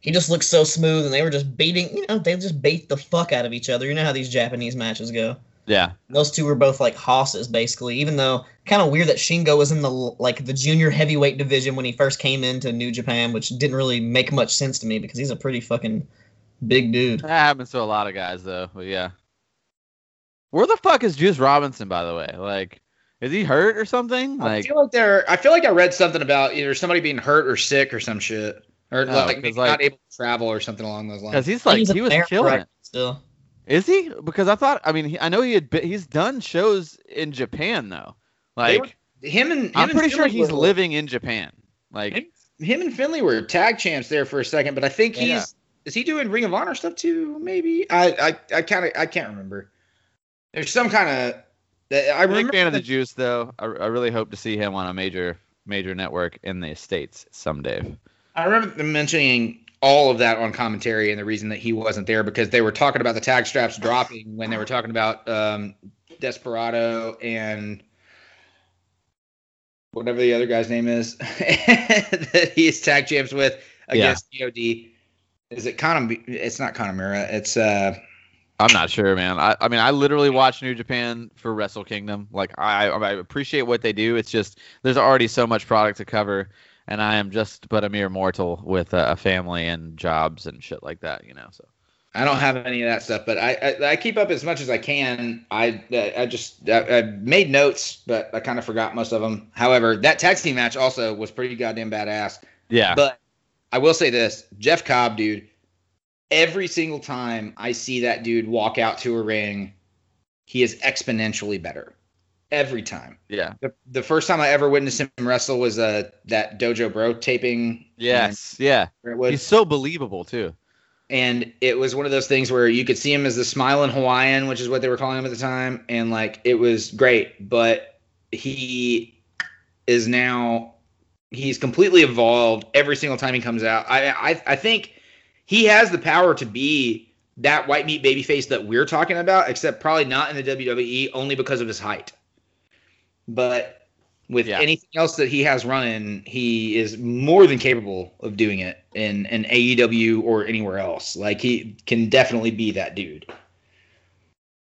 [SPEAKER 3] he just looked so smooth, and they were just beating. You know, they just beat the fuck out of each other. You know how these Japanese matches go.
[SPEAKER 1] Yeah.
[SPEAKER 3] those two were both like hosses basically even though kind of weird that shingo was in the like the junior heavyweight division when he first came into new japan which didn't really make much sense to me because he's a pretty fucking big dude
[SPEAKER 1] That happens to a lot of guys though, but yeah. Where the fuck is Juice Robinson, by the way? Like, is he hurt or something?
[SPEAKER 2] I
[SPEAKER 1] Like
[SPEAKER 2] feel like there I feel like I read something about either somebody being hurt or sick or some shit. Or
[SPEAKER 1] No,
[SPEAKER 2] like,
[SPEAKER 1] 'cause, like-
[SPEAKER 2] not able to travel or something along those
[SPEAKER 1] because
[SPEAKER 2] lines.
[SPEAKER 1] he's like
[SPEAKER 3] He's a
[SPEAKER 1] he was
[SPEAKER 3] fair
[SPEAKER 1] killing
[SPEAKER 3] right
[SPEAKER 1] it.
[SPEAKER 3] still
[SPEAKER 1] Is he? Because I thought I mean he, I know he had been, he's done shows in Japan though.
[SPEAKER 2] They
[SPEAKER 1] Like
[SPEAKER 2] were- Him and him
[SPEAKER 1] I'm
[SPEAKER 2] and
[SPEAKER 1] pretty sure
[SPEAKER 2] Philly
[SPEAKER 1] he's
[SPEAKER 2] were-
[SPEAKER 1] living in Japan. Like
[SPEAKER 2] him and Finley were tag champs there for a second, but I think he's
[SPEAKER 1] Yeah.
[SPEAKER 2] is he doing Ring of Honor stuff too? Maybe I I, I kind of I can't remember. There's some kind of I
[SPEAKER 1] Big
[SPEAKER 2] remember
[SPEAKER 1] fan of the
[SPEAKER 2] that-
[SPEAKER 1] Juice, though. I, I really hope to see him on a major major network in the states someday.
[SPEAKER 2] I remember them mentioning all of that on commentary and the reason that he wasn't there because they were talking about the tag straps dropping when they were talking about um, Desperado and whatever the other guy's name is that he is tag champs with against DOD. Is it Konami? It's not Konamura. It's uh
[SPEAKER 1] I'm not sure, man. I, I mean, I literally watch New Japan for Wrestle Kingdom. Like, I, I I appreciate what they do. It's just there's already so much product to cover, and I am just but a mere mortal with a, a family and jobs and shit like that, you know. So
[SPEAKER 2] I don't have any of that stuff, but I I, I keep up as much as I can. I I just I, I made notes, but I kind of forgot most of them. However, that tag team match also was pretty goddamn badass.
[SPEAKER 1] yeah,
[SPEAKER 2] But I will say this, Jeff Cobb, dude. Every single time I see that dude walk out to a ring, he is exponentially better. Every time.
[SPEAKER 1] yeah,
[SPEAKER 2] The, the first time I ever witnessed him wrestle was uh that Dojo Bro taping.
[SPEAKER 1] yes, yeah.
[SPEAKER 2] Where it was.
[SPEAKER 1] He's so believable too.
[SPEAKER 2] and it was one of those things where you could see him as the smiling Hawaiian, which is what they were calling him at the time, and like it was great, but he is now he's completely evolved every single time he comes out. I I, I think he has the power to be that white meat babyface that we're talking about, except probably not in the WWE only because of his height. But with
[SPEAKER 1] Yeah.
[SPEAKER 2] anything else that he has running, he is more than capable of doing it in an AEW or anywhere else. Like he can definitely be that dude.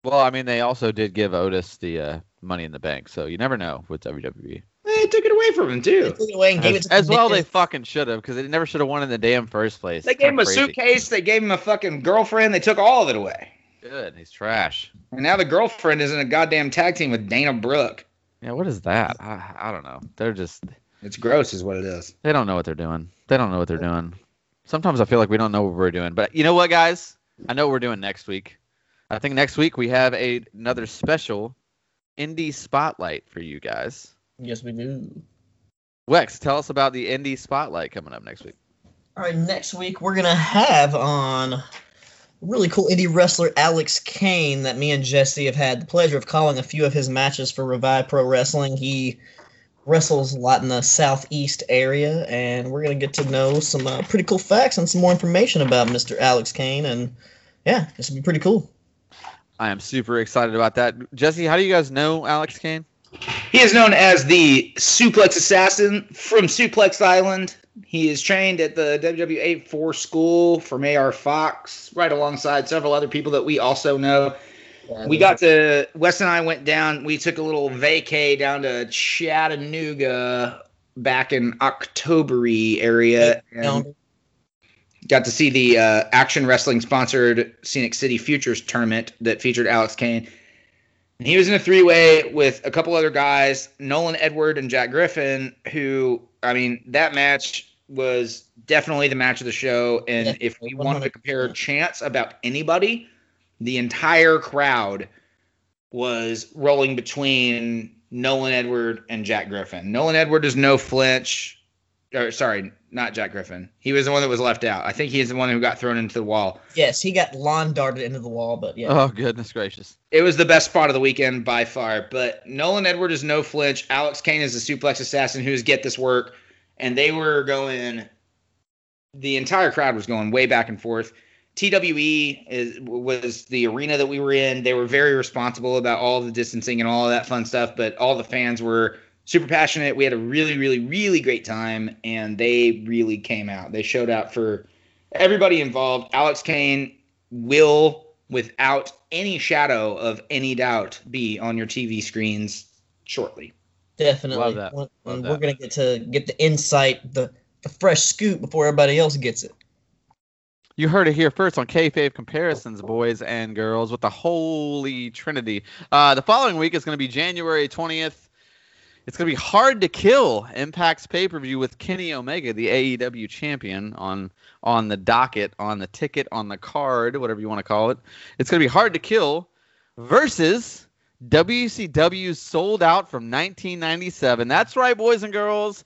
[SPEAKER 1] Well, I mean, they also did give Otis the uh, Money in the Bank, so you never know with WWE.
[SPEAKER 2] They took it away from him
[SPEAKER 3] They
[SPEAKER 2] too.
[SPEAKER 3] took it away and gave it
[SPEAKER 1] As,
[SPEAKER 3] to
[SPEAKER 1] as well, they
[SPEAKER 3] Nick.
[SPEAKER 1] fucking should have because they never should have won in the damn first place.
[SPEAKER 2] They
[SPEAKER 1] It's
[SPEAKER 2] gave him a
[SPEAKER 1] kinda crazy.
[SPEAKER 2] suitcase. They gave him a fucking girlfriend. They took all of it away.
[SPEAKER 1] Good, he's trash.
[SPEAKER 2] And now the girlfriend is in a goddamn tag team with Dana Brooke.
[SPEAKER 1] Yeah, what is that? I, I don't know. They're just
[SPEAKER 2] It's gross, is what it is.
[SPEAKER 1] They don't know what they're doing. They don't know what they're doing. Sometimes I feel like we don't know what we're doing. But you know what, guys? I know what we're doing next week. I think next week we have a, another special indie spotlight for you guys.
[SPEAKER 3] Yes, we do.
[SPEAKER 1] Wex, tell us about the indie spotlight coming up next week.
[SPEAKER 3] All right, next week we're gonna have on really cool indie wrestler Alex Kane that me and Jesse have had the pleasure of calling a few of his matches for Revive Pro Wrestling. He wrestles a lot in the southeast area, and we're gonna get to know some uh, pretty cool facts and some more information about Mr. Alex Kane. And yeah, this will be pretty cool.
[SPEAKER 1] I am super excited about that. Jesse, how do you guys know Alex Kane?
[SPEAKER 2] He is known as the Suplex Assassin from Suplex Island. He is trained at the WWA 4 school from AR Fox, right alongside several other people that we also know. We got to, Wes and I went down, we took a little vacay down to Chattanooga back in Octobery area. and- got to see the uh, action wrestling sponsored Scenic City Futures tournament that featured Alex Kane. And he was in a three way with a couple other guys, Nolan Edward and Jack Griffin, who, I mean, that match was definitely the match of the show. And
[SPEAKER 3] Yeah,
[SPEAKER 2] if we wanted to
[SPEAKER 3] 100%.
[SPEAKER 2] compare chance about anybody, the entire crowd was rolling between Nolan Edward and Jack Griffin. Nolan Edward is no flinch. Or, sorry, not Jack Griffin. He was the one that was left out. I think he is the one who got thrown into the wall.
[SPEAKER 3] yes, he got lawn darted into the wall, but yeah,
[SPEAKER 1] Oh, goodness gracious.
[SPEAKER 2] It was the best spot of the weekend by far. But Nolan Edward is no flinch. Alex Kane is the suplex assassin who's get this work. And they were going, the entire crowd was going way back and forth. TWE is, was the arena that we were in. They were very responsible about all the distancing and all of that fun stuff. But all the fans were super passionate. We had a really, really, really great time. And they really came out. They showed out for everybody involved. Alex Kane will, without any shadow of any doubt, be on your TV screens shortly.
[SPEAKER 3] Definitely.
[SPEAKER 1] Love that.
[SPEAKER 3] When-
[SPEAKER 1] Love
[SPEAKER 3] when
[SPEAKER 1] that.
[SPEAKER 3] We're gonna get to get the insight, the the fresh scoop before everybody else gets it.
[SPEAKER 1] You heard it here first on Kayfabe Comparisons, boys and girls, with the Holy Trinity. Uh, the following week is going to be January 20th. It's going to be Hard to Kill Impact's pay per view with Kenny Omega, the AEW champion, on on the docket, on the ticket, on the card, whatever you want to call it. It's going to be Hard to Kill versus WCW sold out from 1997. That's right, boys and girls.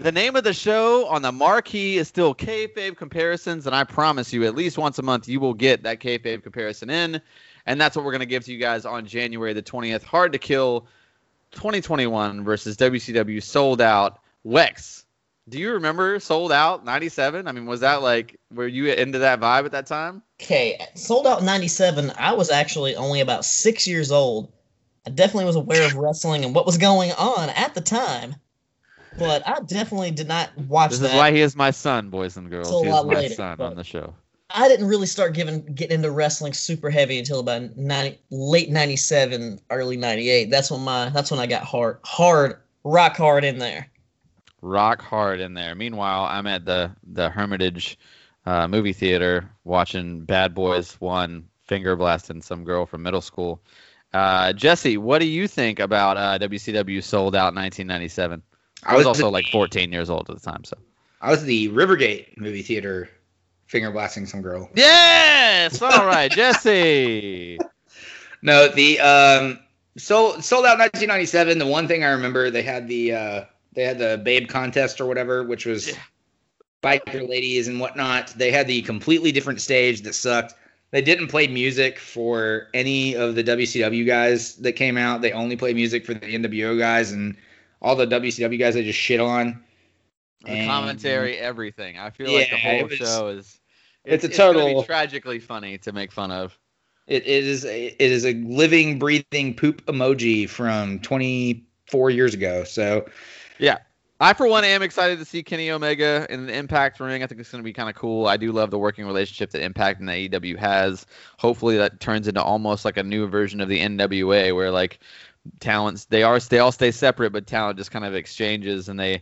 [SPEAKER 1] The name of the show on the marquee is still kayfabe comparisons, and I promise you, at least once a month, you will get that kayfabe comparison in, and that's what we're going to give to you guys on January the twentieth. Hard to kill, 2021 versus WCW sold out. Wex, do you remember sold out '97? I mean, was that like were you into that vibe at that time?
[SPEAKER 3] Okay, sold out in 97. I was actually only about six years old. I definitely was aware of wrestling and what was going on at the time, but I definitely did not watch
[SPEAKER 1] This
[SPEAKER 3] that.
[SPEAKER 1] is why he is my son, boys and girls.
[SPEAKER 3] Sold
[SPEAKER 1] He is
[SPEAKER 3] out
[SPEAKER 1] my
[SPEAKER 3] later,
[SPEAKER 1] son
[SPEAKER 3] but-
[SPEAKER 1] on the show.
[SPEAKER 3] I didn't really start giving getting into wrestling super heavy until about 90, late 97, early 98. That's when my that's when I got hard hard rock hard in there.
[SPEAKER 1] rock hard in there. Meanwhile, I'm at the the Hermitage uh, movie theater watching Bad Boys One, finger blasting some girl from middle school. Uh, Jesse, what do you think about uh, WCW sold out 1997? I was also
[SPEAKER 2] at
[SPEAKER 1] like
[SPEAKER 2] the-
[SPEAKER 1] 14 years old at the time, so
[SPEAKER 2] I was at the Rivergate movie theater, finger blasting some girl.
[SPEAKER 1] yes, all right, Jesse.
[SPEAKER 2] No, the um, sold sold out 1997. The one thing I remember, they had the uh, they had the babe contest or whatever, which was
[SPEAKER 1] Yeah.
[SPEAKER 2] biker ladies and whatnot. They had the completely different stage that sucked. They didn't play music for any of the WCW guys that came out. They only played music for the NWO guys and all the WCW guys. They just shit on.
[SPEAKER 1] The
[SPEAKER 2] And-
[SPEAKER 1] commentary, everything. I feel like the
[SPEAKER 2] Yeah, it
[SPEAKER 1] whole
[SPEAKER 2] was-
[SPEAKER 1] show is.
[SPEAKER 2] it's a
[SPEAKER 1] gonna be
[SPEAKER 2] total-
[SPEAKER 1] tragically funny to make fun of.
[SPEAKER 2] It is a, it is a living, breathing poop emoji from 24 years ago. So
[SPEAKER 1] I, for one, am excited to see Kenny Omega in the Impact ring. I think it's going to be kind of cool. I do love the working relationship that Impact and the AEW has. Hopefully, that turns into almost like a new version of the NWA, where like talents they are they all stay separate, but talent just kind of exchanges and they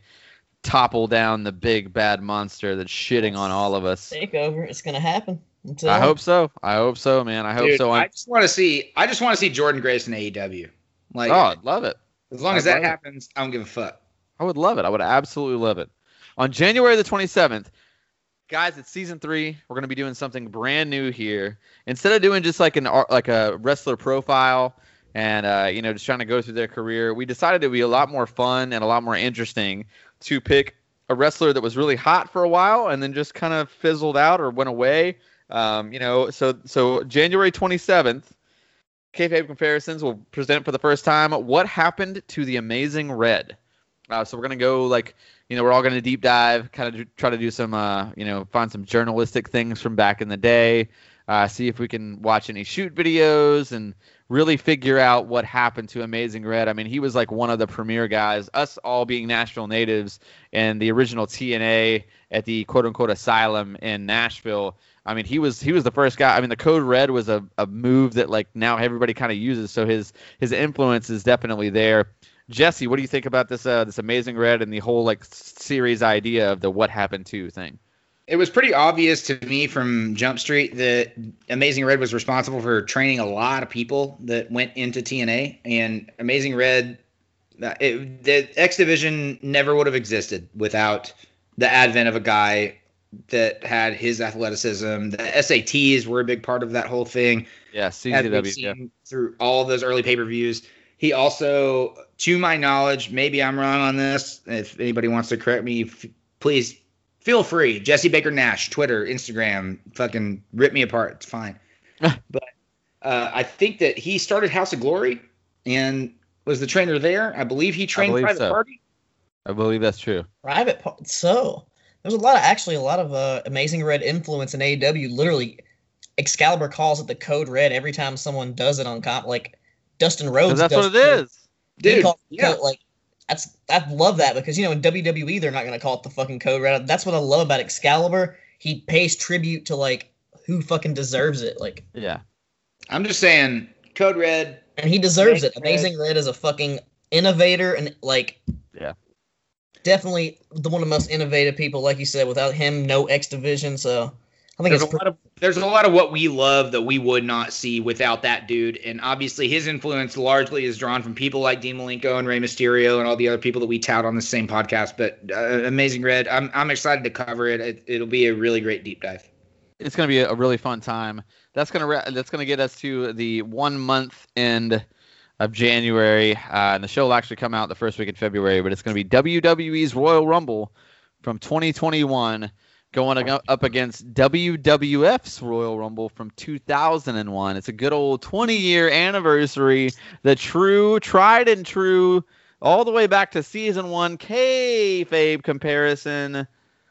[SPEAKER 1] topple down the big bad monster that's shitting on all of us.
[SPEAKER 3] Takeover, it's gonna happen. I'm
[SPEAKER 1] I
[SPEAKER 3] telling
[SPEAKER 1] hope so. I hope so, man. I hope
[SPEAKER 2] dude,
[SPEAKER 1] so.
[SPEAKER 2] I
[SPEAKER 1] I'm,
[SPEAKER 2] just want to see I just want to see Jordan Grace in AEW. Like
[SPEAKER 1] oh, I'd love it.
[SPEAKER 2] as long as
[SPEAKER 1] I
[SPEAKER 2] that
[SPEAKER 1] love it.
[SPEAKER 2] happens, I don't give a fuck.
[SPEAKER 1] I would love it. I would absolutely love it. On January the 27th, guys, it's season three. We're going to be doing something brand new here. Instead of doing just like an ar- like a wrestler profile and uh, you know just trying to go through their career, we decided it would be a lot more fun and a lot more interesting to pick a wrestler that was really hot for a while and then just kind of fizzled out or went away. Um, you know, so so January 27th. Kayfabe comparisons will present for the first time what happened to the amazing red. Uh, so we're gonna go like you know we're all gonna deep dive, kind of try to do some uh, you know find some journalistic things from back in the day, uh, see if we can watch any shoot videos and really figure out what happened to Amazing Red. I mean he was like one of the premier guys. Us all being Nashville natives and the original TNA at the quote unquote asylum in Nashville. I mean he was he was the first guy. I mean the Code Red was a, a move that like now everybody kind of uses. So his his influence is definitely there. Jesse, what do you think about this uh, this amazing red and the whole like s- series idea of the what happened to thing?
[SPEAKER 2] It was pretty obvious to me from Jump Street that Amazing Red was responsible for training a lot of people that went into TNA and Amazing Red uh, it, the X Division never would have existed without the advent of a guy that had his athleticism. The SATs were a big part of that whole thing.
[SPEAKER 1] Yeah,
[SPEAKER 2] as we've
[SPEAKER 1] CZW. yeah.
[SPEAKER 2] seen through all of those early pay per views. He also, to my knowledge, maybe I'm wrong on this. If anybody wants to correct me, f- please feel free. Jesse Baker Nash, Twitter, Instagram, fucking rip me apart. It's fine. but uh, I think that he started House of Glory and was the trainer there. I believe he trained
[SPEAKER 1] believe
[SPEAKER 2] Private
[SPEAKER 1] so.
[SPEAKER 2] Party.
[SPEAKER 1] I believe that's true.
[SPEAKER 3] private part. So there's a lot of actually a lot of uh, amazing red influence in AEW. Literally, Excalibur calls it the code red every time someone does it on comp. Like Dustin
[SPEAKER 1] 'Cause
[SPEAKER 3] Rhodes.
[SPEAKER 1] that's
[SPEAKER 3] does
[SPEAKER 1] what it is.
[SPEAKER 3] He
[SPEAKER 2] Dude,
[SPEAKER 3] calls it
[SPEAKER 2] yeah.
[SPEAKER 3] code, like that's I love that because you know in WWE they're not gonna call it the fucking code red. That's what I love about Excalibur. He pays tribute to like who fucking deserves it. Like
[SPEAKER 1] Yeah.
[SPEAKER 2] I'm just saying, Code Red.
[SPEAKER 3] and he deserves it.
[SPEAKER 2] Amazing Red.
[SPEAKER 3] Amazing Red is a fucking innovator and like
[SPEAKER 1] Yeah.
[SPEAKER 3] Definitely the one of the most innovative people, like you said. Without him, no X division. So I think
[SPEAKER 2] There's a
[SPEAKER 3] it's
[SPEAKER 2] lot of there's a lot of what we love that we would not see without that dude. And obviously, his influence largely is drawn from people like Dean Malenko and Rey Mysterio and all the other people that we tout on the same podcast. But uh, Amazing Red, I'm I'm excited to cover it. it. It'll be a really great deep dive.
[SPEAKER 1] it's going to be a really fun time. That's going to ra- that's going to get us to the one month end of January, uh, and the show will actually come out the first week in February. But it's going to be WWE's Royal Rumble from 2021 going ag- up against WWF's Royal Rumble from 2001. It's a good old 20 year anniversary. The true, tried and true, all the way back to season one kayfabe comparison.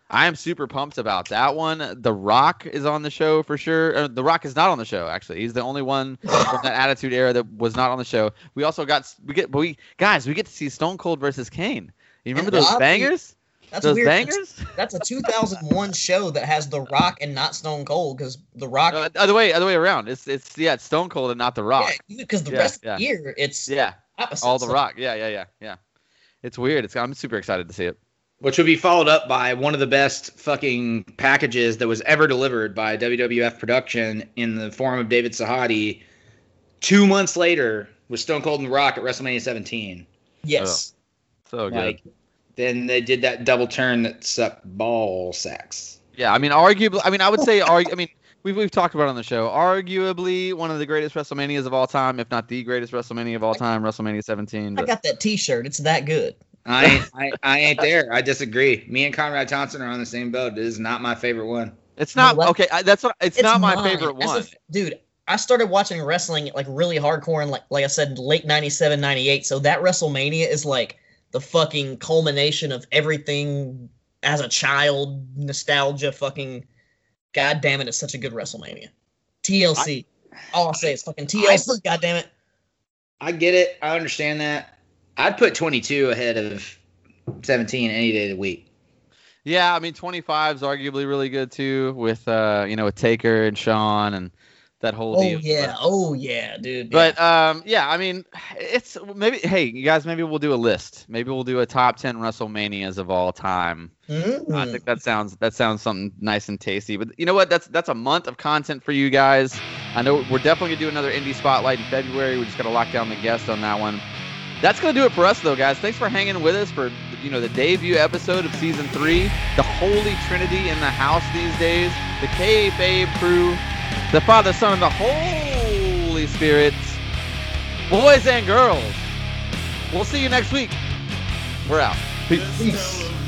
[SPEAKER 1] I am super pumped about that one. The Rock is on the show for sure. Uh, the Rock is not on the show actually. He's the only one from that Attitude Era that was not on the show. We also got we get but we guys we get to see Stone Cold versus Kane. You remember
[SPEAKER 3] And
[SPEAKER 1] those
[SPEAKER 3] Rob-
[SPEAKER 1] bangers?
[SPEAKER 3] That's
[SPEAKER 1] Those
[SPEAKER 3] weird. That's-
[SPEAKER 1] bangers?
[SPEAKER 3] That's, a 2001 show that has The Rock and not Stone Cold because The Rock.
[SPEAKER 1] Uh, other way, other way around. It's it's yeah, it's Stone Cold and not The Rock.
[SPEAKER 3] because the
[SPEAKER 1] Yeah,
[SPEAKER 3] rest
[SPEAKER 1] yeah.
[SPEAKER 3] of the year it's
[SPEAKER 1] Yeah,
[SPEAKER 3] opposite.
[SPEAKER 1] all The
[SPEAKER 3] So
[SPEAKER 1] Rock. Yeah, yeah, yeah, yeah. It's weird. It's I'm super excited to see it.
[SPEAKER 2] which would be followed up by one of the best fucking packages that was ever delivered by WWF production in the form of David Sahadi. Two months later, with Stone Cold and The Rock at WrestleMania 17.
[SPEAKER 3] Yes.
[SPEAKER 1] Oh, So good.
[SPEAKER 2] Like, then they did that double turn that sucked ball sacks.
[SPEAKER 1] yeah, I mean, arguably, I mean, I would say, argu- I mean, we've we've talked about it on the show, arguably one of the greatest WrestleManias of all time, if not the greatest WrestleMania of all time, WrestleMania 17.
[SPEAKER 3] I
[SPEAKER 1] But
[SPEAKER 3] got that T-shirt. It's that good.
[SPEAKER 2] I ain't, I, I ain't there. I disagree. Me and Conrad Thompson are on the same boat. This is not my favorite one.
[SPEAKER 1] it's not
[SPEAKER 3] Well,
[SPEAKER 1] okay. I, that's what. It's, not my
[SPEAKER 3] mine.
[SPEAKER 1] favorite
[SPEAKER 3] As a
[SPEAKER 1] one.
[SPEAKER 3] f- dude. I started watching wrestling like really hardcore and like like I said late 97 98 so that WrestleMania is like the fucking culmination of everything as a child nostalgia fucking god damn it it's such a good WrestleMania. TLC. All I'll say is fucking TLC god damn it.
[SPEAKER 2] I get it. I understand that. I'd put 22 ahead of 17 any day of the week.
[SPEAKER 1] Yeah, I mean, 25 is arguably really good too, with uh, you know, with Taker and Sean and that whole
[SPEAKER 3] Oh
[SPEAKER 1] deal.
[SPEAKER 3] yeah. Oh yeah, dude.
[SPEAKER 1] But um, yeah, I mean, it's maybe. Hey, you guys, maybe we'll do a list. Maybe we'll do a top ten WrestleManias of all time.
[SPEAKER 3] yeah. Mm.
[SPEAKER 1] I think that sounds that sounds something nice and tasty. But you know what? That's that's a month of content for you guys. I know we're definitely gonna do another indie spotlight in February. We just gotta lock down the guest on that one. That's gonna do it for us though, guys. Thanks for hanging with us for you know the debut episode of season three. The Holy Trinity in the house these days. The KFA crew, the Father, Son, and the Holy Spirit. Boys and girls. We'll see you next week. We're out. Peace.
[SPEAKER 4] Just tell 'em